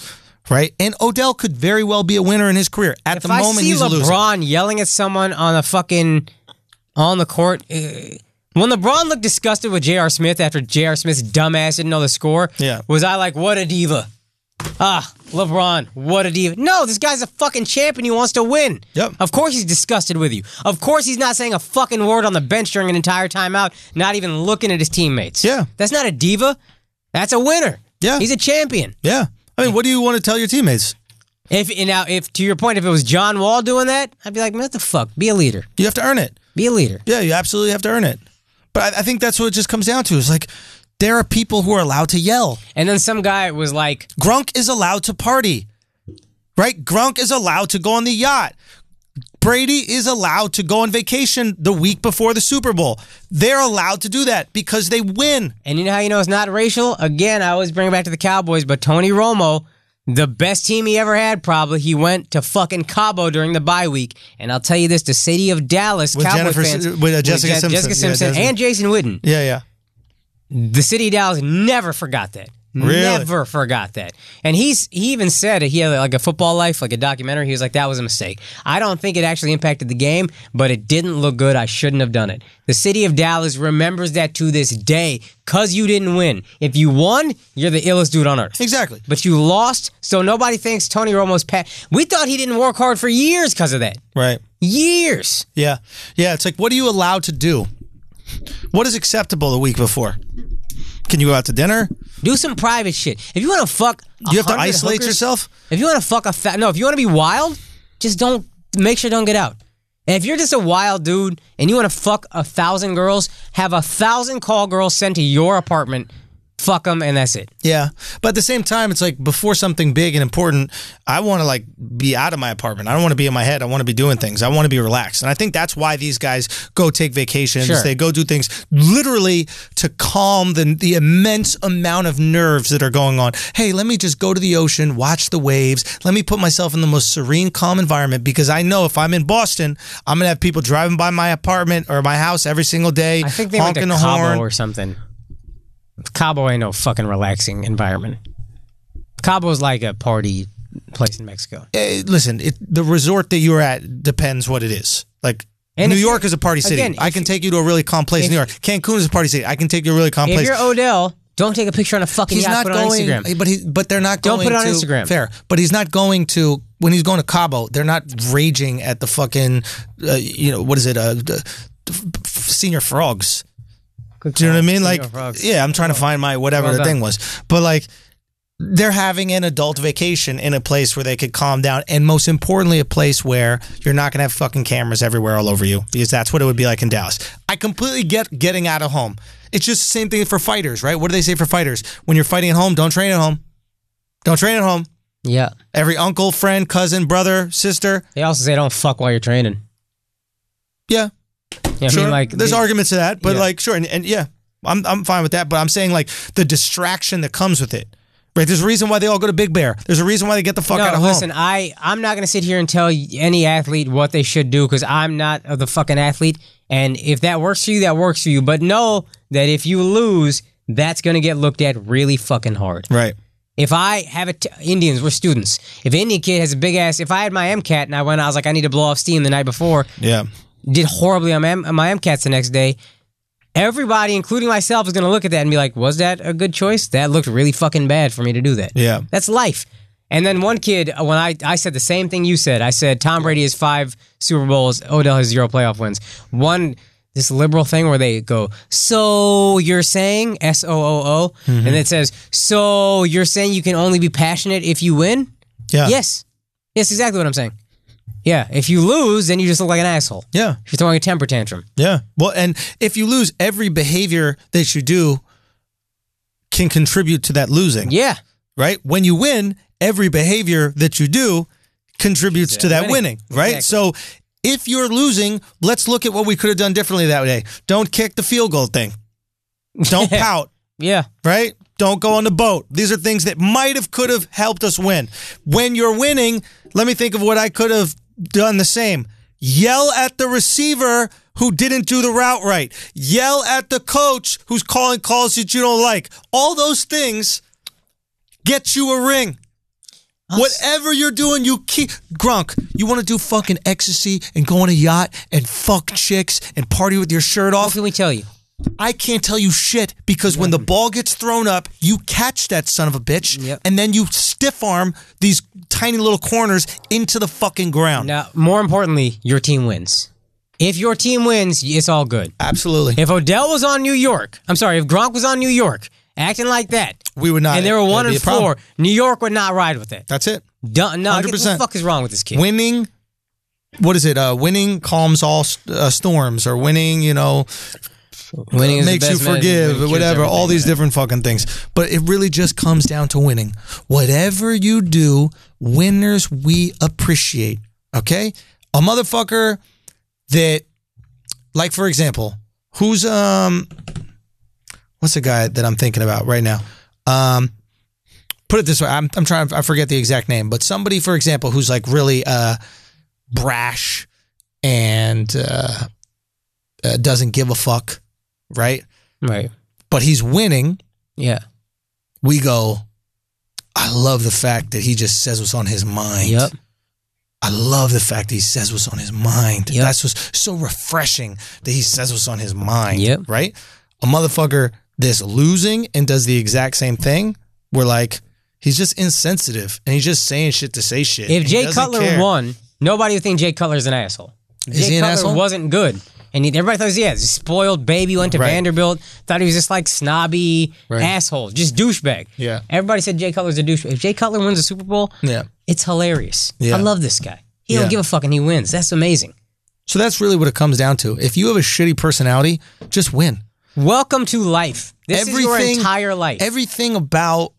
S1: right? And Odell could very well be a winner in his career. At
S2: If
S1: the
S2: I
S1: moment,
S2: see
S1: he's a loser.
S2: LeBron yelling at someone on a fucking on the court. eh, when LeBron looked disgusted with J.R. Smith after J.R. Smith's dumbass didn't know the score,
S1: Yeah.
S2: was I like, what a diva? Ah, LeBron, what a diva. No, this guy's a fucking champion. He wants to win.
S1: Yep.
S2: Of course he's disgusted with you. Of course he's not saying a fucking word on the bench during an entire timeout, not even looking at his teammates.
S1: Yeah.
S2: That's not a diva. That's a winner.
S1: Yeah.
S2: He's a champion.
S1: Yeah, I mean, what do you want to tell your teammates?
S2: If and now, if to your point, if it was John Wall doing that, I'd be like, man, what the fuck? Be a leader.
S1: You have to earn it.
S2: Be a leader.
S1: Yeah, you absolutely have to earn it. But I, I think that's what it just comes down to. Is like there are people who are allowed to yell.
S2: And then some guy was like,
S1: Grunk is allowed to party, right? Grunk is allowed to go on the yacht. Brady is allowed to go on vacation the week before the Super Bowl. They're allowed to do that because they win.
S2: and you know how you know it's not racial? Again, I always bring it back to the Cowboys, but Tony Romo, the best team he ever had, probably, he went to fucking Cabo during the bye week. And I'll tell you this the city of Dallas,
S1: With
S2: Cowboy
S1: Jennifer-
S2: fans,
S1: with, uh, Jessica Simpson.
S2: Jessica
S1: Yeah,
S2: Simpson
S1: Jessica-
S2: and Jason Witten.
S1: Yeah, yeah.
S2: the city of Dallas never forgot that.
S1: Really?
S2: Never forgot that. And he's he even said he had like a football life, like a documentary. He was like, that was a mistake. I don't think it actually impacted the game, but it didn't look good. I shouldn't have done it. The city of Dallas remembers that to this day because you didn't win. If you won, you're the illest dude on earth.
S1: Exactly.
S2: But you lost, so nobody thinks Tony Romo's pat. We thought he didn't work hard for years because of that.
S1: Right.
S2: Years.
S1: Yeah. Yeah. It's like, what are you allowed to do? What is acceptable the week before? Can you go out to dinner?
S2: Do some private shit. If you want to fuck,
S1: Do you have to
S2: 100
S1: isolate
S2: hookers-
S1: yourself?
S2: If you want to fuck a fat, no. If you want to be wild, just don't make sure don't get out. And if you're just a wild dude and you want to fuck a thousand girls, have a thousand call girls sent to your apartment, fuck them, and that's it.
S1: Yeah. But at the same time, it's like before something big and important, I want to like be out of my apartment. I don't want to be in my head. I want to be doing things. I want to be relaxed. And I think that's why these guys go take vacations.
S2: Sure.
S1: They go do things literally to calm the, the immense amount of nerves that are going on. Hey, let me just go to the ocean, watch the waves. Let me put myself in the most serene, calm environment because I know if I'm in Boston, I'm going to have people driving by my apartment or my house every single day,
S2: I think they went to
S1: honking the
S2: Cabo
S1: horn.
S2: or something. Cabo ain't no fucking relaxing environment. Cabo's like a party place in Mexico.
S1: Eh, listen, it, the resort that you're at depends what it is. Like
S2: And
S1: New
S2: if you-
S1: York is a party city.
S2: again,
S1: I
S2: if
S1: can take you to a really calm place. in New York, Cancun is a party city. I can take you to a really calm
S2: If
S1: place.
S2: you're Odell, don't take a picture on a fucking
S1: He's
S2: yacht.
S1: not
S2: put it on
S1: going,
S2: Instagram.
S1: but he, but they're not
S2: Don't
S1: going
S2: put it on
S1: to
S2: Instagram.
S1: Fair, but he's not going to when he's going to Cabo. They're not raging at the fucking, uh, you know, what is it, uh, the, f- f- senior frogs. Do you know what I mean? Like, yeah, I'm trying to find my whatever
S2: Oh. Well
S1: the
S2: done.
S1: thing was, but like, they're having an adult vacation in a place where they could calm down, and most importantly, a place where you're not gonna have fucking cameras everywhere all over you, because that's what it would be like in Dallas. I completely get getting out of home. It's just the same thing for fighters, right? What do they say for fighters? When you're fighting at home, don't train at home. Don't train at home.
S2: Yeah.
S1: Every uncle, friend, cousin, brother, sister,
S2: They also say don't fuck while you're training.
S1: yeah,
S2: You know what
S1: sure.
S2: I mean? Like
S1: there's
S2: the-
S1: arguments to that, but
S2: Yeah.
S1: like sure, and, and yeah, I'm I'm fine with that. But I'm saying like the distraction that comes with it, right? There's a reason why they all go to Big Bear. There's a reason why they get the fuck
S2: no,
S1: out of
S2: listen,
S1: home.
S2: I I'm not gonna sit here and tell y- any athlete what they should do because I'm not the fucking athlete. And if that works for you, that works for you. But know that if you lose, that's gonna get looked at really fucking hard.
S1: Right.
S2: If I have a t- Indians, we're students. If an Indian kid has a big ass, if I had my MCAT and I went, I was like, I need to blow off steam the night before,
S1: Yeah.
S2: did horribly on my, M- on my MCATs the next day. Everybody, including myself, is going to look at that and be like, was that a good choice? That looked really fucking bad for me to do that.
S1: Yeah.
S2: That's life. And then one kid, uh, when I, I said the same thing you said, I said, Tom Brady has five Super Bowls, Odell has zero playoff wins. One, this liberal thing where they go, so you're saying, S O O O, and it says, so you're saying you can only be passionate if you win?
S1: Yeah.
S2: Yes. Yes, exactly what I'm saying. Yeah. If you lose, then you just look like an asshole.
S1: Yeah.
S2: If you're throwing a temper tantrum.
S1: Yeah. Well, and if you lose, every behavior that you do can contribute to that losing.
S2: Yeah.
S1: right? When you win, every behavior that you do contributes to that winning,
S2: winning.
S1: right?
S2: Exactly.
S1: So if you're losing, let's look at what we could have done differently that day. Don't kick the field goal thing. Don't pout,
S2: Yeah.
S1: right? Don't go on the boat. These are things that might have could have helped us win. When you're winning, let me think of what I could have done the same. Yell at the receiver who didn't do the route right. Yell at the coach who's calling calls that you don't like. All those things get you a ring. Whatever you're doing, you keep grunk. You want to do fucking ecstasy and go on a yacht and fuck chicks and party with your shirt
S2: What
S1: off.
S2: can we tell you?
S1: I can't tell you shit because when the ball gets thrown up, you catch that son of a bitch
S2: Yep.
S1: and then you stiff arm these tiny little corners into the fucking ground.
S2: Now, more importantly, your team wins. If your team wins, it's all good.
S1: Absolutely.
S2: If Odell was on New York, I'm sorry, if Gronk was on New York, acting like that,
S1: We would not.
S2: and they were one
S1: that'd be
S2: and
S1: a problem.
S2: four, New York would not ride with that.
S1: That's it.
S2: Done. No, 100%. what the
S1: 100%.
S2: fuck is wrong with this kid?
S1: Winning what is it? Uh, winning calms all st- uh, storms, or winning, you know,
S2: Winning is the
S1: makes you
S2: best medicine, it
S1: forgive,
S2: cures
S1: whatever, all
S2: everything,
S1: these
S2: man.
S1: different fucking things. But it really just comes down to winning. Whatever you do, winners we appreciate. Okay? A motherfucker that like for example, who's um what's the guy that I'm thinking about right now? Um put it this way, I'm I'm trying I forget the exact name, but somebody for example who's like really uh brash and uh, uh doesn't give a fuck, right?
S2: Right.
S1: but he's winning,
S2: Yeah.
S1: we go, I love the fact that he just says what's on his mind.
S2: Yep.
S1: I love the fact that he says what's on his mind.
S2: Yep.
S1: That's what's so refreshing that he says what's on his mind.
S2: Yep.
S1: Right? A motherfucker that's losing and does the exact same thing, we're like, he's just insensitive and he's just saying shit to say shit.
S2: If
S1: and he
S2: Jay
S1: doesn't
S2: Cutler
S1: care.
S2: won, nobody would think Jay Cutler's an asshole.
S1: Is
S2: Jay
S1: he an
S2: Cutler
S1: asshole?
S2: wasn't good. And he, everybody thought he was, yeah, he's a spoiled baby, went to
S1: Right.
S2: Vanderbilt, thought he was just like snobby
S1: Right.
S2: asshole, just douchebag.
S1: Yeah.
S2: Everybody said Jay Cutler's a douchebag. If Jay Cutler wins the Super Bowl,
S1: Yeah.
S2: it's hilarious.
S1: Yeah.
S2: I love this guy. He
S1: Yeah.
S2: don't give a fuck and he wins. That's amazing.
S1: So that's really what it comes down to. If you have a shitty personality, just win.
S2: Welcome to life. This is your
S1: Everything-
S2: entire life.
S1: everything about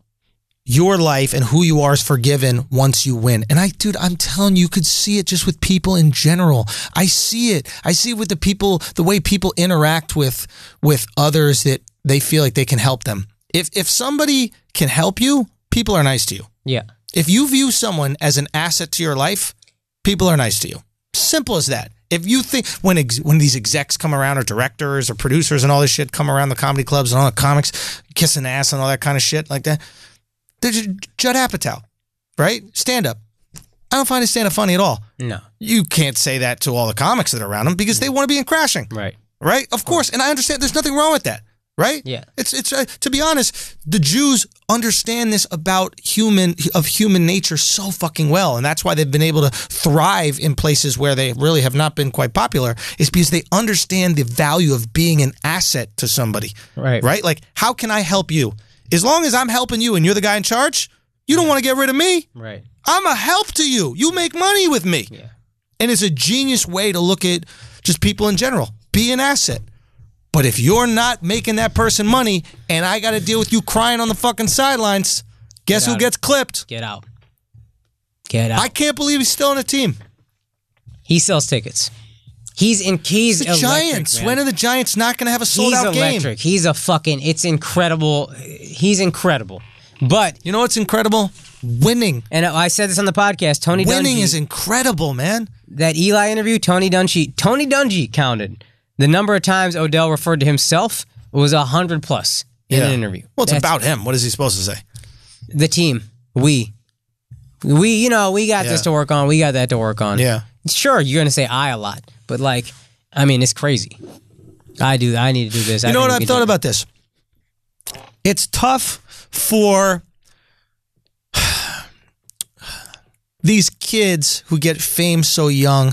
S1: your life and who you are is forgiven once you win. And I, dude, I'm telling you, you could see it just with people in general. I see it. I see it with the people, the way people interact with with others that they feel like they can help them. If if somebody can help you, people are nice to you.
S2: yeah.
S1: If you view someone as an asset to your life, people are nice to you. Simple as that. If you think when ex, when these execs come around or directors or producers and all this shit come around the comedy clubs and all the comics kissing ass and all that kind of shit like that, they're just Judd Apatow, right? Stand up. I don't find his stand up funny at all.
S2: No.
S1: You can't say that to all the comics that are around him because they want to be in crashing
S2: Right.
S1: right? Of course, and I understand. There's nothing wrong with that, right?
S2: Yeah.
S1: It's it's uh, to be honest, the Jews understand this about human of human nature so fucking well, and that's why they've been able to thrive in places where they really have not been quite popular. Is because they understand the value of being an asset to somebody,
S2: Right.
S1: Right? Like, how can I help you? As long as I'm helping you and you're the guy in charge, you don't want to get rid of me.
S2: Right.
S1: I'm a help to you. You make money with me.
S2: Yeah.
S1: And it's a genius way to look at just people in general. Be an asset. But if you're not making that person money and I got to deal with you crying on the fucking sidelines, guess who
S2: out.
S1: gets clipped?
S2: Get out. Get out.
S1: I can't believe he's still on the team.
S2: he sells tickets. He's in he's
S1: The
S2: electric,
S1: Giants.
S2: man.
S1: When are the Giants not going to have a sold
S2: he's
S1: out game?
S2: electric. He's a fucking. It's incredible. He's incredible. But
S1: You know what's incredible? Winning.
S2: and I said this on the podcast. Tony
S1: Winning
S2: Dungy,
S1: is incredible, man.
S2: that Eli interview. Tony Dungy. Tony Dungy counted the number of times Odell referred to himself was a hundred plus in an interview.
S1: Well, it's
S2: That's
S1: about him. What is he supposed to say?
S2: the team. We. We, you know, we got
S1: Yeah.
S2: this to work on. We got that to work on.
S1: Yeah.
S2: Sure, you're going to say I a lot, but like, I mean, it's crazy. I do. I need to do this.
S1: You know what I've thought about this? It's tough for these kids who get fame so young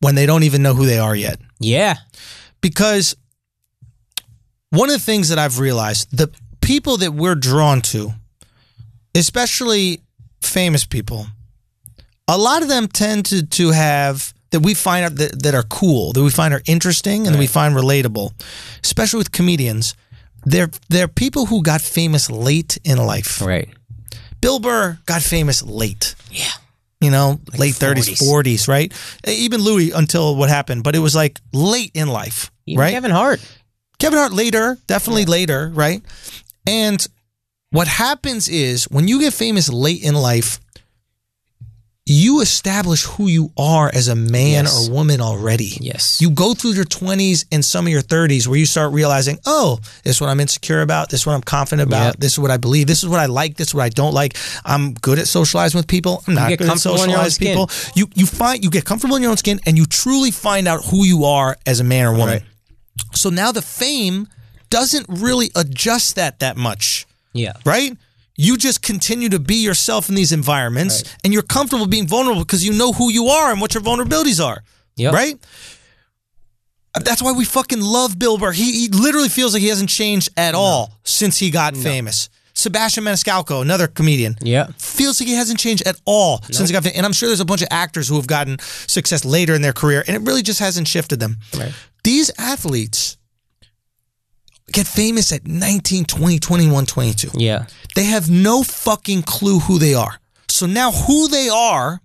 S1: when they don't even know who they are yet.
S2: Yeah.
S1: Because one of the things that I've realized, the people that we're drawn to, especially famous people, a lot of them tend to to have that we find out that, that are cool, that we find are interesting, and that we find relatable, especially with comedians. They're they're people who got famous late in life.
S2: Right.
S1: Bill Burr got famous late.
S2: Yeah.
S1: You know, late
S2: 40s.
S1: 30s, 40s, right? Even Louis until what happened, but it was like late in life,
S2: Even
S1: right?
S2: Kevin Hart.
S1: Kevin Hart later, definitely later, right? And what happens is when you get famous late in life, you establish who you are as a man
S2: Yes.
S1: or woman already.
S2: Yes.
S1: You go through your 20s and some of your 30s where you start realizing, oh, this is what I'm insecure about. This is what I'm confident about.
S2: Yep.
S1: This is what I believe. This is what I like. This is what I don't like. I'm good at socializing with people. I'm not
S2: get
S1: good at
S2: comfortable in your own
S1: socializing with people. You you find you get comfortable in your own skin and you truly find out who you are as a man or woman.
S2: Right.
S1: So now the fame doesn't really adjust that that much,
S2: Yeah.
S1: right? You just continue to be yourself in these environments and you're comfortable being vulnerable because you know who you are and what your vulnerabilities are,
S2: Yep.
S1: right? That's why we fucking love Bill Burr. He, he literally feels like he hasn't changed at all since he got famous. Sebastian Maniscalco, another comedian.
S2: Yeah.
S1: Feels like he hasn't changed at all since he got. And I'm sure there's a bunch of actors who have gotten success later in their career, and it really just hasn't shifted them. These athletes get famous at 19, 20, 21, 22.
S2: Yeah.
S1: They have no fucking clue who they are. So now who they are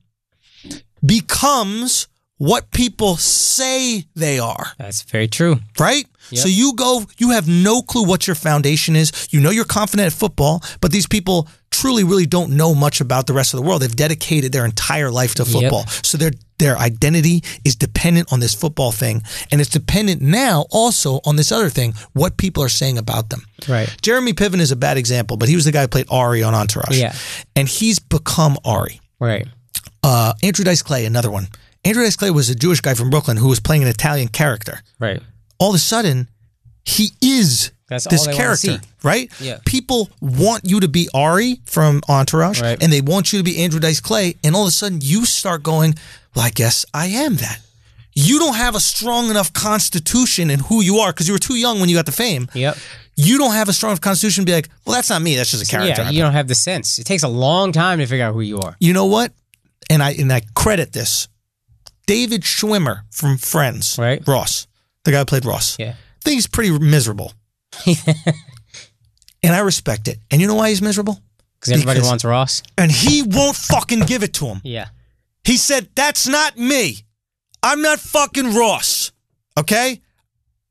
S1: becomes what people say they are,
S2: That's very true.
S1: right? So you go, you have no clue what your foundation is. You know you're confident at football, but these people truly, really don't know much about the rest of the world. They've dedicated their entire life to football. So their their identity is dependent on this football thing. And it's dependent now also on this other thing, what people are saying about them.
S2: Right.
S1: Jeremy Piven is a bad example, but he was the guy who played Ari on Entourage.
S2: Yeah.
S1: And he's become Ari.
S2: Right.
S1: Uh, Andrew Dice Clay, another one. Andrew Dice Clay was a Jewish guy from Brooklyn who was playing an Italian character.
S2: Right.
S1: All of a sudden, he is
S2: That's all
S1: this
S2: they wanna
S1: character,
S2: see.
S1: right?
S2: Yeah.
S1: People want you to be Ari from Entourage,
S2: Right.
S1: and they want you to be Andrew Dice Clay, and all of a sudden you start going, well, I guess I am that. You don't have a strong enough constitution in who you are because you were too young when you got the fame
S2: Yep.
S1: you don't have a strong enough constitution to be like, well, that's not me. That's just a character.
S2: Yeah. You don't have the sense. It takes a long time to figure out who you are.
S1: you know what? And I and I credit this. David Schwimmer from Friends,
S2: Right.
S1: Ross, the guy who played Ross.
S2: Yeah.
S1: I think he's pretty miserable. and I respect it. And you know why he's miserable?
S2: Because everybody
S1: Because-
S2: wants Ross.
S1: And he won't fucking give it to him.
S2: Yeah.
S1: He said, That's not me. I'm not fucking Ross. Okay?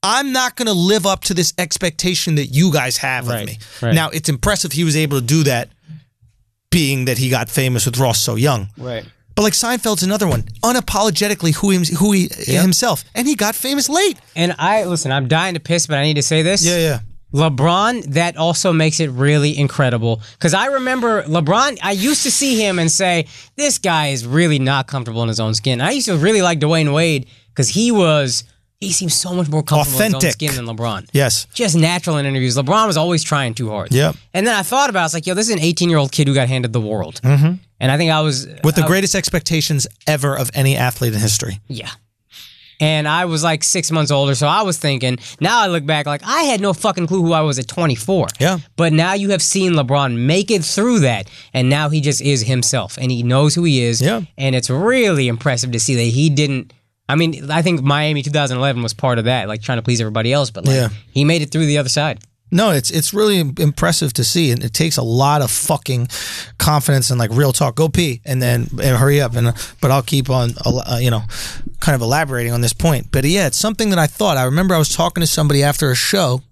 S1: I'm not going to live up to this expectation that you guys have
S2: Right,
S1: of me.
S2: right.
S1: Now, it's impressive he was able to do that, being that he got famous with Ross so young.
S2: Right.
S1: But like Seinfeld's another one, unapologetically who, him, who he himself, and he got famous late.
S2: And I listen. I'm dying to piss, but I need to say this.
S1: yeah.
S2: LeBron, that also makes it really incredible. Because I remember LeBron, I used to see him and say, this guy is really not comfortable in his own skin. I used to really like Dwayne Wade because he was, he seemed so much more comfortable in
S1: Authentic.
S2: his own skin than LeBron.
S1: Yes.
S2: Just natural in interviews. LeBron was always trying too hard.
S1: Yep.
S2: And then I thought about it, I was like, yo, this is an 18 year old kid who got handed the world. Mm-hmm. And I think I was,
S1: With the greatest expectations ever of any athlete in history.
S2: yeah. And I was like six months older, so I was thinking. Now I look back, like I had no fucking clue who I was at 24.
S1: Yeah.
S2: But now you have seen LeBron make it through that, and now he just is himself, and he knows who he is.
S1: Yeah.
S2: And it's really impressive to see that he didn't. I mean, I think Miami 2011 was part of that, like trying to please everybody else, but like
S1: Yeah.
S2: he made it through the other side.
S1: No, it's it's really im- impressive to see, and it takes a lot of fucking confidence and like real talk. Go pee, and then and hurry up. And but I'll keep on, el- uh, you know, kind of elaborating on this point. But yeah, it's something that I thought. I remember I was talking to somebody after a show,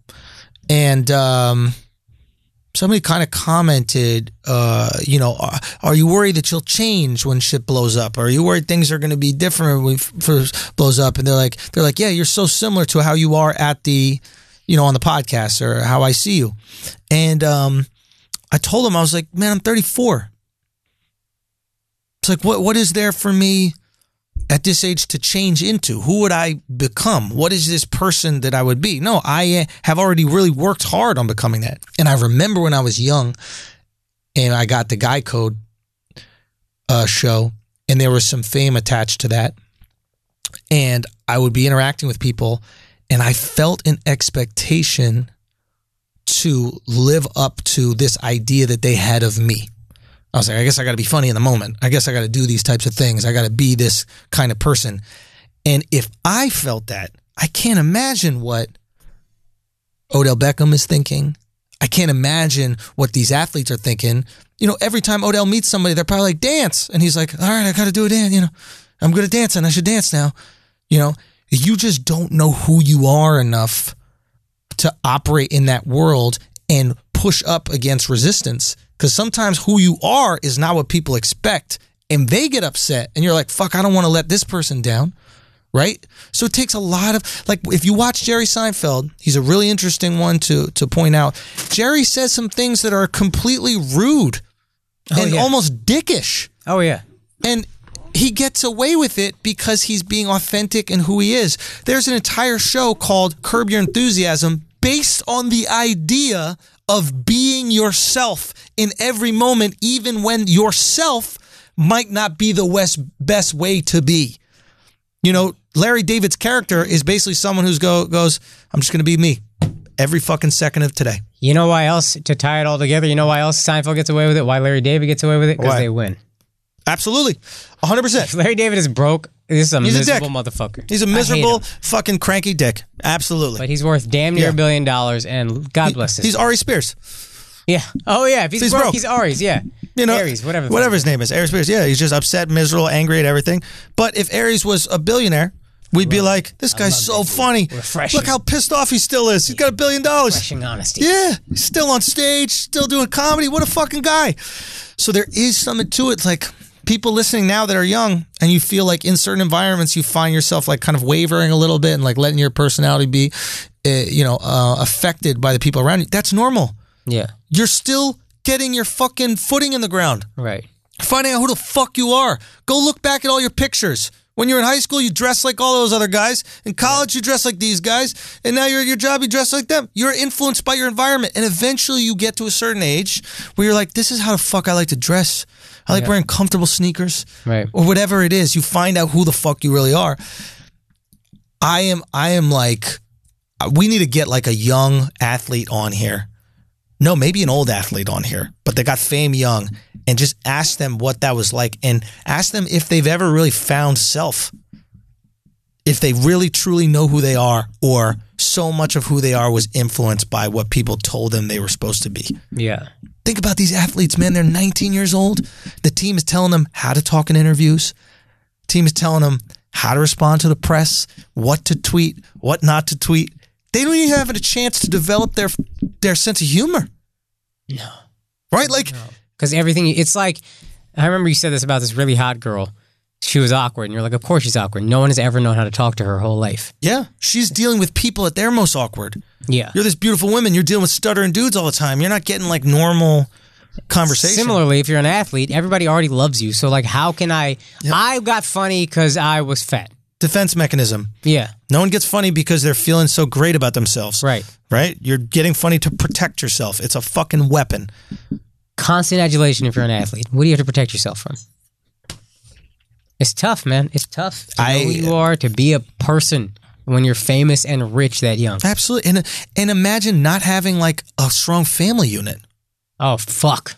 S1: and um, somebody kind of commented, uh, you know, are, are you worried that you'll change when shit blows up? Are you worried things are going to be different when it first blows up? And they're like, they're like, yeah, you're so similar to how you are at the, you know, on the podcast or how I see you. And um, I told them I was like, man, I'm 34. It's like, what what is there for me? at this age to change into? Who would I become? What is this person that I would be? No, I uh, have already really worked hard on becoming that. And I remember when I was young and I got the Guy Code uh, show, and there was some fame attached to that. And I would be interacting with people, and I felt an expectation to live up to this idea that they had of me. I was like, I guess I got to be funny in the moment. I guess I got to do these types of things. I got to be this kind of person. And if I felt that, I can't imagine what Odell Beckham is thinking. I can't imagine what these athletes are thinking. You know, every time Odell meets somebody, they're probably like, dance. And he's like, all right, I got to do a dance. You know, I'm good at dancing. I should dance now. You know, you just don't know who you are enough to operate in that world and push up against resistance. Because sometimes who you are is not what people expect, and they get upset, and you're like, fuck, I don't want to let this person down. Right? So it takes a lot of like if you watch Jerry Seinfeld, he's a really interesting one to to point out. Jerry says some things that are completely rude and
S2: yeah.
S1: almost dickish
S2: Oh yeah.
S1: and he gets away with it because he's being authentic in who he is. There's an entire show called Curb Your Enthusiasm based on the idea of being yourself in every moment, even when yourself might not be the west, best way to be. You know, Larry David's character is basically someone who's go goes, I'm just going to be me. every fucking second of today.
S2: You know why else? To tie it all together, you know why else Seinfeld gets away with it? Why Larry David gets away with it? Because
S1: Why?
S2: they win.
S1: Absolutely, hundred percent.
S2: If Larry David is broke, this is a
S1: He's a
S2: miserable
S1: dick.
S2: motherfucker.
S1: He's a
S2: I hate
S1: miserable
S2: him.
S1: fucking cranky dick. Absolutely.
S2: but he's worth damn near
S1: Yeah.
S2: a billion dollars, and God bless him.
S1: He's Ari Spears.
S2: yeah. Oh yeah. If he's,
S1: He's
S2: broke,
S1: broke.
S2: he's Aries. Yeah.
S1: You know,
S2: Aries, whatever. the fuck.
S1: whatever his name is, Aries Spears. Yeah, he's just upset, miserable, angry at everything. But if Aries was a billionaire, we'd be like, "This guy's so funny.
S2: Refreshing.
S1: Look how pissed off he still is. He's got a billion dollars.
S2: Refreshing honesty.
S1: Yeah, he's still on stage, still doing comedy. What a fucking guy. So there is something to it. It's Like people listening now that are young and you feel like in certain environments you find yourself like kind of wavering a little bit and like letting your personality be, uh, you know, uh, affected by the people around you. That's normal.
S2: Yeah.
S1: You're still getting your fucking footing in the ground
S2: Right.
S1: finding out who the fuck you are. Go look back at all your pictures. When you're in high school, you dress like all those other guys. In college, you dress like these guys. And now you're at your job, you dress like them. You're influenced by your environment. And eventually you get to a certain age where you're like, this is how the fuck I like to dress. I like wearing comfortable sneakers
S2: Right.
S1: or whatever it is. You find out who the fuck you really are. I am, I am like, we need to get like a young athlete on here. No, maybe an old athlete on here, but they got fame young and just ask them what that was like and ask them if they've ever really found self. If they really truly know who they are or so much of who they are was influenced by what people told them they were supposed to be.
S2: Yeah.
S1: Think about these athletes, man. They're 19 years old. The team is telling them how to talk in interviews. Team is telling them how to respond to the press, what to tweet, what not to tweet. They don't even have a chance to develop their their sense of humor. No. Right? Like
S2: Because everything, it's like, I remember you said this about this really hot girl. She was awkward, and you're like, of course she's awkward. No one has ever known how to talk to her whole life.
S1: yeah, she's dealing with people at their most awkward.
S2: Yeah.
S1: You're this beautiful woman, you're dealing with stuttering dudes all the time. You're not getting like normal conversation.
S2: Similarly, if you're an athlete, everybody already loves you. So, like, how can I? I got funny because I was fat.
S1: defense mechanism.
S2: Yeah.
S1: No one gets funny because they're feeling so great about themselves.
S2: Right.
S1: Right? You're getting funny to protect yourself. It's a fucking weapon.
S2: Constant adulation if you're an athlete. What do you have to protect yourself from? It's tough, man. It's tough to
S1: I-
S2: know who you are, to be a person when you're famous and rich that young.
S1: Absolutely. And and imagine not having like a strong family unit.
S2: Oh, fuck.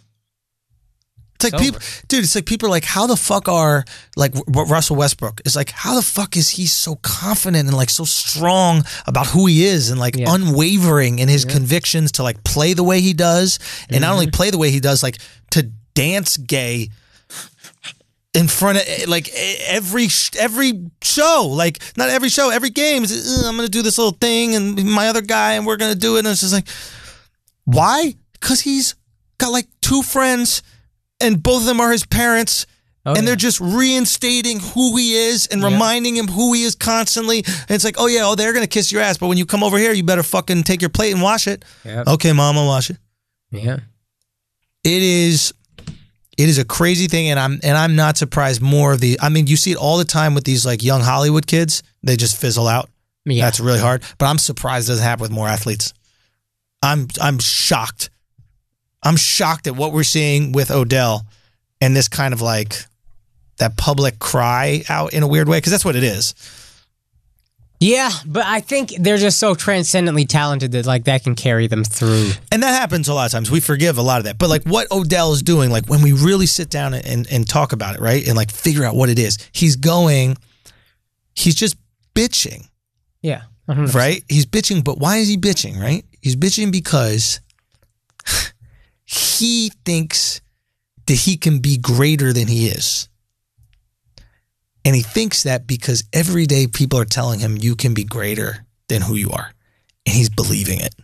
S1: It's like
S2: It's
S1: people, dude. It's like people are like, how the fuck are like w- w- Russell Westbrook is like, how the fuck is he so confident and like so strong about who he is and like
S2: Yeah.
S1: unwavering in his convictions to like play the way he does and not
S2: Mm-hmm.
S1: only play the way he does, like to dance gay in front of eh, like eh, every sh- every show, like not every show, every game. It's, "Ugh, I'm gonna do this little thing and my other guy, and we're gonna do it. And it's just like, why? Because he's got like two friends, and both of them are his parents.
S2: Oh,
S1: and
S2: yeah.
S1: they're just reinstating who he is and reminding him who he is constantly. And it's like, oh yeah, oh they're gonna kiss your ass, but when you come over here, you better fucking take your plate and wash it.
S2: Yep.
S1: Okay, mom, I'll wash it
S2: Yeah.
S1: it is it is a crazy thing and I'm and I'm not surprised more of the I mean you see it all the time with these like young Hollywood kids they just fizzle out
S2: Yeah.
S1: that's really hard but I'm surprised it doesn't happen with more athletes I'm I'm shocked I'm shocked at what we're seeing with Odell and this kind of like that public cry out in a weird way because that's what it is
S2: Yeah, but I think they're just so transcendently talented that like that can carry them through.
S1: And that happens a lot of times. We forgive a lot of that. But like what Odell is doing, like when we really sit down and, and talk about it, right? And like figure out what it is, he's going, he's just bitching,
S2: Yeah. Mm-hmm. I don't know.
S1: right? He's bitching, but why is he bitching, right? He's bitching because he thinks that he can be greater than he is. And he thinks that because every day people are telling him you can be greater than who you are. And he's believing it.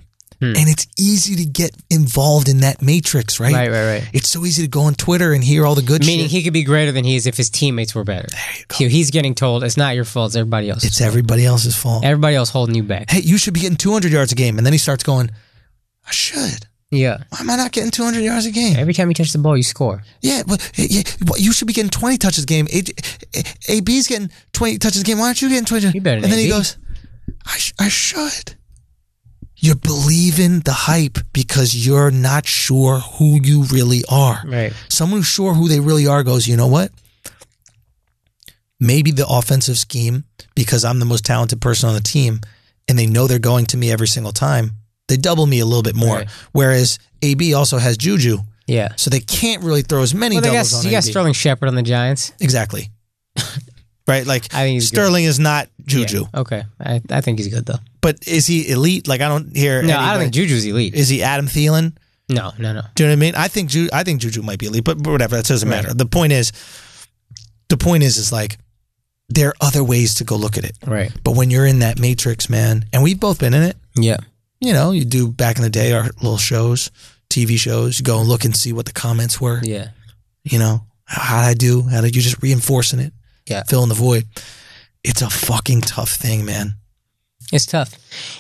S2: Hmm.
S1: And it's easy to get involved in that matrix, right?
S2: Right, right, right.
S1: It's so easy to go on Twitter and hear all the good
S2: Meaning
S1: shit.
S2: he could be greater than he is if his teammates were better.
S1: There you go.
S2: So he's getting told it's not your fault, it's everybody else's.
S1: It's everybody else's fault.
S2: everybody else holding you back.
S1: Hey, you should be getting 200 yards a game. And then he starts going, I should.
S2: Yeah.
S1: Why am I not getting 200 yards a game?
S2: Every time you touch the ball, you score.
S1: Yeah, well, yeah, well, you should be getting 20 touches a game. A- A- AB's getting 20 touches a game. Why aren't you getting 20?
S2: You better
S1: and
S2: than
S1: then he
S2: AB.
S1: goes, I, sh- I should. You're believing the hype because you're not sure who you really are.
S2: Right.
S1: Someone who's sure who they really are goes, you know what? Maybe the offensive scheme, because I'm the most talented person on the team, and they know they're going to me every single time, They double me a little bit more.
S2: Right.
S1: Whereas AB also has Juju,
S2: Yeah.
S1: so they can't really throw as many
S2: Well, they
S1: doubles
S2: got,
S1: on
S2: you got
S1: AB.
S2: Sterling Shepard on the Giants.
S1: Exactly. right? Like
S2: I think he's good.
S1: Sterling is not Juju,
S2: Yeah. Okay. I, I think he's good, though.
S1: but is he elite? Like I don't hear.
S2: No, I don't
S1: anybody-
S2: think Juju's elite.
S1: Is he Adam Thielen?
S2: No, no, no.
S1: Do you know what I mean? I think Ju- I think Juju might be elite, but but whatever. That doesn't
S2: Right.
S1: matter. The point is, the point is, is like there are other ways to go look at it.
S2: Right.
S1: But when you're in that matrix, man, and we've both been in it.
S2: Yeah.
S1: You know, you do back in the day our little shows, TV shows. You go and look and see what the comments were.
S2: Yeah.
S1: You know, how would I do? How did you just reinforcing it?
S2: Yeah.
S1: filling the void. It's a fucking tough thing, man.
S2: It's tough.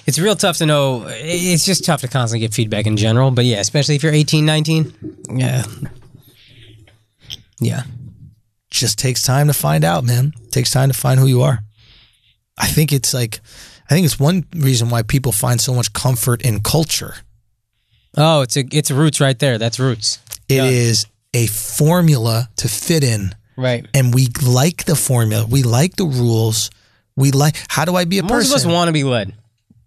S2: It's real tough to know. It's just tough to constantly get feedback in general. But yeah, especially if you're 18, 19. Yeah. Yeah.
S1: just takes time to find out, man. takes time to find who you are. I think it's like, I think it's one reason why people find so much comfort in culture.
S2: Oh, it's a, it's roots right there. That's roots.
S1: It
S2: Yeah.
S1: is a formula to fit in,
S2: Right.
S1: and we like the formula. We like the rules. We like. How do I be a
S2: Most
S1: person?
S2: of us want to be led.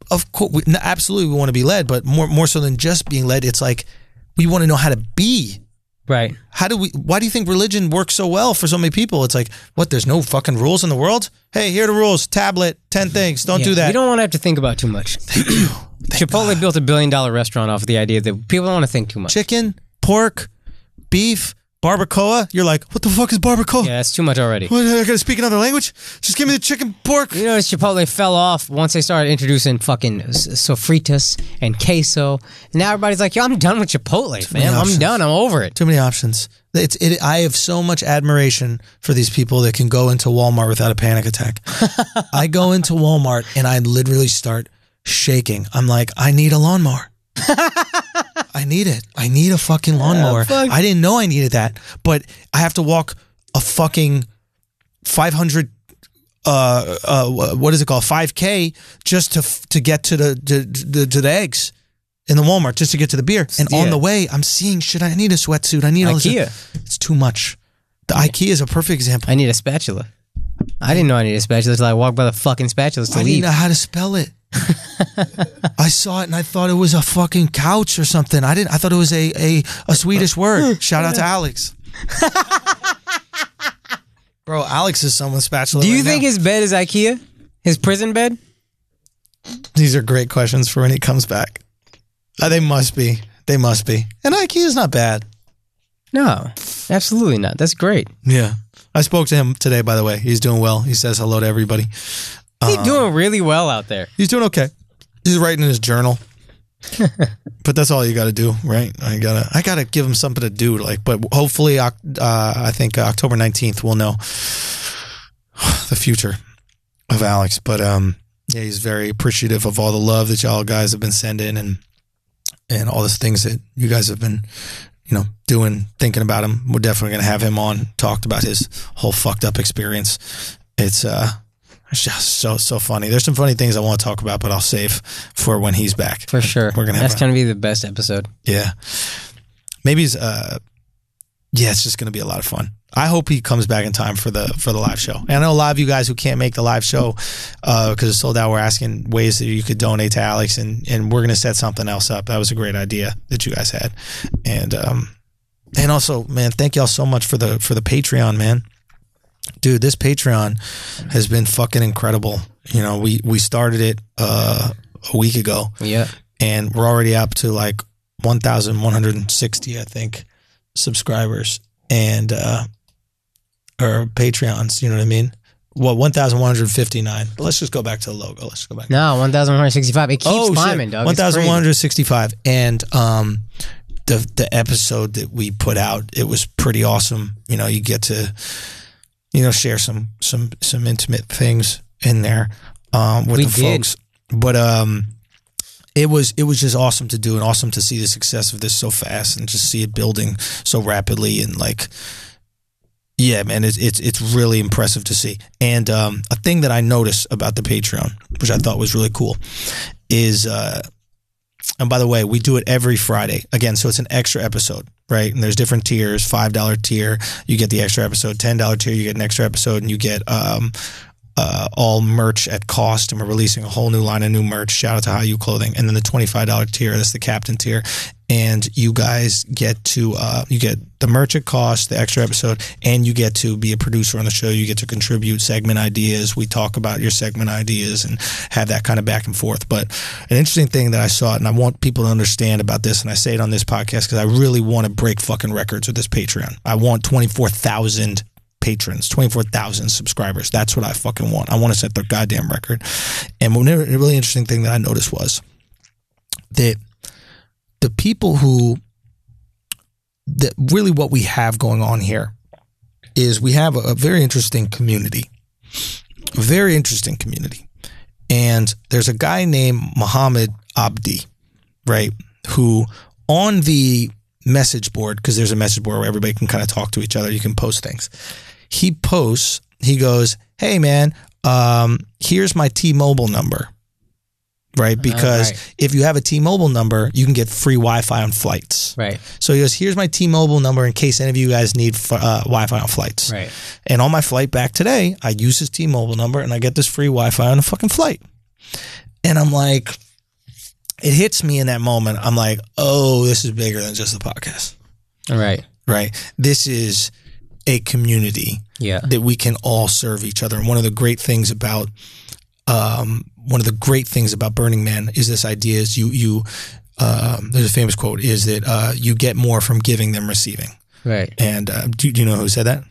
S1: of course, we, no, absolutely, we want to be led, but more more so than just being led, it's like we want to know how to be.
S2: Right.
S1: How do we? Why do you think religion works so well for so many people? It's like, what? There's no fucking rules in the world. Hey, here are the rules. Tablet, ten things. Don't
S2: Mm-hmm. Yeah,
S1: do that.
S2: You don't want to have to think about too much. Chipotle built a billion dollar restaurant off of the idea that people don't want to think too much.
S1: chicken, pork, beef, barbacoa. You're like, what the fuck is barbacoa?
S2: Yeah, that's too much already.
S1: What, I gotta speak another language? Just give me the chicken, pork.
S2: You notice Chipotle fell off once they started introducing fucking s- sofritas and queso. Now everybody's like, yo, I'm done with Chipotle,
S1: many
S2: man. I'm
S1: options.
S2: done. I'm over it.
S1: Too many options. It's it. I have so much admiration for these people that can go into Walmart without a panic attack. I go into Walmart and I literally start shaking. I'm like, I need a lawnmower. I need it. I need a fucking lawnmower.
S2: fuck.
S1: I didn't know I needed that, but I have to walk a fucking 500 uh, uh, wha- what is it called? 5K just to f- to get to the to, to, to the eggs in the Walmart just to get to the beer. And on
S2: Yeah.
S1: the way, I'm seeing shit. I need a sweatsuit. I need all this.
S2: IKEA.
S1: It's too much. The IKEA is a perfect example.
S2: I need a spatula. I didn't know I needed a spatula until I walked by the fucking spatulas to
S1: I didn't
S2: leave.
S1: know how to spell it. I saw it and I thought it was a fucking couch or something. I didn't. I thought it was a a, a Swedish word. Shout out to Alex. Bro, Alex is someone's spatula.
S2: Do you
S1: right
S2: think
S1: now.
S2: his bed is IKEA? His prison bed?
S1: These are great questions for when he comes back. Uh, they must be. They must be. And IKEA's not bad.
S2: No, absolutely not. That's great.
S1: Yeah. I spoke to him today, by the way. He's doing well. He says hello to everybody. Uh,
S2: He's doing really well out there.
S1: He's doing okay. He's writing in his journal. but that's all you got to do, right? I gotta, I gotta give him something to do. Like, but hopefully, Oc- uh, I think uh, October nineteenth we'll know the future of Alex. But um, yeah, he's very appreciative of all the love that y'all guys have been sending and and all the things that you guys have been, you know, doing, thinking about him. We're definitely gonna have him on, talked about his whole fucked up experience. It's uh, it's just so so funny. There's some funny things I want to talk about, but I'll save for when he's back.
S2: For sure.
S1: We're gonna have
S2: That's
S1: a-
S2: going to be the best episode.
S1: Yeah. Maybe it's uh yeah, it's just gonna be a lot of fun. I hope he comes back in time for the for the live show. And I know a lot of you guys who can't make the live show because it's sold out. We're asking ways that you could donate to Alex, and and we're gonna set something else up. That was a great idea that you guys had, and um, and also, man, thank y'all so much for the for the Patreon, man. Dude, this Patreon has been fucking incredible. You know, we we started it uh, a week ago,
S2: Yeah.
S1: and we're already up to like 1160 i think subscribers and uh or patreons you know what i mean well 1159 but let's just go back to the logo let's go back Oh,
S2: No, 1,165. It keeps
S1: shit.
S2: climbing, dog. It's crazy.
S1: 1165 and um the the episode that we put out it was pretty awesome you know you get to you know share some some some intimate things in there um with
S2: We
S1: the
S2: did.
S1: folks but um it was it was just awesome to do and awesome to see the success of this so fast and just see it building so rapidly and like yeah man it's it's it's really impressive to see and um a thing that i noticed about the patreon which i thought was really cool is uh and by the way, we do it every Friday again, so it's an extra episode, right? And there's different tiers. Five dollar tier, you get the extra episode. Ten dollar tier, you get an extra episode, and you get um, uh, all merch at cost, and we're releasing a whole new line of new merch. Shout out to High You Clothing, and then the twenty five dollar tier. That's the captain tier, and you guys get to uh, you get the merch at cost, the extra episode, and you get to be a producer on the show. You get to contribute segment ideas. We talk about your segment ideas and have that kind of back and forth. But an interesting thing that I saw, and I want people to understand about this, and I say it on this podcast because I really want to break fucking records with this Patreon. I want twenty four thousand patrons, 24,000 subscribers. That's what I fucking want. I want to set their goddamn record. And one a really interesting thing that I noticed was that the people who, that really what we have going on here is we have a, a very interesting community, a very interesting community. And there's a guy named Muhammad Abdi, right? Who on the message board, because there's a message board where everybody can kind of talk to each other, you can post things he posts, he goes, Hey man, um, here's my T Mobile number. Right? Because
S2: right.
S1: if you have a T Mobile number, you can get free Wi Fi on flights.
S2: Right.
S1: So he goes, Here's my T Mobile number in case any of you guys need fi- uh, Wi Fi on flights.
S2: Right.
S1: And on my flight back today, I use his T Mobile number and I get this free Wi Fi on the fucking flight. And I'm like, it hits me in that moment. I'm like, oh, this is bigger than just the podcast,
S2: Right.
S1: right? This is a community
S2: Yeah.
S1: that we can all serve each other. And one of the great things about um, one of the great things about Burning Man is this idea is you you um, there's a famous quote is that uh, you get more from giving than receiving.
S2: Right.
S1: And uh, do, do you know who said that?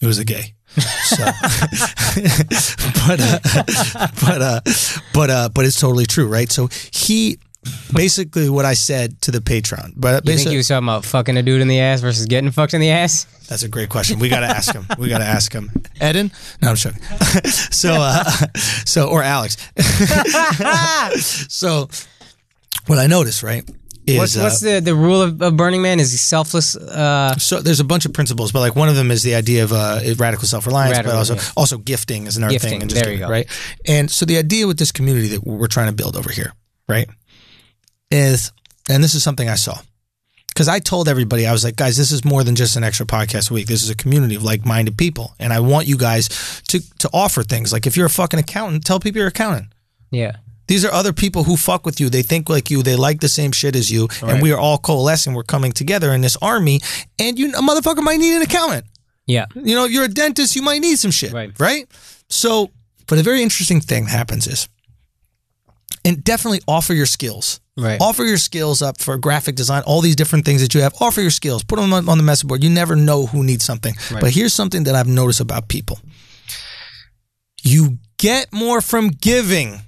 S1: It was a gay. So, but uh, but uh, but uh, but it's totally true, right? So he basically what I said to the patron, but
S2: You think
S1: basically
S2: he was talking about fucking a dude in the ass versus getting fucked in the ass?
S1: That's a great question. We got to ask him. We got to ask him. Eden? No, I'm joking. so, uh, so or Alex.
S2: Ah!
S1: so, what I noticed, right, is
S2: What's,
S1: uh,
S2: what's the, the rule of, of Burning Man? Is selfless? Uh,
S1: so there's a bunch of principles, but like one of them is the idea of uh, radical self reliance, but
S2: Radical,
S1: also
S2: yeah.
S1: also gifting is another thing.
S2: Gifting,
S1: And just
S2: there you go.
S1: Right, and so the idea with this community that we're trying to build over here, right, is and this is something I saw because I told everybody I was like, guys, this is more than just an extra podcast a week. This is a community of like minded people, and I want you guys to to offer things like if you're a fucking accountant, tell people you're an accountant.
S2: yeah.
S1: These are other people who fuck with you. They think like you. They like the same shit as you. And we are all coalescing. We're coming together in this army. And you, a motherfucker, might need an accountant.
S2: Yeah.
S1: You know, you're a dentist. You might need some shit.
S2: Right.
S1: Right. So, but a very interesting thing happens is, and definitely offer your skills.
S2: Right.
S1: Offer your skills up for graphic design, all these different things that you have. Offer your skills. Put them on on the message board. You never know who needs something. But here's something that I've noticed about people: you get more from giving.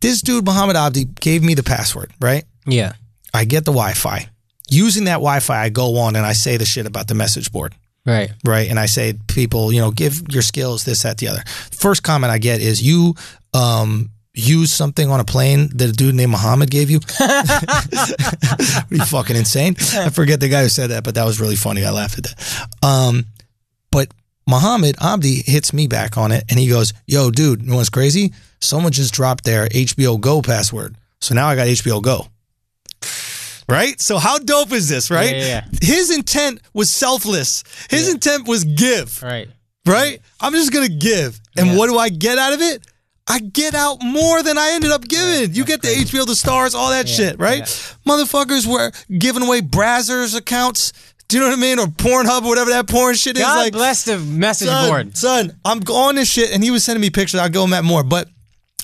S1: This dude Muhammad Abdi gave me the password. Right.
S2: Yeah.
S1: I get the Wi-Fi. Using that Wi-Fi, I go on and I say the shit about the message board
S2: Right.
S1: right? And I say, people, you know, give your skills this, that, the other. First comment I get is, you um, use something on a plane that a dude named Muhammad gave you. What Are you fucking insane? I forget the guy who said that, but that was really funny. I laughed at that. Um, but Muhammad Abdi hits me back on it, and he goes, "Yo, dude, you know what's crazy? Someone just dropped their HBO Go password, so now I got HBO Go." Right? So how dope is this, right?
S2: Yeah, yeah,
S1: His intent was selfless. His intent was give,
S2: Right.
S1: right? I'm just going to give. And
S2: Yeah.
S1: what do I get out of it? I get out more than I ended up giving. You get the HBO, the stars, all that shit, right? Motherfuckers were giving away Brazzers accounts. Do you know what I mean? Or Pornhub, or whatever that porn shit is.
S2: God
S1: like,
S2: bless the message
S1: son,
S2: board.
S1: Son, I'm on this shit, and he was sending me pictures. I'll go on that more. But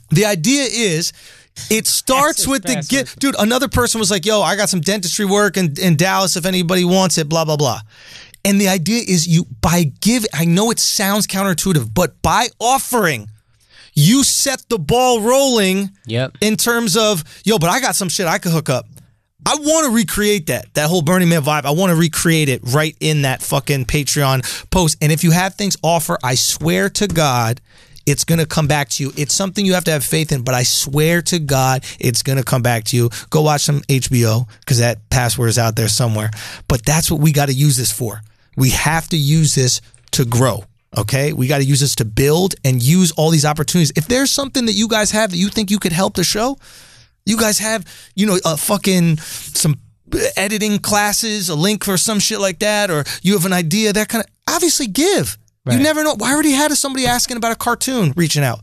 S1: the idea is. It starts
S2: his
S1: with the
S2: password.
S1: get, dude. Another person was like, "Yo, I got some dentistry work in, in Dallas. If anybody wants it, blah blah blah." And the idea is, you by give. I know it sounds counterintuitive, but by offering, you set the ball rolling
S2: Yep.
S1: in terms of yo, but I got some shit I could hook up. I want to recreate that that whole Burning Man vibe. I want to recreate it right in that fucking Patreon post. And if you have things offer, I swear to God, it's gonna come back to you. It's something you have to have faith in, but I swear to God, it's gonna come back to you. Go watch some HBO because that password is out there somewhere. But that's what we got to use this for. We have to use this to grow. Okay, we got to use this to build and use all these opportunities. If there's something that you guys have that you think you could help the show, you guys have, you know, a fucking some editing classes, a link for some shit like that, or you have an idea, that kind of obviously give. You never know. Why already had somebody asking about a cartoon reaching out?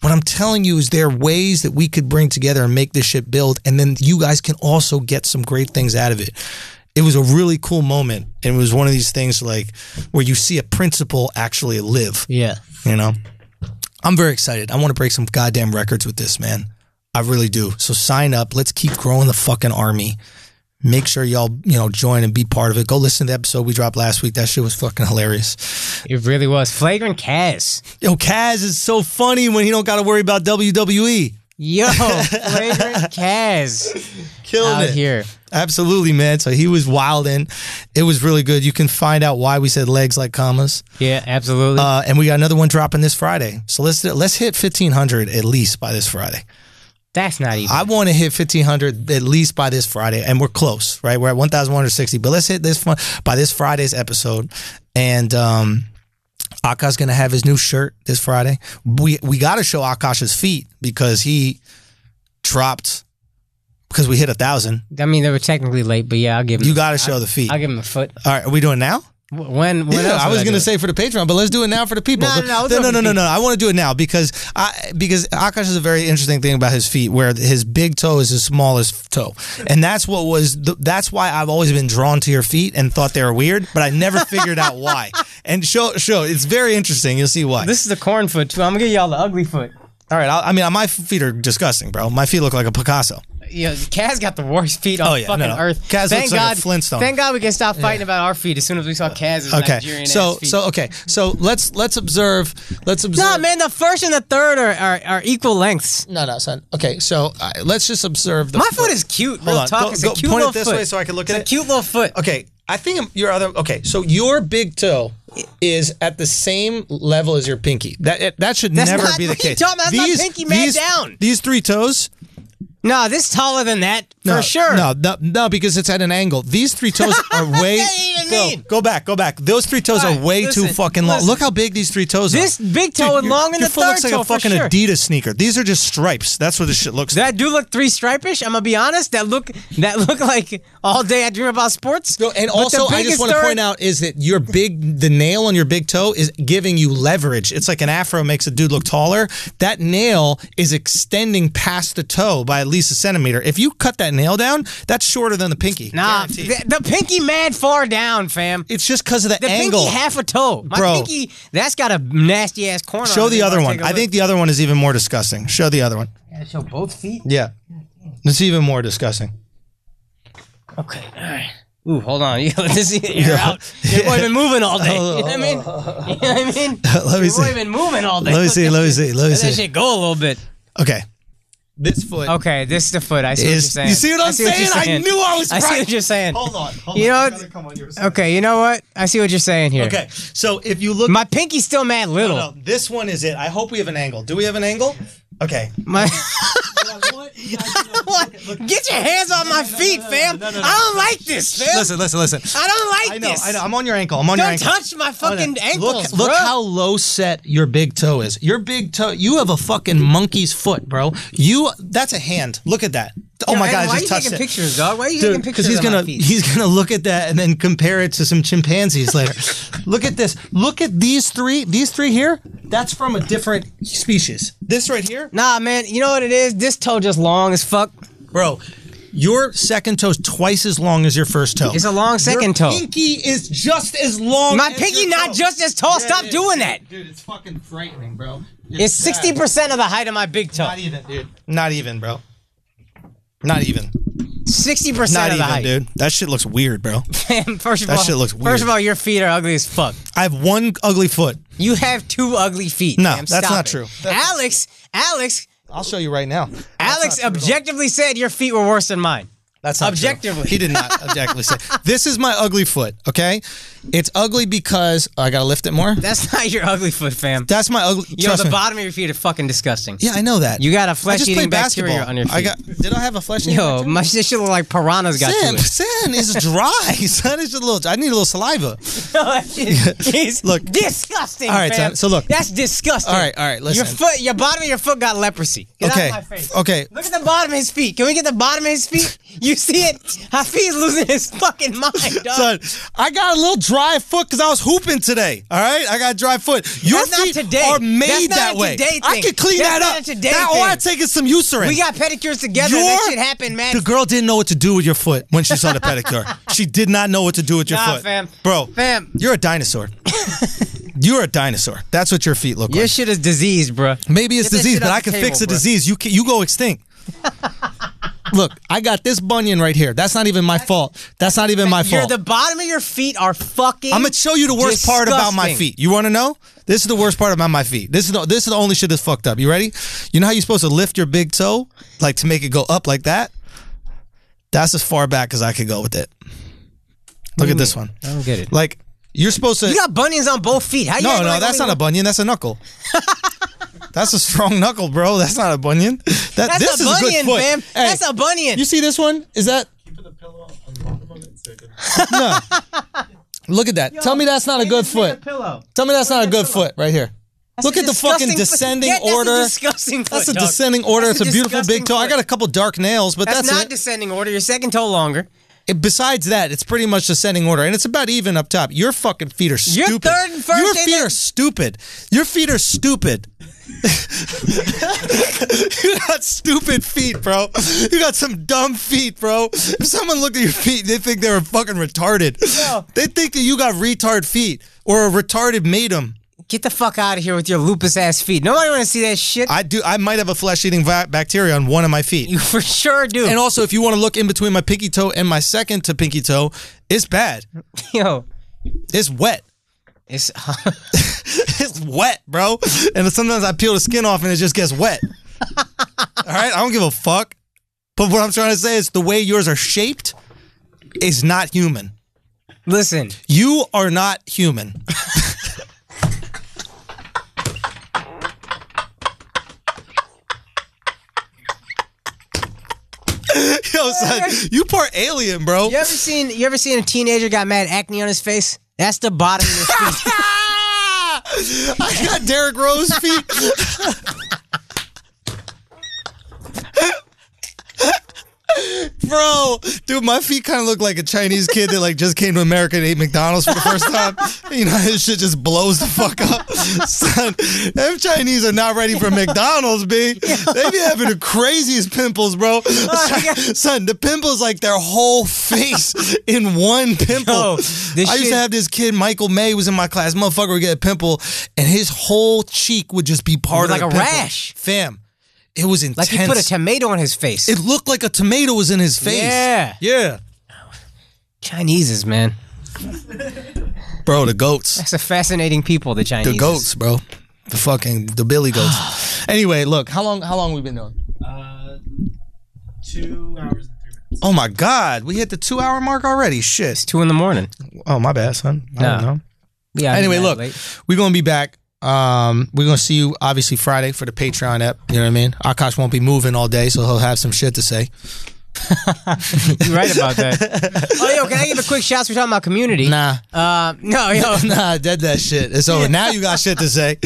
S1: What I'm telling you is there are ways that we could bring together and make this shit build, and then you guys can also get some great things out of it. It was a really cool moment. and It was one of these things like where you see a principle actually live.
S2: Yeah.
S1: You know, I'm very excited. I want to break some goddamn records with this, man. I really do. So sign up. Let's keep growing the fucking army. Make sure y'all, you know, join and be part of it. Go listen to the episode we dropped last week. That shit was fucking hilarious.
S2: It really was. Flagrant Cass.
S1: Yo, Kaz is so funny when he don't got to worry about E. WWE.
S2: Yo, Flagrant Cass
S1: Killed
S2: out
S1: it.
S2: here.
S1: Absolutely, man. So he was wilding. It was really good. You can find out why we said legs like commas.
S2: Yeah, absolutely.
S1: Uh, and we got another one dropping this Friday. So let's let's hit 1500 at least by this Friday.
S2: That's not even.
S1: I want to hit 1500 at least by this Friday, and we're close, right? We're at 1160, but let's hit this one by this Friday's episode. And um, Akash gonna have his new shirt this Friday. We we got to show Akash's feet because he dropped because we hit a thousand.
S2: I mean, they were technically late, but yeah, I'll give him.
S1: You got to show the feet.
S2: I'll give him a foot.
S1: All right, are we doing now?
S2: W- When? when
S1: Yeah,
S2: else
S1: I
S2: would
S1: was
S2: do
S1: gonna
S2: it?
S1: say for the Patreon, but let's do it now for the people.
S2: No, no, no, let's
S1: no,
S2: do
S1: no,
S2: it
S1: no,
S2: for
S1: no,
S2: the
S1: no. I want to do it now because I because Akash is a very interesting thing about his feet, where his big toe is his smallest toe, and that's what was the, that's why I've always been drawn to your feet and thought they were weird, but I never figured out why. And show show it's very interesting. You'll see why.
S2: This is the corn foot, too. I'm going to give y'all the ugly foot.
S1: All right, I, I mean my feet are disgusting, bro. My feet look like a Picasso.
S2: Yeah, Kaz got the worst feet on
S1: Oh, yeah,
S2: fucking
S1: no, no.
S2: earth.
S1: Kaz looks like a Flintstone. Uh,
S2: Thank God we can stop fighting about our feet as soon as we saw Kaz's
S1: Okay,
S2: Nigerian
S1: so
S2: ass feet.
S1: so okay, so let's let's observe let's observe.
S2: No, man, the first and the third are, are, are equal lengths.
S1: No, no, son. Okay, so uh, let's just observe the.
S2: My foot is cute. Real
S1: Hold on.
S2: talk.
S1: Go-
S2: it's
S1: go-
S2: a cute
S1: point it
S2: little
S1: this
S2: foot.
S1: way so I can look
S2: it's
S1: at
S2: a
S1: it.
S2: cute little foot.
S1: Okay, I think your other okay. So your big toe is at the same level as your pinky. That it- that should
S2: That's
S1: never
S2: not-
S1: be the
S2: what are you
S1: case.
S2: talking about? That's not pinky, man,
S1: these,
S2: down.
S1: These three toes,
S2: No, this is taller than that for
S1: no,
S2: sure.
S1: No, no, no, because it's at an angle. These three toes are way.
S2: That ain't even
S1: go,
S2: mean.
S1: go back, go back. Those three toes
S2: All right,
S1: are way too
S2: listen,
S1: fucking long.
S2: listen.
S1: Look how big these three toes
S2: This
S1: are.
S2: big toe and
S1: your-
S2: long and
S1: your
S2: the
S1: foot
S2: third
S1: looks like
S2: toe
S1: a
S2: for
S1: fucking
S2: sure.
S1: Adidas sneaker. These are just stripes. That's what this shit looks like.
S2: That do look three stripish. I'm gonna be honest. That look that look like all day I dream about sports.
S1: No, and
S2: But the
S1: also, I just
S2: biggest
S1: want to
S2: third-
S1: point out is that your big, the nail on your big toe is giving you leverage. It's like an afro makes a dude look taller. That nail is extending past the toe by at least a centimeter. If you cut that nail down, that's shorter than the pinky.
S2: Nah,
S1: Guaranteed.
S2: th- the pinky mad far down, fam.
S1: it's just because of the,
S2: The
S1: angle.
S2: pinky half a toe. My
S1: Bro.
S2: pinky, that's got a nasty ass corner.
S1: Show
S2: on it.
S1: the other
S2: Take
S1: one.
S2: a
S1: I
S2: look.
S1: think the other one is even more disgusting. Show the other one.
S2: Gotta Show both feet.
S1: Yeah, it's even more disgusting.
S2: Okay. All right. Ooh, hold on. You let this air
S1: Yeah.
S2: out. Your boy been moving all day. You know what I mean? You know what I mean?
S1: Let me
S2: Your boy
S1: see.
S2: been moving all day.
S1: Let me
S2: Look,
S1: see.
S2: Let
S1: Let me see. Let me
S2: that
S1: see.
S2: shit go a little bit.
S1: Okay. This foot
S2: Okay, this is the foot. I see what you're
S1: is.
S2: saying.
S1: You see what I'm
S2: I
S1: saying?
S2: you're
S1: I knew I was
S2: I
S1: right.
S2: see what you're saying.
S1: Hold on. Hold
S2: You
S1: on.
S2: know-
S1: I gotta come on your side.
S2: Okay, you know what? I see what you're saying here.
S1: Okay, so if you look,
S2: My pinky's still mad little.
S1: no, this one is it. I hope we have an angle. Do we have an angle? Okay.
S2: My What? Get your hands on my feet, fam. I don't like this, fam.
S1: Listen, listen, listen.
S2: I don't like
S1: I know,
S2: this.
S1: I know. I'm on your ankle. I'm on your
S2: Don't
S1: ankle.
S2: touch my fucking
S1: look,
S2: ankles,
S1: look
S2: bro.
S1: how low set your big toe is. Your big toe, you have a fucking monkey's foot, bro. You, that's a hand. Look at that. Oh my
S2: Yo,
S1: god,
S2: Adam,
S1: I
S2: why
S1: just
S2: are you
S1: touched
S2: taking
S1: it.
S2: pictures, dog? Why are you taking pictures
S1: he's
S2: of
S1: gonna
S2: my feet?
S1: he's gonna look at that and then compare it to some chimpanzees later. look at this. Look at these three. These three here. That's from a different species. This right here,
S2: Nah, man. You know what it is? This toe just long as fuck.
S1: bro. Your second toe's twice as long as your first toe.
S2: It's a long second
S1: your
S2: toe.
S1: Pinky is just as long.
S2: My
S1: as
S2: pinky
S1: your
S2: not
S1: toe.
S2: just as tall.
S1: Yeah,
S2: Stop
S1: it is,
S2: doing
S1: dude.
S2: that.
S1: dude. It's fucking frightening, bro.
S2: It's
S1: sad.
S2: sixty percent of the height of my big toe.
S1: Not even, dude. Not even, bro. Not even.
S2: Sixty percent
S1: Not
S2: of the
S1: even,
S2: height.
S1: dude. That shit looks weird, bro.
S2: Fam, first of
S1: That
S2: all,
S1: shit looks
S2: first
S1: weird.
S2: of all, your feet are ugly as fuck.
S1: I have one ugly foot.
S2: You have two ugly feet.
S1: No,
S2: fam.
S1: that's
S2: Stop
S1: not
S2: it.
S1: true.
S2: Alex, Alex,
S1: I'll show you right now.
S2: Alex objectively said your feet were worse than mine.
S1: That's not true.
S2: Objectively.
S1: He did not objectively say. This is my ugly foot. Okay, it's ugly because oh, I gotta lift it more.
S2: That's not your ugly foot, fam.
S1: That's my ugly.
S2: Yo,
S1: trust
S2: the
S1: me.
S2: bottom of your feet are fucking disgusting.
S1: Yeah, I know that.
S2: You got a
S1: I just
S2: flesh-eating
S1: played
S2: bacteria
S1: basketball.
S2: on your
S1: I
S2: feet.
S1: got. Did I have a flesh?
S2: Yo, my this shit look like piranhas got
S1: Sin,
S2: to it.
S1: sin is dry. Son is just a little. I need a little saliva.
S2: It's
S1: Look.
S2: disgusting.
S1: All right,
S2: fam.
S1: son, so look.
S2: that's disgusting.
S1: All right, all right, listen.
S2: Your foot, your bottom of your foot got leprosy. Get
S1: Okay,
S2: out of my face.
S1: okay.
S2: Look at the bottom of his feet. Can we get the bottom of his feet? You You see it? Hafiz losing his fucking mind, dog.
S1: Son, I got a little dry foot because I was hooping today. All right, I got a dry foot. Your
S2: That's not
S1: feet
S2: today.
S1: are made
S2: That's not
S1: that
S2: a
S1: way.
S2: today
S1: I
S2: thing.
S1: can clean
S2: That's
S1: that
S2: not
S1: up.
S2: a today
S1: That- all I
S2: thing.
S1: take is some Eucerin.
S2: we got pedicures together. that
S1: Your-
S2: shit happened, man.
S1: The girl didn't know what to do with your foot when she saw the pedicure. She did not know what to do with your
S2: Nah,
S1: foot,
S2: fam.
S1: Bro,
S2: Fam.
S1: you're a dinosaur. you're a dinosaur. That's what your feet look
S2: Your
S1: like.
S2: shit is diseased, bro.
S1: Maybe it's
S2: Get that
S1: disease,
S2: shit
S1: but
S2: off
S1: I
S2: the
S1: can fix
S2: table,
S1: a
S2: bro.
S1: disease. You can, you go extinct. Look, I got this bunion right here. That's not even my fault. That's not even my
S2: Your
S1: fault.
S2: the bottom of your feet are fucking.
S1: I'm gonna show you the worst part about my
S2: disgusting.
S1: feet. You want to know? This is the worst part about my feet. This is the, this is the only shit that's fucked up. You ready? You know how you're supposed to lift your big toe, like to make it go up like that. That's as far back as I could go with it. Look at this one.
S2: I don't get it.
S1: Like you're supposed to.
S2: Mm-hmm. You got bunions on both feet. How you
S1: no,
S2: acting
S1: no,
S2: like
S1: that's
S2: only
S1: not a
S2: one-
S1: bunion. That's a knuckle. that's a strong knuckle, bro. That's not a bunion. That
S2: That's
S1: this
S2: a
S1: is
S2: bunion,
S1: a good foot.
S2: fam.
S1: Hey,
S2: That's a bunion.
S1: you see this one? Is that? no. Look at that. Tell me that's not a good foot.
S2: pillow.
S1: Tell me that's not a good foot right here. Look
S2: a
S1: at the fucking
S2: disgusting foot.
S1: descending
S2: Yeah, that's a
S1: order.
S2: disgusting
S1: That's
S2: foot,
S1: a
S2: dog.
S1: descending order.
S2: That's
S1: it's a
S2: a
S1: beautiful big
S2: disgusting
S1: toe. I
S2: foot.
S1: got a couple dark nails, but
S2: That's,
S1: that's,
S2: not
S1: it.
S2: descending order. Your second toe longer.
S1: It- Besides that, it's pretty much descending order, and it's about even up top. Your fucking feet are
S2: Your
S1: stupid.
S2: third and first
S1: Your
S2: ain't
S1: feet
S2: that-
S1: are stupid. Your feet are stupid. you got stupid feet, bro. You got some dumb feet, bro. If someone looked at your feet, they think they were fucking retarded.
S2: No.
S1: They think that you got retard feet or a retarded made 'em.
S2: Get the fuck out of here with your lupus ass feet. Nobody want to see that shit.
S1: I do. I might have a flesh-eating va- bacteria on one of my feet.
S2: you for sure do.
S1: And also, if you want to look in between my pinky toe and my second to pinky toe, it's bad.
S2: Yo,
S1: It's wet.
S2: it's
S1: It's wet, bro. And sometimes I peel the skin off and it just gets wet. All right, I don't give a fuck. But what I'm trying to say is the way yours are shaped is not human.
S2: listen.
S1: You are not human. Yo, son, you part alien, bro.
S2: You ever seen? You ever seen a teenager got mad acne on his face? That's the bottom of your feet.
S1: I got Derrick Rose feet. Bro, dude, my feet kind of look like a Chinese kid that like just came to America and ate McDonald's for the first time. You know, his shit just blows the fuck up. Son, them Chinese are not ready for McDonald's, b. They be having the craziest pimples, bro.
S2: my God.
S1: Son, the pimples like their whole face in one pimple.
S2: Yo, this
S1: I used
S2: shit-
S1: to have this kid, Michael May, was in my class. Motherfucker would get a pimple, and his whole cheek would just be part
S2: It was
S1: of
S2: like
S1: the
S2: a
S1: pimple.
S2: rash.
S1: Fam, it was intense.
S2: Like you put a tomato on his face.
S1: it looked like a tomato was in his face.
S2: Yeah.
S1: yeah,
S2: Chinese's man.
S1: bro. The goats,
S2: That's a fascinating people. The Chinese.
S1: the goats, bro. The fucking the Billy goats. anyway, look how long how long we been doing?
S4: Uh, two hours and three minutes.
S1: Oh my god, we hit the two hour mark already. Shit.
S2: Two in the morning.
S1: Oh my bad, son. I
S2: Nah.
S1: don't know.
S2: Yeah.
S1: anyway, look, we're gonna be back. Um, we're gonna see you obviously Friday for the Patreon app. You know what I mean? Akash won't be moving all day, so he'll have some shit to say.
S2: You're right about that. oh, yo, can I give a quick shout? We're talking about community.
S1: Nah,
S2: Uh, no, yo.
S1: nah, I did that shit. It's over. Now you got shit to say.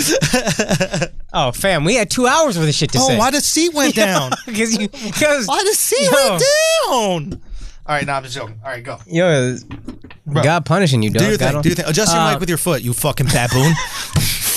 S2: Oh, fam, we had two hours worth of shit to
S1: Oh,
S2: say.
S1: why the seat went down?
S2: Because you, because
S1: Why the seat
S2: Yo.
S1: went down? All right, nah, I'm just joking. All right, go.
S2: yo, God punishing you, dog.
S1: Do your
S2: God
S1: thing.
S2: don't-
S1: Do your thing. Adjust your
S2: Uh,
S1: mic with your foot, you fucking baboon.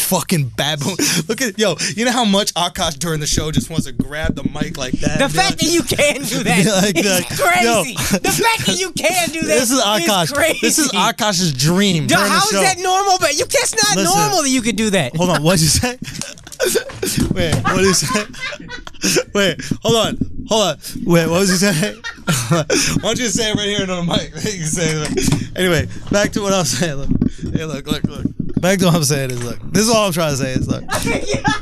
S1: fucking baboon. Look at yo. You know how much Akash during the show just wants to grab the mic like that.
S2: The
S1: and be like-
S2: fact that you can do that
S1: Yeah, like
S2: is
S1: that.
S2: crazy.
S1: Yo.
S2: The fact that you can do that
S1: This is Akash.
S2: crazy.
S1: This is Akash's dream.
S2: Yo,
S1: during the
S2: how is
S1: show.
S2: that normal? But you, that's not
S1: Listen.
S2: normal that you could do that.
S1: Hold on, what'd you say? Wait, what did you say? Wait, hold on, hold on. Wait, what was you saying? Why don't you say it right here on the mic? You can say it. Anyway, back to what I was saying. Look, hey, look, look, look. Back to what I'm saying is look. This is all I'm trying to say is look.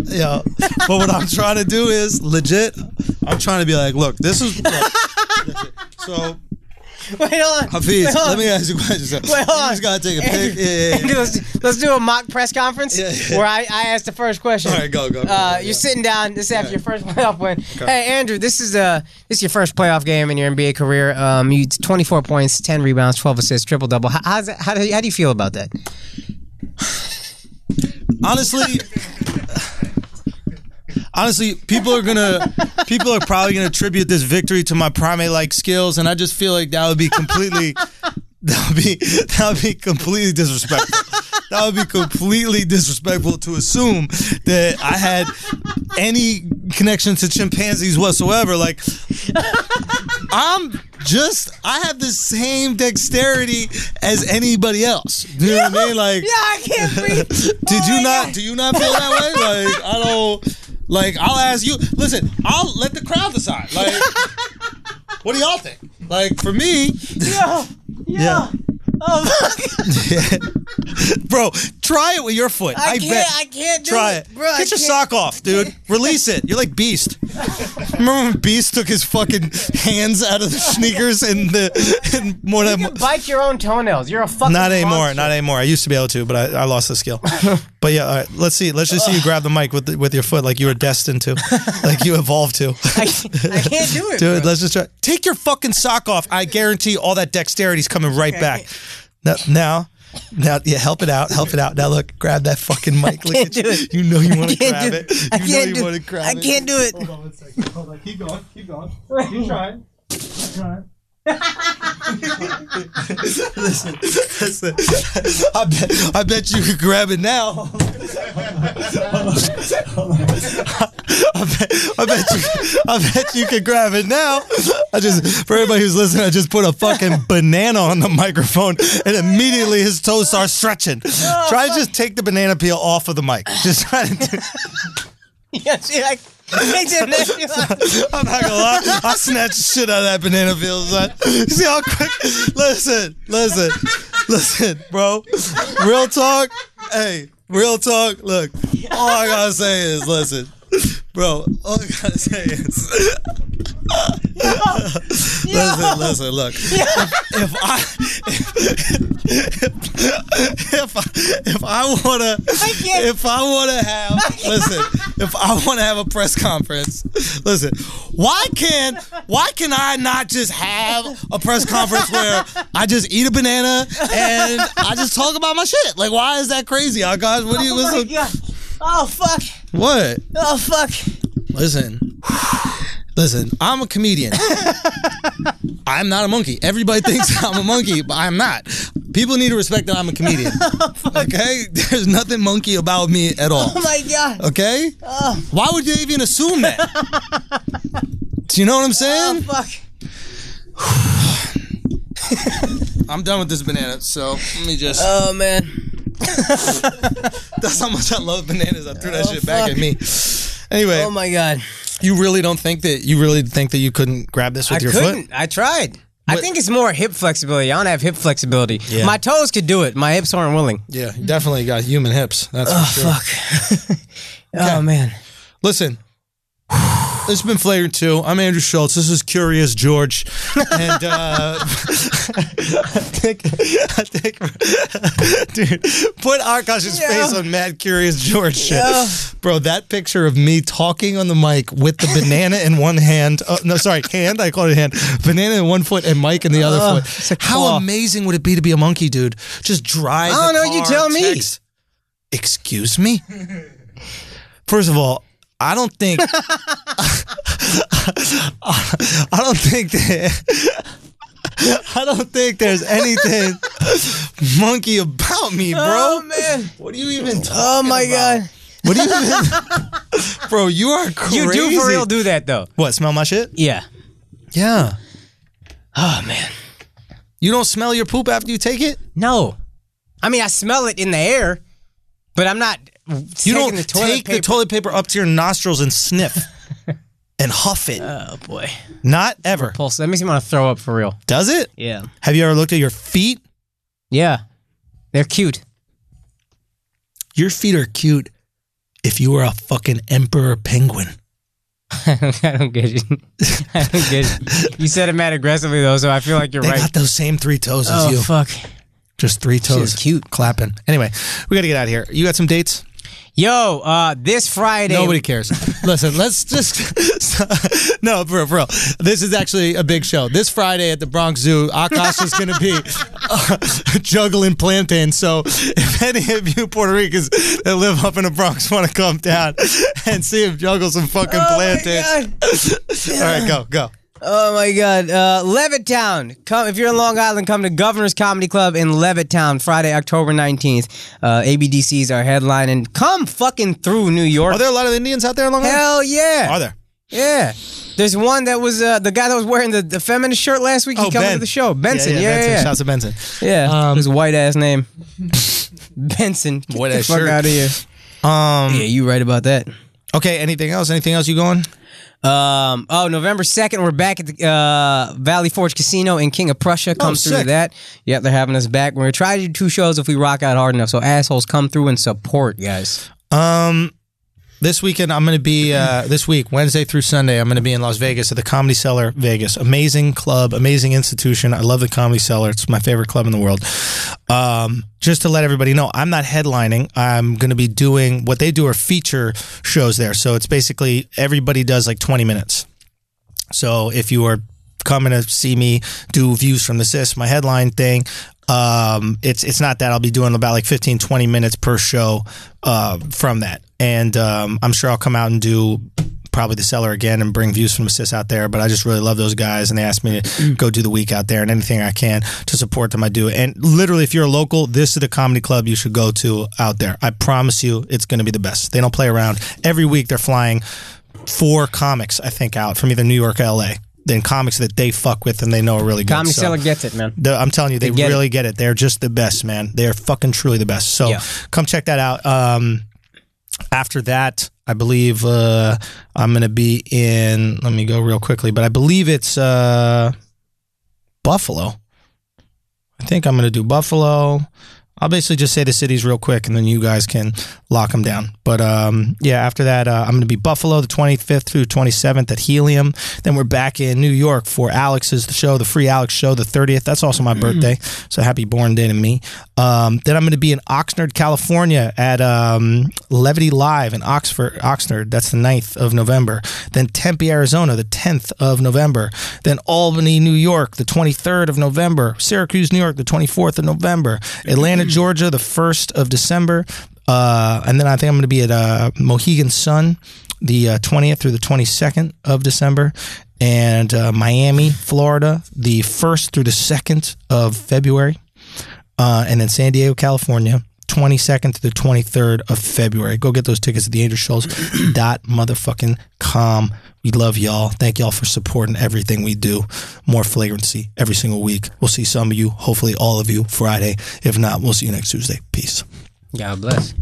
S1: Yo, but what I'm trying to do is legit. I'm trying to be like, look, this is. Look, so
S2: Wait, hold on.
S1: Hafiz,
S2: Wait, hold
S1: let
S2: on.
S1: me ask you a question. So,
S2: Wait, hold
S1: you
S2: on.
S1: just gotta take a pic.
S2: Andrew,
S1: Yeah, yeah, yeah.
S2: Andrew, let's, let's do a mock press conference
S1: Yeah, yeah.
S2: where I, I ask the first question.
S1: All right, go, go. go,
S2: Uh,
S1: go,
S2: You're
S1: go.
S2: sitting down. This is after your first playoff win. Hey, Andrew, this is uh this is your first playoff game in your NBA career. Um, you 24 points, 10 rebounds, 12 assists, triple double. How, how's that, how do you, how do you feel about that?
S1: Honestly, honestly, people are gonna people are probably gonna attribute this victory to my primate like skills, and I just feel like that would be completely that would be that would be completely disrespectful. That would be completely disrespectful to assume that I had any connection to chimpanzees whatsoever. Like I'm just I have the same dexterity as anybody else. Do you know what I mean? Like
S2: Yeah, I can't breathe. Oh,
S1: did you not? Do you not feel that way? Like I don't. Like I'll ask you. Listen, I'll let the crowd decide. Like, what do y'all think? Like for me,
S2: Yo,
S1: Yeah.
S2: Oh,
S1: bro, try it with your foot. I,
S2: I,
S1: bet.
S2: can't. I can't do
S1: try
S2: it.
S1: it.
S2: Bro, I
S1: Get your
S2: can't.
S1: sock off, dude. Release it. You're like Beast. Remember when Beast took his fucking hands out of the sneakers and the and more than
S2: You bite your own toenails. You're a fucking.
S1: not anymore.
S2: monster.
S1: Not anymore. I used to be able to, but I, I lost the skill. but yeah, all right. Let's see. Let's just see you grab the mic with the, with your foot, like you were destined to, like you evolved to.
S2: I, can't- I can't do it.
S1: Dude, let's just try. Take your fucking sock off. I guarantee all that dexterity's coming right back. Now, now, now, yeah, help it out. Help it out. Now, look, grab that fucking mic. Look
S2: can't
S1: at you.
S2: do it.
S1: you know you want to
S2: can't
S1: grab
S2: do
S1: it. You
S2: I
S1: know
S2: can't
S1: you
S2: do
S1: want to grab
S2: I
S1: it.
S2: can't do it.
S4: Hold on one second. Hold on. Keep going. Keep going. Keep trying. Keep trying.
S1: Listen, listen. I bet, I bet you could grab it now. Hold on. Hold on. I, bet, I bet you, I bet you could grab it now. I just, for everybody who's listening, I just put a fucking banana on the microphone, and immediately his toes start stretching. Try to just take the banana peel off of the mic. Just try to. Do,
S2: Yeah, see, I, I did that.
S1: I'm not gonna lie. I snatched the shit out of that banana peel, son. You see how quick? Listen, listen, listen, bro. Real talk. Hey, real talk. Look, all I gotta say is, listen, bro. All I gotta say is, listen, listen. Look, if, if I if, if, I- if I wanna
S2: can't.
S1: if I wanna have listen if I wanna have a press conference listen why can why can I not just have a press conference where I just eat a banana and I just talk about my shit like why is that crazy oh gosh what do you
S2: Oh my
S1: listen
S2: god. Oh fuck.
S1: what
S2: Oh fuck.
S1: Listen, listen. I'm a comedian. I'm not a monkey. Everybody thinks I'm a monkey, but I'm not. People need to respect that I'm a comedian. okay, there's nothing monkey about me at all.
S2: Oh my god.
S1: Okay,
S2: Oh,
S1: why would you even assume that? Do you know what I'm
S2: oh
S1: saying?
S2: fuck.
S1: I'm done with this banana, so let me just.
S2: Oh man.
S1: That's how much I love bananas. I threw that
S2: Oh,
S1: shit back at
S2: fuck.
S1: me. Anyway,
S2: Oh my god.
S1: you really don't think that you really think that you couldn't grab this with
S2: I
S1: your
S2: couldn't.
S1: foot?
S2: I tried. I
S1: What-
S2: think it's more hip flexibility. I don't have hip flexibility.
S1: Yeah.
S2: My toes could do it. My hips aren't willing.
S1: Yeah, you definitely got human hips. That's for sure.
S2: Fuck. oh man.
S1: Listen, this has been Flagrant 2. I'm Andrew Schultz. This is Curious George. And uh, I think, I think, dude, put Arkash's
S2: Yeah.
S1: face on Mad Curious George shit.
S2: Yeah.
S1: Bro, that picture of me talking on the mic with the banana in one hand. Oh, no, sorry, hand. I called it hand. Banana in one foot and mic in the other
S2: Ugh, Uh, it's a
S1: foot. How
S2: claw.
S1: amazing would it be to be a monkey, dude? Just drive.
S2: I don't
S1: the
S2: know, you
S1: car,
S2: tell me.
S1: text. Excuse me? First of all, I don't think I don't think that I don't think there's anything monkey about me,
S2: Oh
S1: bro.
S2: man.
S1: What do you even talk?
S2: Oh my god.
S1: What do you even Um, Bro, you are crazy.
S2: You do for real do that though.
S1: What, smell my shit? Ah,
S2: Yeah.
S1: Yeah.
S2: Oh man.
S1: You don't smell your poop after you take it?
S2: No. I mean, I smell it in the air, but I'm not.
S1: You
S2: taking
S1: don't
S2: the toilet
S1: take
S2: paper.
S1: the toilet paper up to your nostrils and sniff and huff it.
S2: Oh boy.
S1: Not ever.
S2: Pulse. That makes me want to throw up for real.
S1: Does it?
S2: Yeah.
S1: Have you ever looked at your feet?
S2: Yeah. They're cute.
S1: Your feet are cute if you were a fucking emperor penguin.
S2: I don't, I don't get it. I don't get it. You said it mad aggressively though, so I feel like you're
S1: They
S2: right.
S1: got those same three toes as
S2: Oh
S1: you.
S2: fuck.
S1: Just three
S2: She
S1: toes.
S2: was cute.
S1: Clapping. Anyway, we got to get out of here. You got some dates?
S2: Yo, uh, this Friday.
S1: Nobody cares. Listen, let's just no for real, for real. This is actually a big show. This Friday at the Bronx Zoo, Akash is going to be uh, juggling plantains. So if any of you Puerto Ricans that live up in the Bronx want to come down and see him juggle some fucking
S2: Oh my
S1: plantains, all right, go go.
S2: Oh my God, uh, Levittown! Come if you're in Long Island, come to Governor's Comedy Club in Levittown Friday, October nineteenth. Uh, ABDC's our headline, and come fucking through New York.
S1: Are there a lot of Indians out there in Long Island?
S2: Hell yeah!
S1: Are there?
S2: Yeah. There's one that was uh, the guy that was wearing the, the feminist shirt last
S1: Oh,
S2: week. he came to the show. Benson. Yeah, yeah,
S1: Benson.
S2: yeah.
S1: Shouts to Benson.
S2: Yeah,
S1: Um,
S2: his white ass name. Benson. Get
S1: Boy,
S2: the
S1: that
S2: fuck
S1: shirt.
S2: out of here.
S1: Um,
S2: Yeah, you right about that.
S1: okay. Anything else? Anything else you going?
S2: Um, oh, November 2nd, we're back at the uh, Valley Forge Casino in King of Prussia. Come through to
S1: Oh, sick.
S2: that. Yep, they're having us back. We're going to try to do two shows if we rock out hard enough. So, assholes, come through and support, guys.
S1: Um, this weekend I'm going to be uh, this week Wednesday through Sunday I'm going to be in Las Vegas at the Comedy Cellar Vegas. Amazing club, amazing institution. I love the Comedy Cellar. It's my favorite club in the world. Um, just to let everybody know, I'm not headlining. I'm going to be doing what they do are feature shows there. So it's basically everybody does like 20 minutes. So if you are coming to see me do views from the sis, my headline thing, um, it's it's not that I'll be doing about like 15, 20 minutes per show uh, from that, and um, I'm sure I'll come out and do. Probably the seller again and bring views from assist out there, but I just really love those guys and they asked me to go do the week out there and anything I can to support them, I do. And literally, if you're a local, this is the comedy club you should go to out there. I promise you, it's going to be the best. They don't play around. Every week, they're flying four comics, I think, out from either New York or LA. Then comics that they fuck with and they know are really good.
S2: Tommy
S1: So-
S2: Seller gets it, man.
S1: the- I'm telling you, they,
S2: They get
S1: really get it. They're just the best, man. They are fucking truly the best. So
S2: Yeah.
S1: come check that out. Um, after that, I believe uh, I'm going to be in. Let me go real quickly, but I believe it's uh, Buffalo. I think I'm going to do Buffalo. I'll basically just say the cities real quick, and then you guys can lock them down. But um, yeah, after that, uh, I'm going to be Buffalo the 25th through 27th at Helium. Then we're back in New York for Alex's show, the Free Alex show, the 30th. That's also my birthday, so happy born day to me. Um, then I'm going to be in Oxnard, California, at um, Levity Live in Oxford, Oxnard. That's the 9th of November. Then Tempe, Arizona, the 10th of November. Then Albany, New York, the 23rd of November. Syracuse, New York, the 24th of November. Atlanta, Georgia, the 1st of December. Uh, and then I think I'm going to be at uh, Mohegan Sun the uh, 20th through the 22nd of December, and uh, Miami, Florida, the 1st through the 2nd of February, uh, and then San Diego, California. 22nd through the 23rd of February. Go get those tickets at theangelschultz.motherfucking.com. We love y'all. Thank y'all for supporting everything we do. More flagrancy every single week. We'll see some of you, hopefully all of you, Friday. If not, we'll see you next Tuesday. Peace.
S2: God bless.